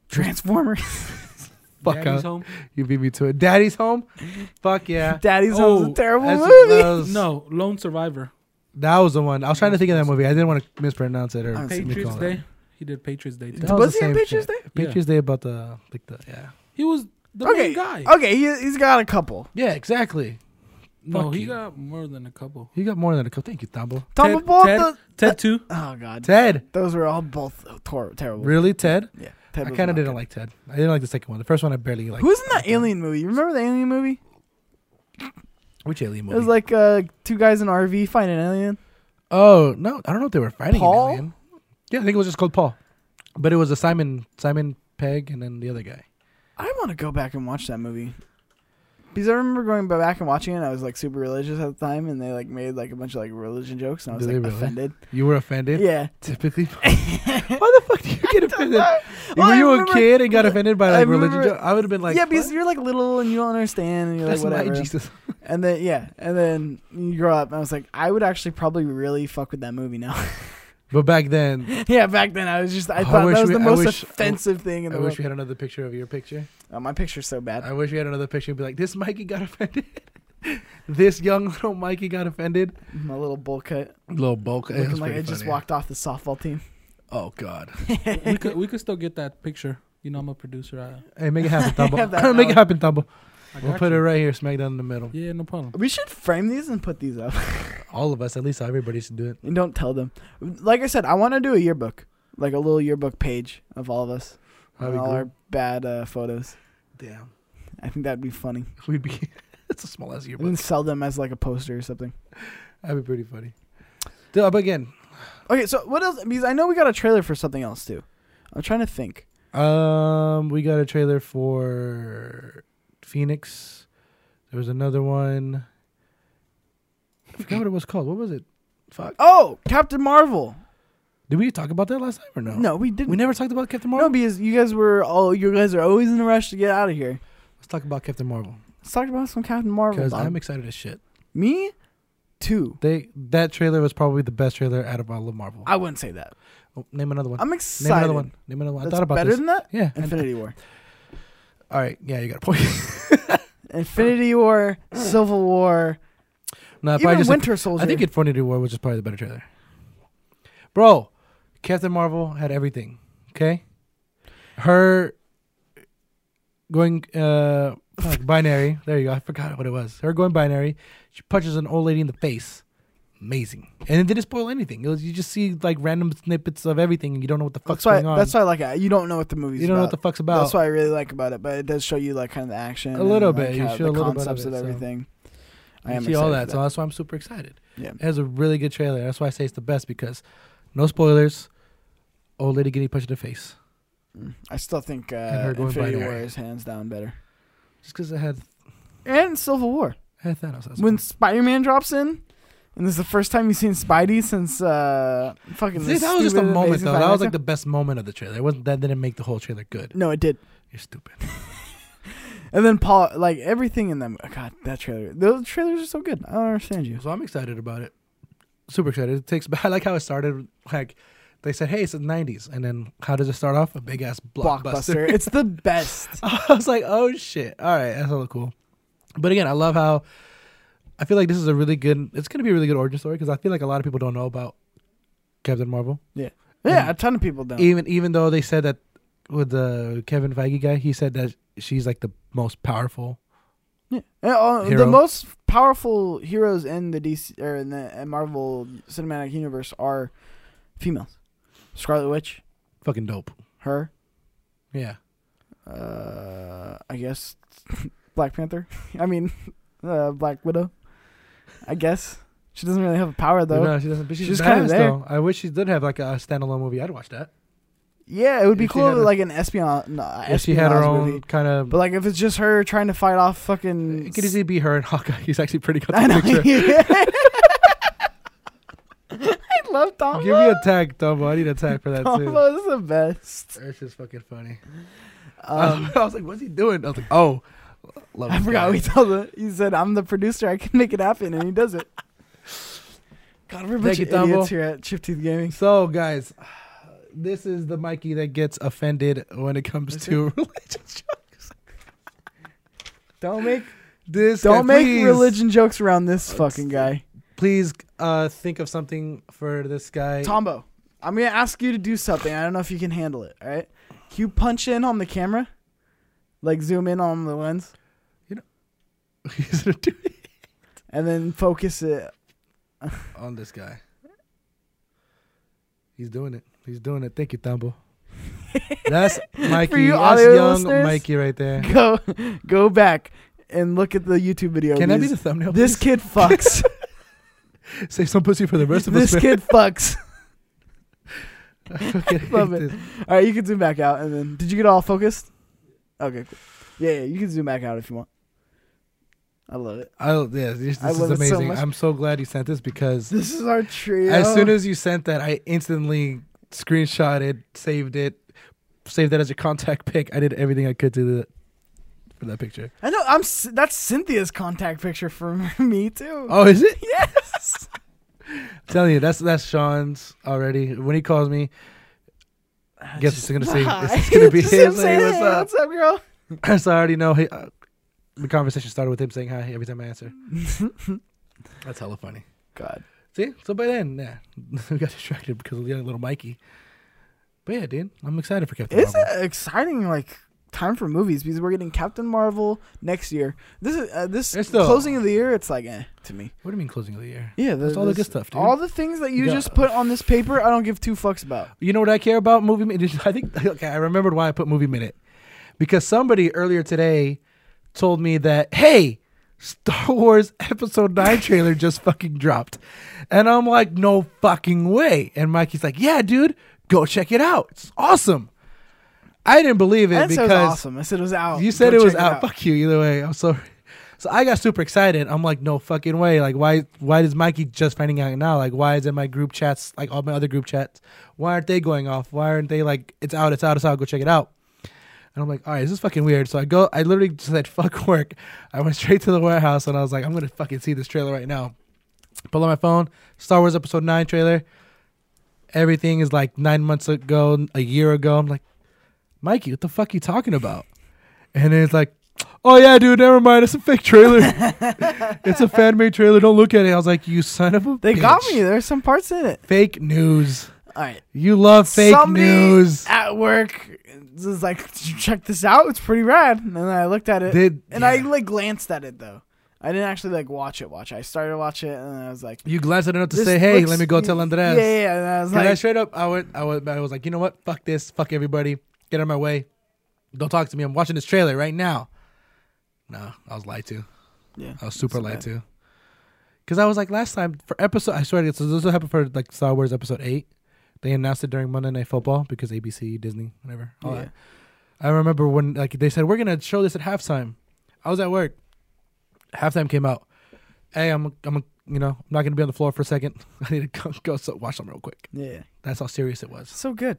[SPEAKER 1] Transformers,
[SPEAKER 2] fuck
[SPEAKER 3] Daddy's
[SPEAKER 2] out.
[SPEAKER 3] Home.
[SPEAKER 2] You beat me to it. Daddy's home. Fuck yeah.
[SPEAKER 1] Daddy's
[SPEAKER 3] Oh,
[SPEAKER 1] Home's a terrible
[SPEAKER 2] That's- uh,
[SPEAKER 1] movie.
[SPEAKER 2] That was,
[SPEAKER 3] No, Lone Survivor.
[SPEAKER 2] that was the one. I was trying to think of that movie. I didn't want to mispronounce it or
[SPEAKER 1] Alright.
[SPEAKER 2] miscall
[SPEAKER 3] Patriots
[SPEAKER 2] it.
[SPEAKER 3] Day. He did Patriots Day too.
[SPEAKER 2] That was
[SPEAKER 1] Was
[SPEAKER 2] the
[SPEAKER 1] he in
[SPEAKER 2] same
[SPEAKER 1] Patriots
[SPEAKER 2] shit.
[SPEAKER 1] Day?
[SPEAKER 2] Patriots Day about the like the yeah
[SPEAKER 3] He was the
[SPEAKER 1] Okay, Oh,
[SPEAKER 3] main guy.
[SPEAKER 1] okay, he, he's got a couple.
[SPEAKER 2] yeah exactly.
[SPEAKER 3] No,
[SPEAKER 2] fuck
[SPEAKER 3] he
[SPEAKER 2] you.
[SPEAKER 3] got more than a couple.
[SPEAKER 2] You got more than a couple. Thank you, Thumble.
[SPEAKER 1] Tom
[SPEAKER 3] Ted-
[SPEAKER 1] about
[SPEAKER 3] Ted-
[SPEAKER 1] the
[SPEAKER 3] Tattoo.
[SPEAKER 1] oh god,
[SPEAKER 2] Ted,
[SPEAKER 1] those were all both tor- terrible.
[SPEAKER 2] really Ted?
[SPEAKER 1] Yeah,
[SPEAKER 2] I
[SPEAKER 1] Ted was
[SPEAKER 2] kind
[SPEAKER 1] not
[SPEAKER 2] of didn't
[SPEAKER 1] good.
[SPEAKER 2] like Ted. I didn't like the second one. The first one I barely liked.
[SPEAKER 1] Who was in that Alien movie? You remember the Alien movie?
[SPEAKER 2] Which alien
[SPEAKER 1] It was
[SPEAKER 2] movie?
[SPEAKER 1] like uh, two guys in an RV find an alien.
[SPEAKER 2] oh no, I don't know if they were fighting an
[SPEAKER 1] Paul?
[SPEAKER 2] alien. Yeah, I think it was just called Paul, but it was a Simon Simon Pegg and then the other guy.
[SPEAKER 1] I want to go back and watch that movie. Because I remember going back and watching it, and I was like super religious at the time, and they like made like a bunch of like religion jokes, and I was
[SPEAKER 2] Did
[SPEAKER 1] like
[SPEAKER 2] they really?
[SPEAKER 1] offended.
[SPEAKER 2] You were offended.
[SPEAKER 1] Yeah,
[SPEAKER 2] Typically, why the fuck do you get offended?
[SPEAKER 1] Well,
[SPEAKER 2] were
[SPEAKER 1] I
[SPEAKER 2] you
[SPEAKER 1] remember-
[SPEAKER 2] a kid and got offended by
[SPEAKER 1] I
[SPEAKER 2] like religion?
[SPEAKER 1] remember-
[SPEAKER 2] jo- I would have been like,
[SPEAKER 1] yeah, because
[SPEAKER 2] "What?
[SPEAKER 1] you're like little and you don't understand, and you're
[SPEAKER 2] that's
[SPEAKER 1] like
[SPEAKER 2] my
[SPEAKER 1] whatever.
[SPEAKER 2] Jesus.
[SPEAKER 1] And then yeah, and then you grow up, and I was like, I would actually probably really fuck with that movie now.
[SPEAKER 2] But back then,
[SPEAKER 1] yeah, back then I was just I
[SPEAKER 2] I
[SPEAKER 1] thought
[SPEAKER 2] wish
[SPEAKER 1] that was
[SPEAKER 2] we-
[SPEAKER 1] the
[SPEAKER 2] I
[SPEAKER 1] most
[SPEAKER 2] wish-
[SPEAKER 1] offensive thing in
[SPEAKER 2] I
[SPEAKER 1] the
[SPEAKER 2] wish
[SPEAKER 1] world.
[SPEAKER 2] we had another picture of your picture.
[SPEAKER 1] Oh, my picture's so bad.
[SPEAKER 2] I wish we had another picture and be like, this Mikey got offended. this young little Mikey got offended.
[SPEAKER 1] my little bowl cut,
[SPEAKER 2] Little bulk. It
[SPEAKER 1] looking
[SPEAKER 2] was
[SPEAKER 1] like I
[SPEAKER 2] pretty
[SPEAKER 1] just
[SPEAKER 2] funny.
[SPEAKER 1] walked off the softball team.
[SPEAKER 2] Oh God.
[SPEAKER 3] we could we could still get that picture. You know, I'm a producer. I,
[SPEAKER 2] Hey, make it happen, Tumble.
[SPEAKER 1] have that
[SPEAKER 2] make
[SPEAKER 1] out.
[SPEAKER 2] it happen, Tumble.
[SPEAKER 3] I
[SPEAKER 2] We'll
[SPEAKER 3] got
[SPEAKER 2] put
[SPEAKER 3] you.
[SPEAKER 2] it right here, smack down in the middle.
[SPEAKER 3] Yeah, no problem.
[SPEAKER 1] We should frame these and put these up.
[SPEAKER 2] All of us, at least everybody should do it.
[SPEAKER 1] And don't tell them. Like I said, I want to do a yearbook, like a little yearbook page of all of us, and
[SPEAKER 2] That'd be
[SPEAKER 1] all
[SPEAKER 2] cool.
[SPEAKER 1] our bad uh, photos.
[SPEAKER 2] Damn,
[SPEAKER 1] I think that'd be funny.
[SPEAKER 2] we'd be. it's a small ass
[SPEAKER 1] And then
[SPEAKER 2] yearbook.
[SPEAKER 1] sell them as like a poster or something.
[SPEAKER 2] That'd be pretty funny. Dude, but again,
[SPEAKER 1] Okay, so what else? Because I know we got a trailer for something else too. I'm trying to think.
[SPEAKER 2] um, we got a trailer for Phoenix. There was another one. I forgot what it was called. What was it? Fuck.
[SPEAKER 1] Oh, Captain Marvel.
[SPEAKER 2] Did we talk about that last time or no?
[SPEAKER 1] No, we didn't.
[SPEAKER 2] We never talked about Captain
[SPEAKER 1] no,
[SPEAKER 2] Marvel.
[SPEAKER 1] because you guys were all you guys are always in a rush to get out of here.
[SPEAKER 2] Let's talk about Captain Marvel
[SPEAKER 1] Let's talk about some Captain Marvel.
[SPEAKER 2] because
[SPEAKER 1] Bob.
[SPEAKER 2] I'm excited as shit.
[SPEAKER 1] Me, too.
[SPEAKER 2] They that trailer was probably the best trailer out of all of Marvel.
[SPEAKER 1] I wouldn't say that.
[SPEAKER 2] Oh, name another one.
[SPEAKER 1] I'm
[SPEAKER 2] Name
[SPEAKER 1] excited.
[SPEAKER 2] another one. Name another one.
[SPEAKER 1] That's
[SPEAKER 2] I thought about
[SPEAKER 1] better
[SPEAKER 2] this.
[SPEAKER 1] than that.
[SPEAKER 2] yeah. and-
[SPEAKER 1] Infinity War.
[SPEAKER 2] all right. Yeah, you got a point.
[SPEAKER 1] Infinity War, Civil War,
[SPEAKER 2] no, probably
[SPEAKER 1] even
[SPEAKER 2] just
[SPEAKER 1] Winter Soldier.
[SPEAKER 2] I think Infinity War was just probably the better trailer. Bro, Captain Marvel had everything. Okay, her going uh fuck, binary. There you go. I forgot what it was. Her going binary. She punches an old lady in the face. Amazing. And it didn't spoil anything. It was you just see like random snippets of everything, and you don't know what the fuck's
[SPEAKER 1] that's why.
[SPEAKER 2] going on.
[SPEAKER 1] That's why I like it. You don't know what the movie's.
[SPEAKER 2] you don't know
[SPEAKER 1] about.
[SPEAKER 2] what the fuck's about.
[SPEAKER 1] That's what I really like about it, but it does show you like kind of the action,
[SPEAKER 2] A little
[SPEAKER 1] and, like,
[SPEAKER 2] bit. You
[SPEAKER 1] how
[SPEAKER 2] show
[SPEAKER 1] the
[SPEAKER 2] a little bit of
[SPEAKER 1] concepts
[SPEAKER 2] it, so.
[SPEAKER 1] everything. I
[SPEAKER 2] You
[SPEAKER 1] am
[SPEAKER 2] see all
[SPEAKER 1] excited
[SPEAKER 2] that,
[SPEAKER 1] for
[SPEAKER 2] so that's why I'm super excited.
[SPEAKER 1] Yeah.
[SPEAKER 2] it has a really good trailer. That's why I say it's the best because no spoilers. Old lady getting punched in the face.
[SPEAKER 1] Mm. I still think uh,
[SPEAKER 2] her going
[SPEAKER 1] Infinity War
[SPEAKER 2] binary.
[SPEAKER 1] is hands down better,
[SPEAKER 2] Just because it had,
[SPEAKER 1] and Civil War
[SPEAKER 2] had Thanos. That's
[SPEAKER 1] when
[SPEAKER 2] cool.
[SPEAKER 1] Spider Man drops in, and this is the first time you've seen Spidey since uh, fucking.
[SPEAKER 2] See,
[SPEAKER 1] the
[SPEAKER 2] that was just a
[SPEAKER 1] stupid
[SPEAKER 2] moment
[SPEAKER 1] Amazing
[SPEAKER 2] though. That was
[SPEAKER 1] Spider-Man
[SPEAKER 2] like the best moment of the trailer. It wasn't that didn't make the whole trailer good.
[SPEAKER 1] two. no, it did,
[SPEAKER 2] You're stupid.
[SPEAKER 1] and then Paul, like everything in them. God, that trailer. Those trailers are so good. I don't understand you.
[SPEAKER 2] So I'm excited about it. Super excited. It takes. I like how it started. Like they said, hey, it's the '90s, and then how does it start off? A big ass blockbuster.
[SPEAKER 1] Blockbuster, it's the best.
[SPEAKER 2] I was like, oh shit. All right, that's a little cool. But again, I love how I feel like this is a really good. It's going to be a really good origin story because I feel like a lot of people don't know about Captain Marvel.
[SPEAKER 1] Yeah, a ton of people don't.
[SPEAKER 2] Even even though they said that with the Kevin Feige guy, he said that she's like the most powerful.
[SPEAKER 1] Yeah. Uh, the
[SPEAKER 2] Hero.
[SPEAKER 1] most powerful heroes in the DC or in the in Marvel Cinematic Universe are females. Scarlet Witch,
[SPEAKER 2] Fucking dope.
[SPEAKER 1] her,
[SPEAKER 2] Yeah.
[SPEAKER 1] uh, I guess Black Panther. I mean, uh, Black Widow. I guess she doesn't really have a power though.
[SPEAKER 2] no, she doesn't. But she's,
[SPEAKER 1] she's
[SPEAKER 2] kind
[SPEAKER 1] kinda
[SPEAKER 2] of
[SPEAKER 1] there.
[SPEAKER 2] Though. I wish she did have like a standalone movie. I'd watch that.
[SPEAKER 1] Yeah, it would be
[SPEAKER 2] If she
[SPEAKER 1] cool
[SPEAKER 2] had
[SPEAKER 1] if,
[SPEAKER 2] her-
[SPEAKER 1] like an espionage. No,
[SPEAKER 2] If she had her
[SPEAKER 1] Uh, espionage
[SPEAKER 2] own
[SPEAKER 1] movie.
[SPEAKER 2] kind of.
[SPEAKER 1] But like, if it's just her trying to fight off fucking,
[SPEAKER 2] It could easily be her and Hawkeye. He's actually pretty good.
[SPEAKER 1] I know.
[SPEAKER 2] picture.
[SPEAKER 1] I love Tom.
[SPEAKER 2] Give me a tag, Dumbo. I need a tag for that too.
[SPEAKER 1] Tombo's the best.
[SPEAKER 2] That's just fucking funny.
[SPEAKER 1] Um,
[SPEAKER 2] I was like, "What's he doing?" I was like, "Oh, love
[SPEAKER 1] I
[SPEAKER 2] this
[SPEAKER 1] forgot we
[SPEAKER 2] guy.
[SPEAKER 1] told him. He said, "I'm the producer. I can make it happen," and he does it. God, we're a bunch
[SPEAKER 2] Thank
[SPEAKER 1] of
[SPEAKER 2] you, Tombo.
[SPEAKER 1] idiots here at Chip Tooth Gaming.
[SPEAKER 2] So, guys, this is the Mikey that gets offended when it comes
[SPEAKER 1] Is
[SPEAKER 2] to religion.
[SPEAKER 1] Don't make
[SPEAKER 2] This guy,
[SPEAKER 1] don't make
[SPEAKER 2] please-
[SPEAKER 1] religion jokes around this fucking guy,
[SPEAKER 2] Please uh, think of something for this guy.
[SPEAKER 1] Tombo. I'm gonna ask you to do something. I don't know if you can handle it. All right, can you punch in on the camera, like zoom in on the lens,
[SPEAKER 2] He's gonna do it
[SPEAKER 1] and then focus it.
[SPEAKER 2] on this guy. He's doing it. He's doing it. Thank you, Thumbo. That's Mikey.
[SPEAKER 1] you
[SPEAKER 2] That's
[SPEAKER 1] audio
[SPEAKER 2] young
[SPEAKER 1] listeners,
[SPEAKER 2] Mikey right there.
[SPEAKER 1] Go, go back and look at the YouTube video.
[SPEAKER 2] Can that be
[SPEAKER 1] because
[SPEAKER 2] the thumbnail?
[SPEAKER 1] this
[SPEAKER 2] please?
[SPEAKER 1] kid fucks.
[SPEAKER 2] save some pussy for the rest of
[SPEAKER 1] this
[SPEAKER 2] us. man.
[SPEAKER 1] kid fucks.
[SPEAKER 2] I fucking hate
[SPEAKER 1] Love it.
[SPEAKER 2] this.
[SPEAKER 1] All right, you can zoom back out, and then did you get all focused? Okay, cool. Yeah, yeah, you can zoom back out if you want. I love it.
[SPEAKER 2] I yeah, this,
[SPEAKER 1] I
[SPEAKER 2] this is
[SPEAKER 1] love it so
[SPEAKER 2] amazing.
[SPEAKER 1] much.
[SPEAKER 2] I'm so glad you sent this because
[SPEAKER 1] This is our trio.
[SPEAKER 2] as soon as you sent that, I instantly screenshotted, saved it, saved that as a contact pic. I did everything I could to the, for that picture.
[SPEAKER 1] I know, I'm C- that's Cynthia's contact picture for me too.
[SPEAKER 2] Oh, is it?
[SPEAKER 1] yes.
[SPEAKER 2] I'm telling you, that's that's Sean's already. When he calls me, guess what's gonna say?
[SPEAKER 1] Hi.
[SPEAKER 2] It's gonna be
[SPEAKER 1] Just him
[SPEAKER 2] his. Hey,
[SPEAKER 1] saying,
[SPEAKER 2] what's
[SPEAKER 1] "Hey,
[SPEAKER 2] up?
[SPEAKER 1] girl?
[SPEAKER 2] so I already know. He, uh, the conversation started with him saying hi every time I answer. that's hella funny.
[SPEAKER 1] God,
[SPEAKER 2] See, so by then, yeah, we got distracted because of young little Mikey. But yeah, dude, I'm excited for Captain
[SPEAKER 1] it's
[SPEAKER 2] Marvel.
[SPEAKER 1] an exciting like time for movies because we're getting Captain Marvel next year. This is uh, this
[SPEAKER 2] It's the-
[SPEAKER 1] closing of the year. It's like eh to me.
[SPEAKER 2] What do you mean closing of the year?
[SPEAKER 1] Yeah,
[SPEAKER 2] That's all the good stuff, dude.
[SPEAKER 1] All the things that you
[SPEAKER 2] Yeah.
[SPEAKER 1] just put on this paper, I don't give two fucks about.
[SPEAKER 2] You know what I care about? Movie minute. I think okay, I remembered why I put movie minute because somebody earlier today told me that hey, Star Wars Episode Nine trailer just fucking dropped, and I'm like, no fucking way. And Mikey's like, yeah, dude, go check it out. It's awesome. I didn't believe it
[SPEAKER 1] I didn't say
[SPEAKER 2] because
[SPEAKER 1] it was awesome. I said it was out.
[SPEAKER 2] you said
[SPEAKER 1] Go
[SPEAKER 2] it was
[SPEAKER 1] check
[SPEAKER 2] out. Fuck you. Either way, I'm sorry. So I got super excited. I'm like, no fucking way. Like, why? Why is Mikey just finding out now? Like, why is in my group chats? Like all my other group chats, why aren't they going off? Why aren't they like, it's out, it's out, it's out. Go check it out. And I'm like, all right, this is fucking weird. So I go, I literally just said, fuck work. I went straight to the warehouse and I was like, I'm gonna fucking see this trailer right now. Pull out my phone, Star Wars Episode Nine trailer. Everything is like nine months ago, a year ago. I'm like, Mikey, what the fuck you talking about? And then it's like, oh yeah, dude, never mind. It's a fake trailer. it's a fan made trailer. Don't look at it. I was like, you son of a.
[SPEAKER 1] They got
[SPEAKER 2] bitch.
[SPEAKER 1] me. There's some parts in it.
[SPEAKER 2] Fake news.
[SPEAKER 1] All right.
[SPEAKER 2] You love fake
[SPEAKER 1] Somebody
[SPEAKER 2] news.
[SPEAKER 1] at work was like, "Did you check this out? It's pretty rad." And then I looked at it,
[SPEAKER 2] Did-
[SPEAKER 1] and I like glanced at it though. I didn't actually like watch it. Watch. it. I started to watch it, and I was like,
[SPEAKER 2] You glanced at it enough to
[SPEAKER 1] "This
[SPEAKER 2] say, hey,
[SPEAKER 1] looks-
[SPEAKER 2] let me go tell Andres.
[SPEAKER 1] Yeah, yeah. yeah. And I was
[SPEAKER 2] Cause I
[SPEAKER 1] like,
[SPEAKER 2] straight up, I went, I went, I was like, you know what? Fuck this. Fuck everybody. Get out of my way. Don't talk to me. I'm watching this trailer right now. No, I was lied to.
[SPEAKER 1] yeah.
[SPEAKER 2] I was super
[SPEAKER 1] It's
[SPEAKER 2] lied
[SPEAKER 1] bad.
[SPEAKER 2] to. Because I was like last time for episode, I swear to God, so this will happen for like Star Wars episode eight. They announced it during Monday Night Football because ABC, Disney, whatever. All
[SPEAKER 1] Yeah.
[SPEAKER 2] that. I remember when like they said we're gonna show this at halftime. I was at work. Halftime came out. Hey, I'm, I'm, you know, I'm not gonna be on the floor for a second. I need to go, go so watch them real quick.
[SPEAKER 1] yeah.
[SPEAKER 2] That's how serious it was.
[SPEAKER 1] So good.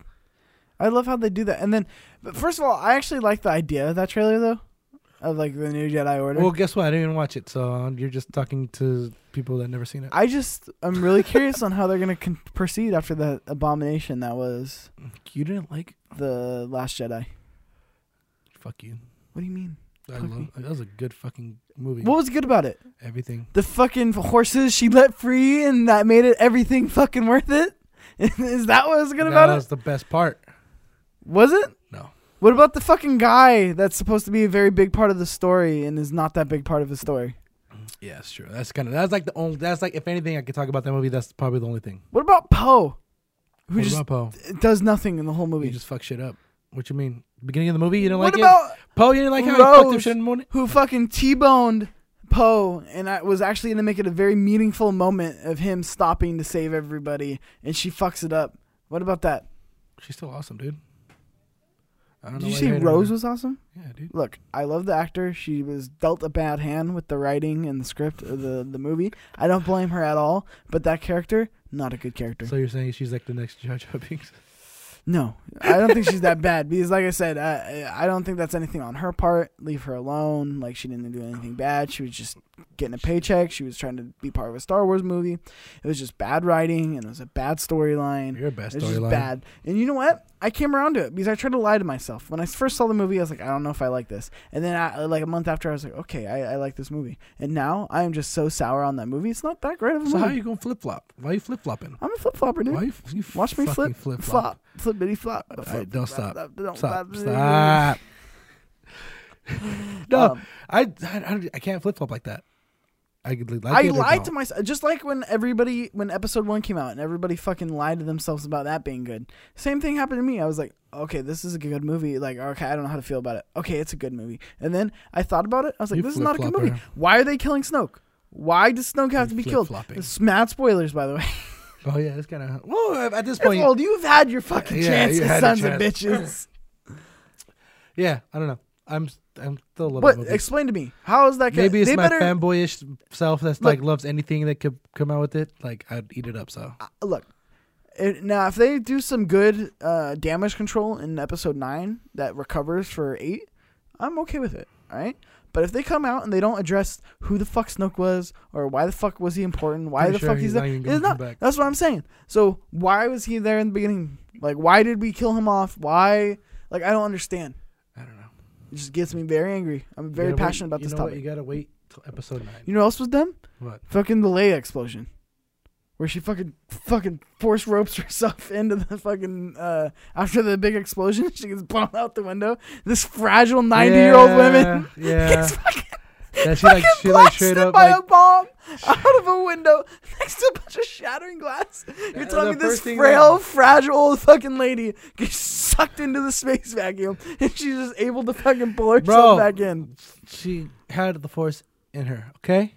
[SPEAKER 1] I love how they do that. And then, but first of all, I actually like the idea of that trailer though, of like the new Jedi Order.
[SPEAKER 2] Well, guess what? I didn't even watch it, so you're just talking to people that never seen it.
[SPEAKER 1] I just I'm really curious on how they're gonna con- proceed after that abomination that was
[SPEAKER 2] You didn't like?
[SPEAKER 1] the Last Jedi.
[SPEAKER 2] Fuck you.
[SPEAKER 1] What do you mean?
[SPEAKER 2] I
[SPEAKER 1] Fuck
[SPEAKER 2] love,
[SPEAKER 1] me.
[SPEAKER 2] that was a good fucking movie.
[SPEAKER 1] What was good about it?
[SPEAKER 2] Everything.
[SPEAKER 1] The fucking horses she let free, and that made it everything fucking worth it. Is that what was good
[SPEAKER 2] No,
[SPEAKER 1] about
[SPEAKER 2] that
[SPEAKER 1] it?
[SPEAKER 2] was the best part.
[SPEAKER 1] Was it?
[SPEAKER 2] No.
[SPEAKER 1] What about the fucking guy that's supposed to be a very big part of the story and is not that big part of the story?
[SPEAKER 2] Yeah, that's true. That's kind of that's like the only. That's like if anything I could talk about that movie. That's probably the only thing.
[SPEAKER 1] What about Poe, who
[SPEAKER 2] what
[SPEAKER 1] just
[SPEAKER 2] about Poe?
[SPEAKER 1] does nothing in the whole movie?
[SPEAKER 2] You just fuck shit up. What you mean? Beginning of the movie, you didn't
[SPEAKER 1] what
[SPEAKER 2] like
[SPEAKER 1] about
[SPEAKER 2] it. Poe, you didn't like how he fucked up
[SPEAKER 1] Rose?
[SPEAKER 2] shit in the morning.
[SPEAKER 1] who fucking T-boned Poe and I was actually going to make it a very meaningful moment of him stopping to save everybody and she fucks it up. What about that?
[SPEAKER 2] She's still awesome, dude. I don't
[SPEAKER 1] Did
[SPEAKER 2] know
[SPEAKER 1] you
[SPEAKER 2] why
[SPEAKER 1] see
[SPEAKER 2] hated
[SPEAKER 1] Rose
[SPEAKER 2] her.
[SPEAKER 1] was awesome?
[SPEAKER 2] Yeah, dude.
[SPEAKER 1] Look, I love the actor. She was dealt a bad hand with the writing and the script of the, the movie. I don't blame her at all, but that character, not a good character.
[SPEAKER 2] So you're saying she's like the next Jar Jar Binks?
[SPEAKER 1] No, I don't think she's that bad because, like I said, I, I don't think that's anything on her part. Leave her alone. Like she didn't do anything bad. She was just getting a paycheck. She was trying to be part of a Star Wars movie. It was just bad writing and it was a bad storyline.
[SPEAKER 2] You're a bad
[SPEAKER 1] It was just
[SPEAKER 2] storyline.
[SPEAKER 1] bad. And you know what? I came around to it because I tried to lie to myself. When I first saw the movie, I was like, I don't know if I like this. And then, I, like a month after, I was like, okay, I, I like this movie. And now I am just so sour on that movie. It's not that great of a
[SPEAKER 2] So how
[SPEAKER 1] movie.
[SPEAKER 2] you gonna flip flop? Why you flip flopping?
[SPEAKER 1] I'm a flip flopper, dude.
[SPEAKER 2] Why you, you
[SPEAKER 1] Watch me
[SPEAKER 2] fucking
[SPEAKER 1] flip,
[SPEAKER 2] flip
[SPEAKER 1] flop, flip, bitty flop.
[SPEAKER 2] All right, don't stop.
[SPEAKER 1] don't Um,
[SPEAKER 2] Stop!
[SPEAKER 1] flop.
[SPEAKER 2] Stop! no,
[SPEAKER 1] Um,
[SPEAKER 2] I, I don't- I can't flip flop like that. I could like
[SPEAKER 1] I
[SPEAKER 2] it or
[SPEAKER 1] lied to
[SPEAKER 2] don't.
[SPEAKER 1] myself, just like when everybody, when episode one came out, and everybody fucking lied to themselves about that being good. Same thing happened to me. I was like, okay, this is a good movie. Like, okay, I don't know how to feel about it. Okay, it's a good movie. And then I thought about it. I was like,
[SPEAKER 2] You
[SPEAKER 1] this is not a good
[SPEAKER 2] flip-flopper.
[SPEAKER 1] movie. Why are they killing Snoke? Why does Snoke have
[SPEAKER 2] You
[SPEAKER 1] to be killed?
[SPEAKER 2] flip-flopping.
[SPEAKER 1] It's mad spoilers, by the way.
[SPEAKER 2] Oh yeah, it's kind of well at this
[SPEAKER 1] That's
[SPEAKER 2] point.
[SPEAKER 1] old. You've had your fucking
[SPEAKER 2] Yeah,
[SPEAKER 1] chance,
[SPEAKER 2] you
[SPEAKER 1] chances,
[SPEAKER 2] had a
[SPEAKER 1] sons of
[SPEAKER 2] chance.
[SPEAKER 1] bitches.
[SPEAKER 2] Yeah, I don't know. I'm I'm still loving
[SPEAKER 1] What?
[SPEAKER 2] movies.
[SPEAKER 1] Explain to me. How is that? Gonna,
[SPEAKER 2] Maybe it's
[SPEAKER 1] they
[SPEAKER 2] my
[SPEAKER 1] better,
[SPEAKER 2] fanboyish self that's like loves anything that could come out with it. Like I'd eat it up. So
[SPEAKER 1] look it, now if they do some good uh, damage control in episode 9 that recovers for 8 i'm okay with it all right but if they come out and they don't address who the fuck snoke was or why the fuck was he important why
[SPEAKER 2] Pretty
[SPEAKER 1] the
[SPEAKER 2] sure
[SPEAKER 1] fuck
[SPEAKER 2] he's
[SPEAKER 1] he's,
[SPEAKER 2] not
[SPEAKER 1] there
[SPEAKER 2] even
[SPEAKER 1] it's
[SPEAKER 2] gonna
[SPEAKER 1] not-
[SPEAKER 2] come back.
[SPEAKER 1] that's what i'm saying so why was he there in the beginning like why did we kill him off why like i don't understand
[SPEAKER 2] I don't know.
[SPEAKER 1] it just gets me very angry i'm
[SPEAKER 2] You
[SPEAKER 1] very
[SPEAKER 2] gotta wait-
[SPEAKER 1] passionate about
[SPEAKER 2] you
[SPEAKER 1] this
[SPEAKER 2] know
[SPEAKER 1] topic
[SPEAKER 2] What? You gotta wait till episode nine.
[SPEAKER 1] you know what else was dumb
[SPEAKER 2] what?
[SPEAKER 1] fucking the Leia explosion, where she fucking fucking force ropes herself into the fucking uh, after the big explosion, she gets blown out the window. This fragile ninety year old woman
[SPEAKER 2] Yeah, Yeah.
[SPEAKER 1] gets fucking,
[SPEAKER 2] That she like
[SPEAKER 1] fucking
[SPEAKER 2] she like
[SPEAKER 1] blasted
[SPEAKER 2] straight up
[SPEAKER 1] by
[SPEAKER 2] like
[SPEAKER 1] a bomb out of a window next to a bunch of shattering glass. You're
[SPEAKER 2] That-
[SPEAKER 1] telling me
[SPEAKER 2] the
[SPEAKER 1] this
[SPEAKER 2] first thing
[SPEAKER 1] frail,
[SPEAKER 2] that-
[SPEAKER 1] fragile old fucking lady gets sucked into the space vacuum, and she's just able to fucking pull herself
[SPEAKER 2] Bro,
[SPEAKER 1] back in.
[SPEAKER 2] she had the force in her. Okay,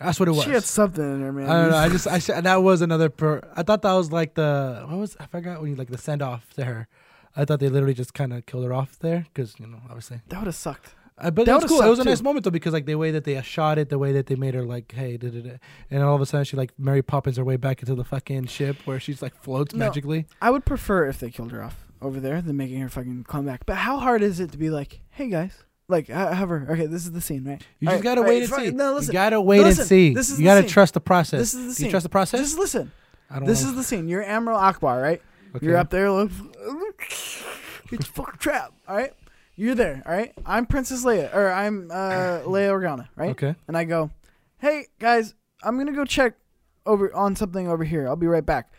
[SPEAKER 2] that's what it was.
[SPEAKER 1] She had something in her, man.
[SPEAKER 2] I don't know. I just I sh- that was another per. I thought that was like the what was I forgot when you like the send off to her. I thought they literally just kind of killed her off there because you know obviously
[SPEAKER 1] that would have sucked.
[SPEAKER 2] Uh,
[SPEAKER 1] That
[SPEAKER 2] but that was
[SPEAKER 1] would've
[SPEAKER 2] cool. It was a
[SPEAKER 1] sucked,
[SPEAKER 2] nice
[SPEAKER 1] too.
[SPEAKER 2] moment though because like the way that they shot it, the way that they made her like, hey, da, da, da. and all of a sudden she like Mary Poppins her way back into the fucking ship where she's like floats
[SPEAKER 1] No.
[SPEAKER 2] magically.
[SPEAKER 1] I would prefer if they killed her off over there than making her fucking come back. But how hard is it to be like, hey guys, like, uh, however, okay, this is the scene, right?
[SPEAKER 2] You
[SPEAKER 1] All right,
[SPEAKER 2] just gotta
[SPEAKER 1] all right,
[SPEAKER 2] wait and
[SPEAKER 1] fine.
[SPEAKER 2] see.
[SPEAKER 1] No, listen.
[SPEAKER 2] you gotta wait
[SPEAKER 1] listen,
[SPEAKER 2] and see.
[SPEAKER 1] this is the
[SPEAKER 2] you gotta
[SPEAKER 1] scene.
[SPEAKER 2] trust the process.
[SPEAKER 1] This is the
[SPEAKER 2] Do
[SPEAKER 1] scene.
[SPEAKER 2] you trust the process?
[SPEAKER 1] Just listen.
[SPEAKER 2] I don't
[SPEAKER 1] This
[SPEAKER 2] wanna-
[SPEAKER 1] is the scene. You're Admiral Akbar, right?
[SPEAKER 2] okay.
[SPEAKER 1] You're up there. Like, it's fuck trap. All right. You're there. All right. I'm Princess Leia, or I'm uh, Leia Organa, right?
[SPEAKER 2] Okay.
[SPEAKER 1] And I go, hey guys, I'm gonna go check over on something over here. I'll be right back.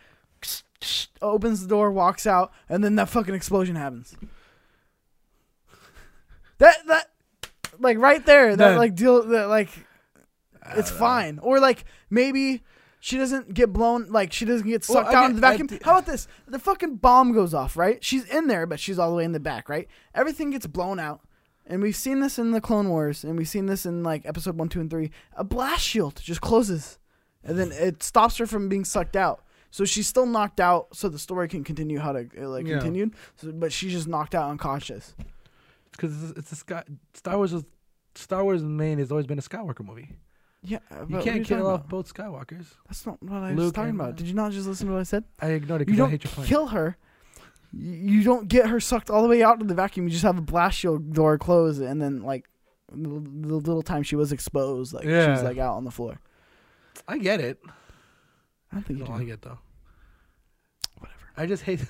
[SPEAKER 1] Opens the door, walks out, and then that fucking explosion happens. That that like right there. That
[SPEAKER 2] Done.
[SPEAKER 1] like deal. That like it's fine. Or like maybe she doesn't get blown, like she doesn't get
[SPEAKER 2] Well,
[SPEAKER 1] sucked
[SPEAKER 2] I
[SPEAKER 1] out
[SPEAKER 2] mean,
[SPEAKER 1] in the vacuum.
[SPEAKER 2] I d-
[SPEAKER 1] How about this? The fucking bomb goes off, right? She's in there, but she's all the way in the back, right? Everything gets blown out. And we've seen this in the Clone Wars, and we've seen this in like episode one, two, and three. A blast shield just closes, and then it stops her from being sucked out. So she's still knocked out, so the story can continue how to uh, like
[SPEAKER 2] Yeah.
[SPEAKER 1] continued. So, but she's just knocked out unconscious.
[SPEAKER 2] because it's, it's a Sky, Star Wars. Was, Star Wars main has always been a Skywalker movie.
[SPEAKER 1] Yeah,
[SPEAKER 2] You can't kill off both Skywalkers.
[SPEAKER 1] That's not what I was
[SPEAKER 2] Luke
[SPEAKER 1] talking
[SPEAKER 2] and,
[SPEAKER 1] about.
[SPEAKER 2] uh,
[SPEAKER 1] Did you not just listen to what I said?
[SPEAKER 2] I ignored it
[SPEAKER 1] you
[SPEAKER 2] because I
[SPEAKER 1] don't
[SPEAKER 2] hate your plan.
[SPEAKER 1] kill her. You you don't get her sucked all the way out to the vacuum. You just have a blast shield door close, and then like the the little time she was exposed, like she
[SPEAKER 2] Yeah.
[SPEAKER 1] was like out on the floor.
[SPEAKER 2] I get it.
[SPEAKER 1] I don't
[SPEAKER 2] I
[SPEAKER 1] think you
[SPEAKER 2] don't
[SPEAKER 1] do.
[SPEAKER 2] like it though. Whatever. I just hate.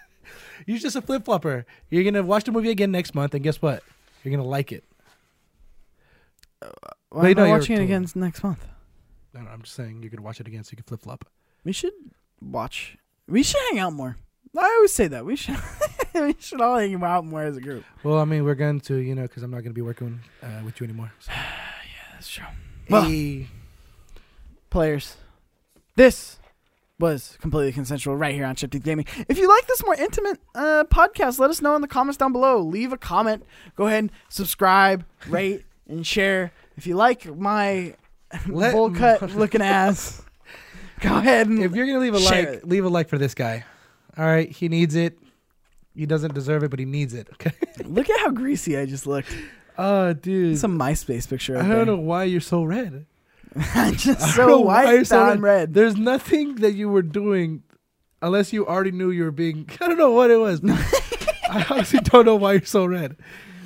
[SPEAKER 2] You're just a flip flopper. You're gonna watch the movie again next month, and guess what? You're gonna like it.
[SPEAKER 1] Why
[SPEAKER 2] Wait,
[SPEAKER 1] am I
[SPEAKER 2] no, you're
[SPEAKER 1] watching it
[SPEAKER 2] totally-
[SPEAKER 1] again next month?
[SPEAKER 2] No, no, I'm just saying you're gonna watch it again, so you can flip flop.
[SPEAKER 1] We should watch. We should hang out more. I always say that we should. we should all hang out more as a group.
[SPEAKER 2] Well, I mean, we're going to, you know, because I'm not gonna be working uh, with you anymore. So.
[SPEAKER 1] That's true. Well-
[SPEAKER 2] Hey.
[SPEAKER 1] players. This was completely consensual right here on Shifted Gaming. If you like this more intimate uh, podcast, let us know in the comments down below. Leave a comment. Go ahead and subscribe, rate, and share. If you like my
[SPEAKER 2] Let-
[SPEAKER 1] bowl cut looking ass, go ahead and
[SPEAKER 2] if you're gonna leave a
[SPEAKER 1] Share
[SPEAKER 2] like,
[SPEAKER 1] it.
[SPEAKER 2] leave a like for this guy. All right, he needs it. He doesn't deserve it, but he needs it. Okay.
[SPEAKER 1] look at how greasy I just looked.
[SPEAKER 2] Oh, dude.
[SPEAKER 1] It's a MySpace picture.
[SPEAKER 2] I don't know why you're so red.
[SPEAKER 1] I'm
[SPEAKER 2] I
[SPEAKER 1] just
[SPEAKER 2] don't know
[SPEAKER 1] so
[SPEAKER 2] why
[SPEAKER 1] white
[SPEAKER 2] you're
[SPEAKER 1] that
[SPEAKER 2] so
[SPEAKER 1] I'm red.
[SPEAKER 2] There's nothing that you were doing unless you already knew you were being. I don't know what it was. I honestly don't know why you're so red.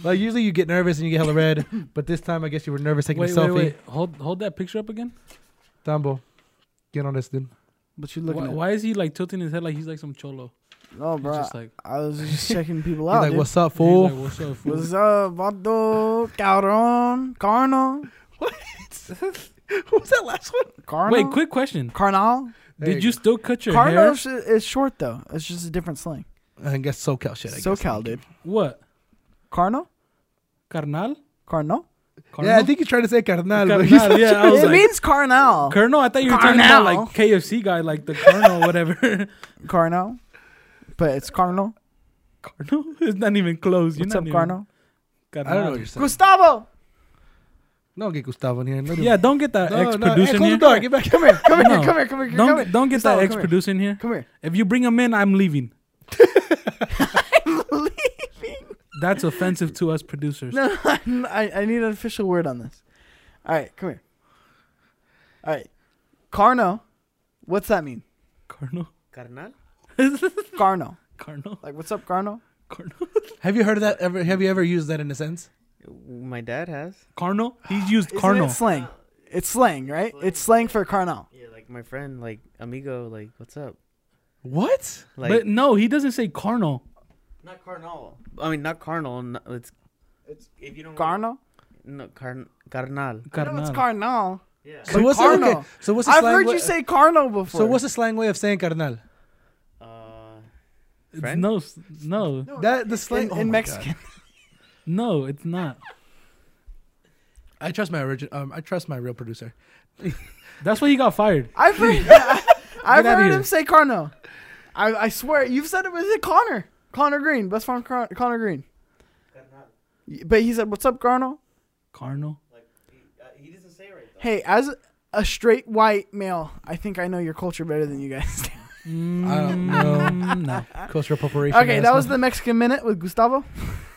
[SPEAKER 2] Like, usually you get nervous and you get hella red, but this time I guess you were nervous taking
[SPEAKER 3] Wait,
[SPEAKER 2] a
[SPEAKER 3] wait,
[SPEAKER 2] selfie.
[SPEAKER 3] wait. Hold, hold that picture up again.
[SPEAKER 2] Dumbo, get on this, dude.
[SPEAKER 1] But you looking
[SPEAKER 3] Why,
[SPEAKER 1] at?
[SPEAKER 3] why is he like tilting his head like he's like some cholo?
[SPEAKER 1] Oh,
[SPEAKER 3] He's
[SPEAKER 1] bro,
[SPEAKER 3] just like,
[SPEAKER 1] I was just checking people
[SPEAKER 2] He's
[SPEAKER 1] out.
[SPEAKER 2] like,
[SPEAKER 1] dude.
[SPEAKER 2] what's up,
[SPEAKER 3] he's like,
[SPEAKER 2] fool?
[SPEAKER 3] what's up, fool?"
[SPEAKER 1] What's up, vato? Cabrón, carnal,
[SPEAKER 2] what was that last one?
[SPEAKER 1] carnal.
[SPEAKER 3] Wait, quick question.
[SPEAKER 1] Carnal.
[SPEAKER 2] There
[SPEAKER 3] Did
[SPEAKER 2] you
[SPEAKER 3] you
[SPEAKER 2] go.
[SPEAKER 3] still cut your
[SPEAKER 1] Carnal
[SPEAKER 3] hair?
[SPEAKER 1] sh- is short though. It's just a different slang.
[SPEAKER 2] I guess SoCal shit. I guess.
[SPEAKER 1] SoCal, dude.
[SPEAKER 3] What?
[SPEAKER 1] Carnal,
[SPEAKER 3] Carnal?
[SPEAKER 1] carnal.
[SPEAKER 3] Carnal?
[SPEAKER 2] Yeah, I think you're trying to say carnal. but he's
[SPEAKER 3] Carnal,
[SPEAKER 2] not
[SPEAKER 3] yeah,
[SPEAKER 2] trying-
[SPEAKER 3] I was
[SPEAKER 1] It
[SPEAKER 3] like-
[SPEAKER 1] means carnal.
[SPEAKER 3] Colonel, I thought you were talking about
[SPEAKER 1] Carnal.
[SPEAKER 3] like KFC guy, like the Colonel, whatever.
[SPEAKER 1] carnal, but it's carnal.
[SPEAKER 3] Colonel? It's not even close. You're
[SPEAKER 1] What's
[SPEAKER 3] not
[SPEAKER 1] up,
[SPEAKER 3] even-
[SPEAKER 1] carnal?
[SPEAKER 2] I don't know what you're saying.
[SPEAKER 1] Gustavo,
[SPEAKER 2] No, get Gustavo in here. No,
[SPEAKER 3] Yeah, don't get that
[SPEAKER 2] no,
[SPEAKER 3] ex
[SPEAKER 2] no. Hey,
[SPEAKER 3] producer
[SPEAKER 2] close the
[SPEAKER 3] here.
[SPEAKER 2] door. Get back. Come here.
[SPEAKER 1] come here,
[SPEAKER 3] No.
[SPEAKER 1] come here, come here,
[SPEAKER 3] Don't
[SPEAKER 1] come here,
[SPEAKER 3] don't get
[SPEAKER 1] Gustavo,
[SPEAKER 3] that
[SPEAKER 1] come
[SPEAKER 3] ex
[SPEAKER 1] here.
[SPEAKER 3] producer in here.
[SPEAKER 1] come here.
[SPEAKER 3] If you bring him in, I'm leaving. That's offensive to us producers.
[SPEAKER 1] No, I, I need an official word on this. All right, come here. All right, carnal. What's that mean?
[SPEAKER 3] Colonel,
[SPEAKER 4] Carnal.
[SPEAKER 1] Carnal.
[SPEAKER 3] Colonel,
[SPEAKER 1] Like, what's up, carnal?
[SPEAKER 3] Colonel,
[SPEAKER 2] Have you heard of that ever? Have you ever used that in a sense?
[SPEAKER 4] Uh, My dad has.
[SPEAKER 3] Colonel. He's used
[SPEAKER 1] Isn't
[SPEAKER 3] Colonel.
[SPEAKER 1] it slang? It's slang, right? It's slang for carnal.
[SPEAKER 4] Yeah, like my friend, like amigo, like what's up?
[SPEAKER 2] What?
[SPEAKER 4] Like
[SPEAKER 3] but no, he doesn't say Colonel.
[SPEAKER 4] not carnal. I mean, not carnal. n it's it's if you don't
[SPEAKER 1] Carnal.
[SPEAKER 4] No, carn carnal.
[SPEAKER 1] I know it's carnal.
[SPEAKER 4] Yeah.
[SPEAKER 2] So
[SPEAKER 1] But
[SPEAKER 2] what's the,
[SPEAKER 1] carnal.
[SPEAKER 2] okay, So what's the
[SPEAKER 1] I've
[SPEAKER 2] slang
[SPEAKER 1] heard
[SPEAKER 2] wa-
[SPEAKER 1] you say carnal before.
[SPEAKER 2] So what's the slang way of saying carnal?
[SPEAKER 4] Uh,
[SPEAKER 3] It's
[SPEAKER 4] Friend?
[SPEAKER 3] no, s- no,
[SPEAKER 2] That the slang
[SPEAKER 1] in,
[SPEAKER 2] oh
[SPEAKER 1] in
[SPEAKER 2] my God.
[SPEAKER 1] Mexican?
[SPEAKER 3] no, it's not.
[SPEAKER 2] I trust my origin. Um, I trust my real producer.
[SPEAKER 3] That's why he got fired.
[SPEAKER 1] I've heard, uh, I've
[SPEAKER 3] Get outta
[SPEAKER 1] heard
[SPEAKER 3] here.
[SPEAKER 1] him say carnal. I, I swear you've said it was it Connor Connor Green best friend Con- Connor Green. Y- But he said, "What's up, carnal?"
[SPEAKER 3] Colonel.
[SPEAKER 4] he doesn't say it right though.
[SPEAKER 1] Hey, as a straight white male, I think I know your culture better than you guys. do.
[SPEAKER 2] I don't know.
[SPEAKER 3] Mm, no.
[SPEAKER 2] Cultural appropriation.
[SPEAKER 1] Ah. okay,
[SPEAKER 2] ass
[SPEAKER 1] that was
[SPEAKER 2] man.
[SPEAKER 1] the Mexican minute with Gustavo.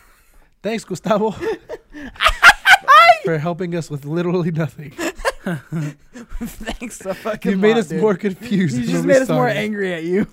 [SPEAKER 2] Thanks, Gustavo. for helping us with literally nothing.
[SPEAKER 1] Thanks a fucking
[SPEAKER 2] You made
[SPEAKER 1] lot,
[SPEAKER 2] us
[SPEAKER 1] dude.
[SPEAKER 2] more confused.
[SPEAKER 1] You
[SPEAKER 2] than
[SPEAKER 1] just
[SPEAKER 2] when we
[SPEAKER 1] made us more
[SPEAKER 2] started.
[SPEAKER 1] angry at you.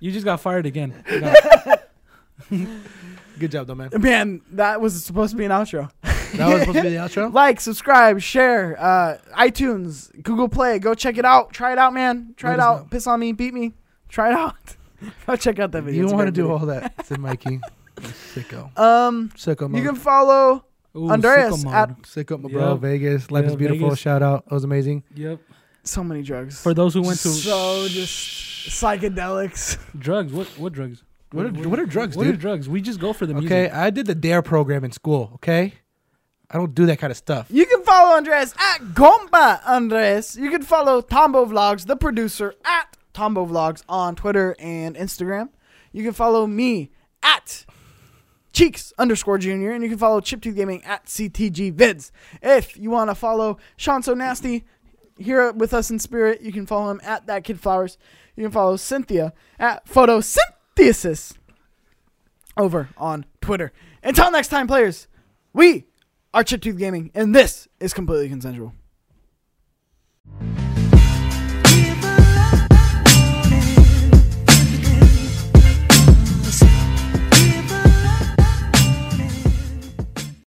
[SPEAKER 3] You just got fired again. You got-
[SPEAKER 2] Good job, though, man.
[SPEAKER 1] Man, that was supposed to be an outro.
[SPEAKER 2] That was supposed to be the outro.
[SPEAKER 1] Like, subscribe, share, uh, iTunes, Google Play. Go check it out. Try it out, man. Try
[SPEAKER 2] Let
[SPEAKER 1] it
[SPEAKER 2] us
[SPEAKER 1] out.
[SPEAKER 2] know.
[SPEAKER 1] Piss on me, beat me. Try it out. go check out that video.
[SPEAKER 2] You
[SPEAKER 1] It's a
[SPEAKER 2] want to
[SPEAKER 1] great
[SPEAKER 2] do
[SPEAKER 1] video.
[SPEAKER 2] all that to Mikey? Sicko.
[SPEAKER 1] Um,
[SPEAKER 2] Sicko,
[SPEAKER 1] you
[SPEAKER 2] mode.
[SPEAKER 1] can follow.
[SPEAKER 3] Ooh,
[SPEAKER 1] Andreas
[SPEAKER 3] sicko
[SPEAKER 1] at-
[SPEAKER 3] mode.
[SPEAKER 2] Sicko, my bro.
[SPEAKER 3] Yep.
[SPEAKER 2] Vegas. Life is
[SPEAKER 3] Yeah,
[SPEAKER 2] beautiful.
[SPEAKER 3] Vegas.
[SPEAKER 2] Shout out. That was amazing.
[SPEAKER 3] Yep.
[SPEAKER 1] So many drugs.
[SPEAKER 3] For those who went to
[SPEAKER 1] so just psychedelics.
[SPEAKER 3] drugs, what what drugs?
[SPEAKER 2] What are- what are drugs,
[SPEAKER 3] What are
[SPEAKER 2] dude?
[SPEAKER 3] drugs? We just go for the music.
[SPEAKER 2] Okay, I did the DARE program in school. Okay, I don't do that kind of stuff.
[SPEAKER 1] You can follow Andres at Gompa Andres. You can follow Tombo Vlogs, the producer, at Tombo Vlogs on Twitter and Instagram. You can follow me at Cheeks underscore Junior, and you can follow Chiptooth Gaming at CTG Vids. If you want to follow Sean So Nasty here with us in spirit, you can follow him at That Kid Flowers. You can follow Cynthia at Photosynthesis over on Twitter. Until next time, players, we are Chiptooth Gaming, and this is completely consensual.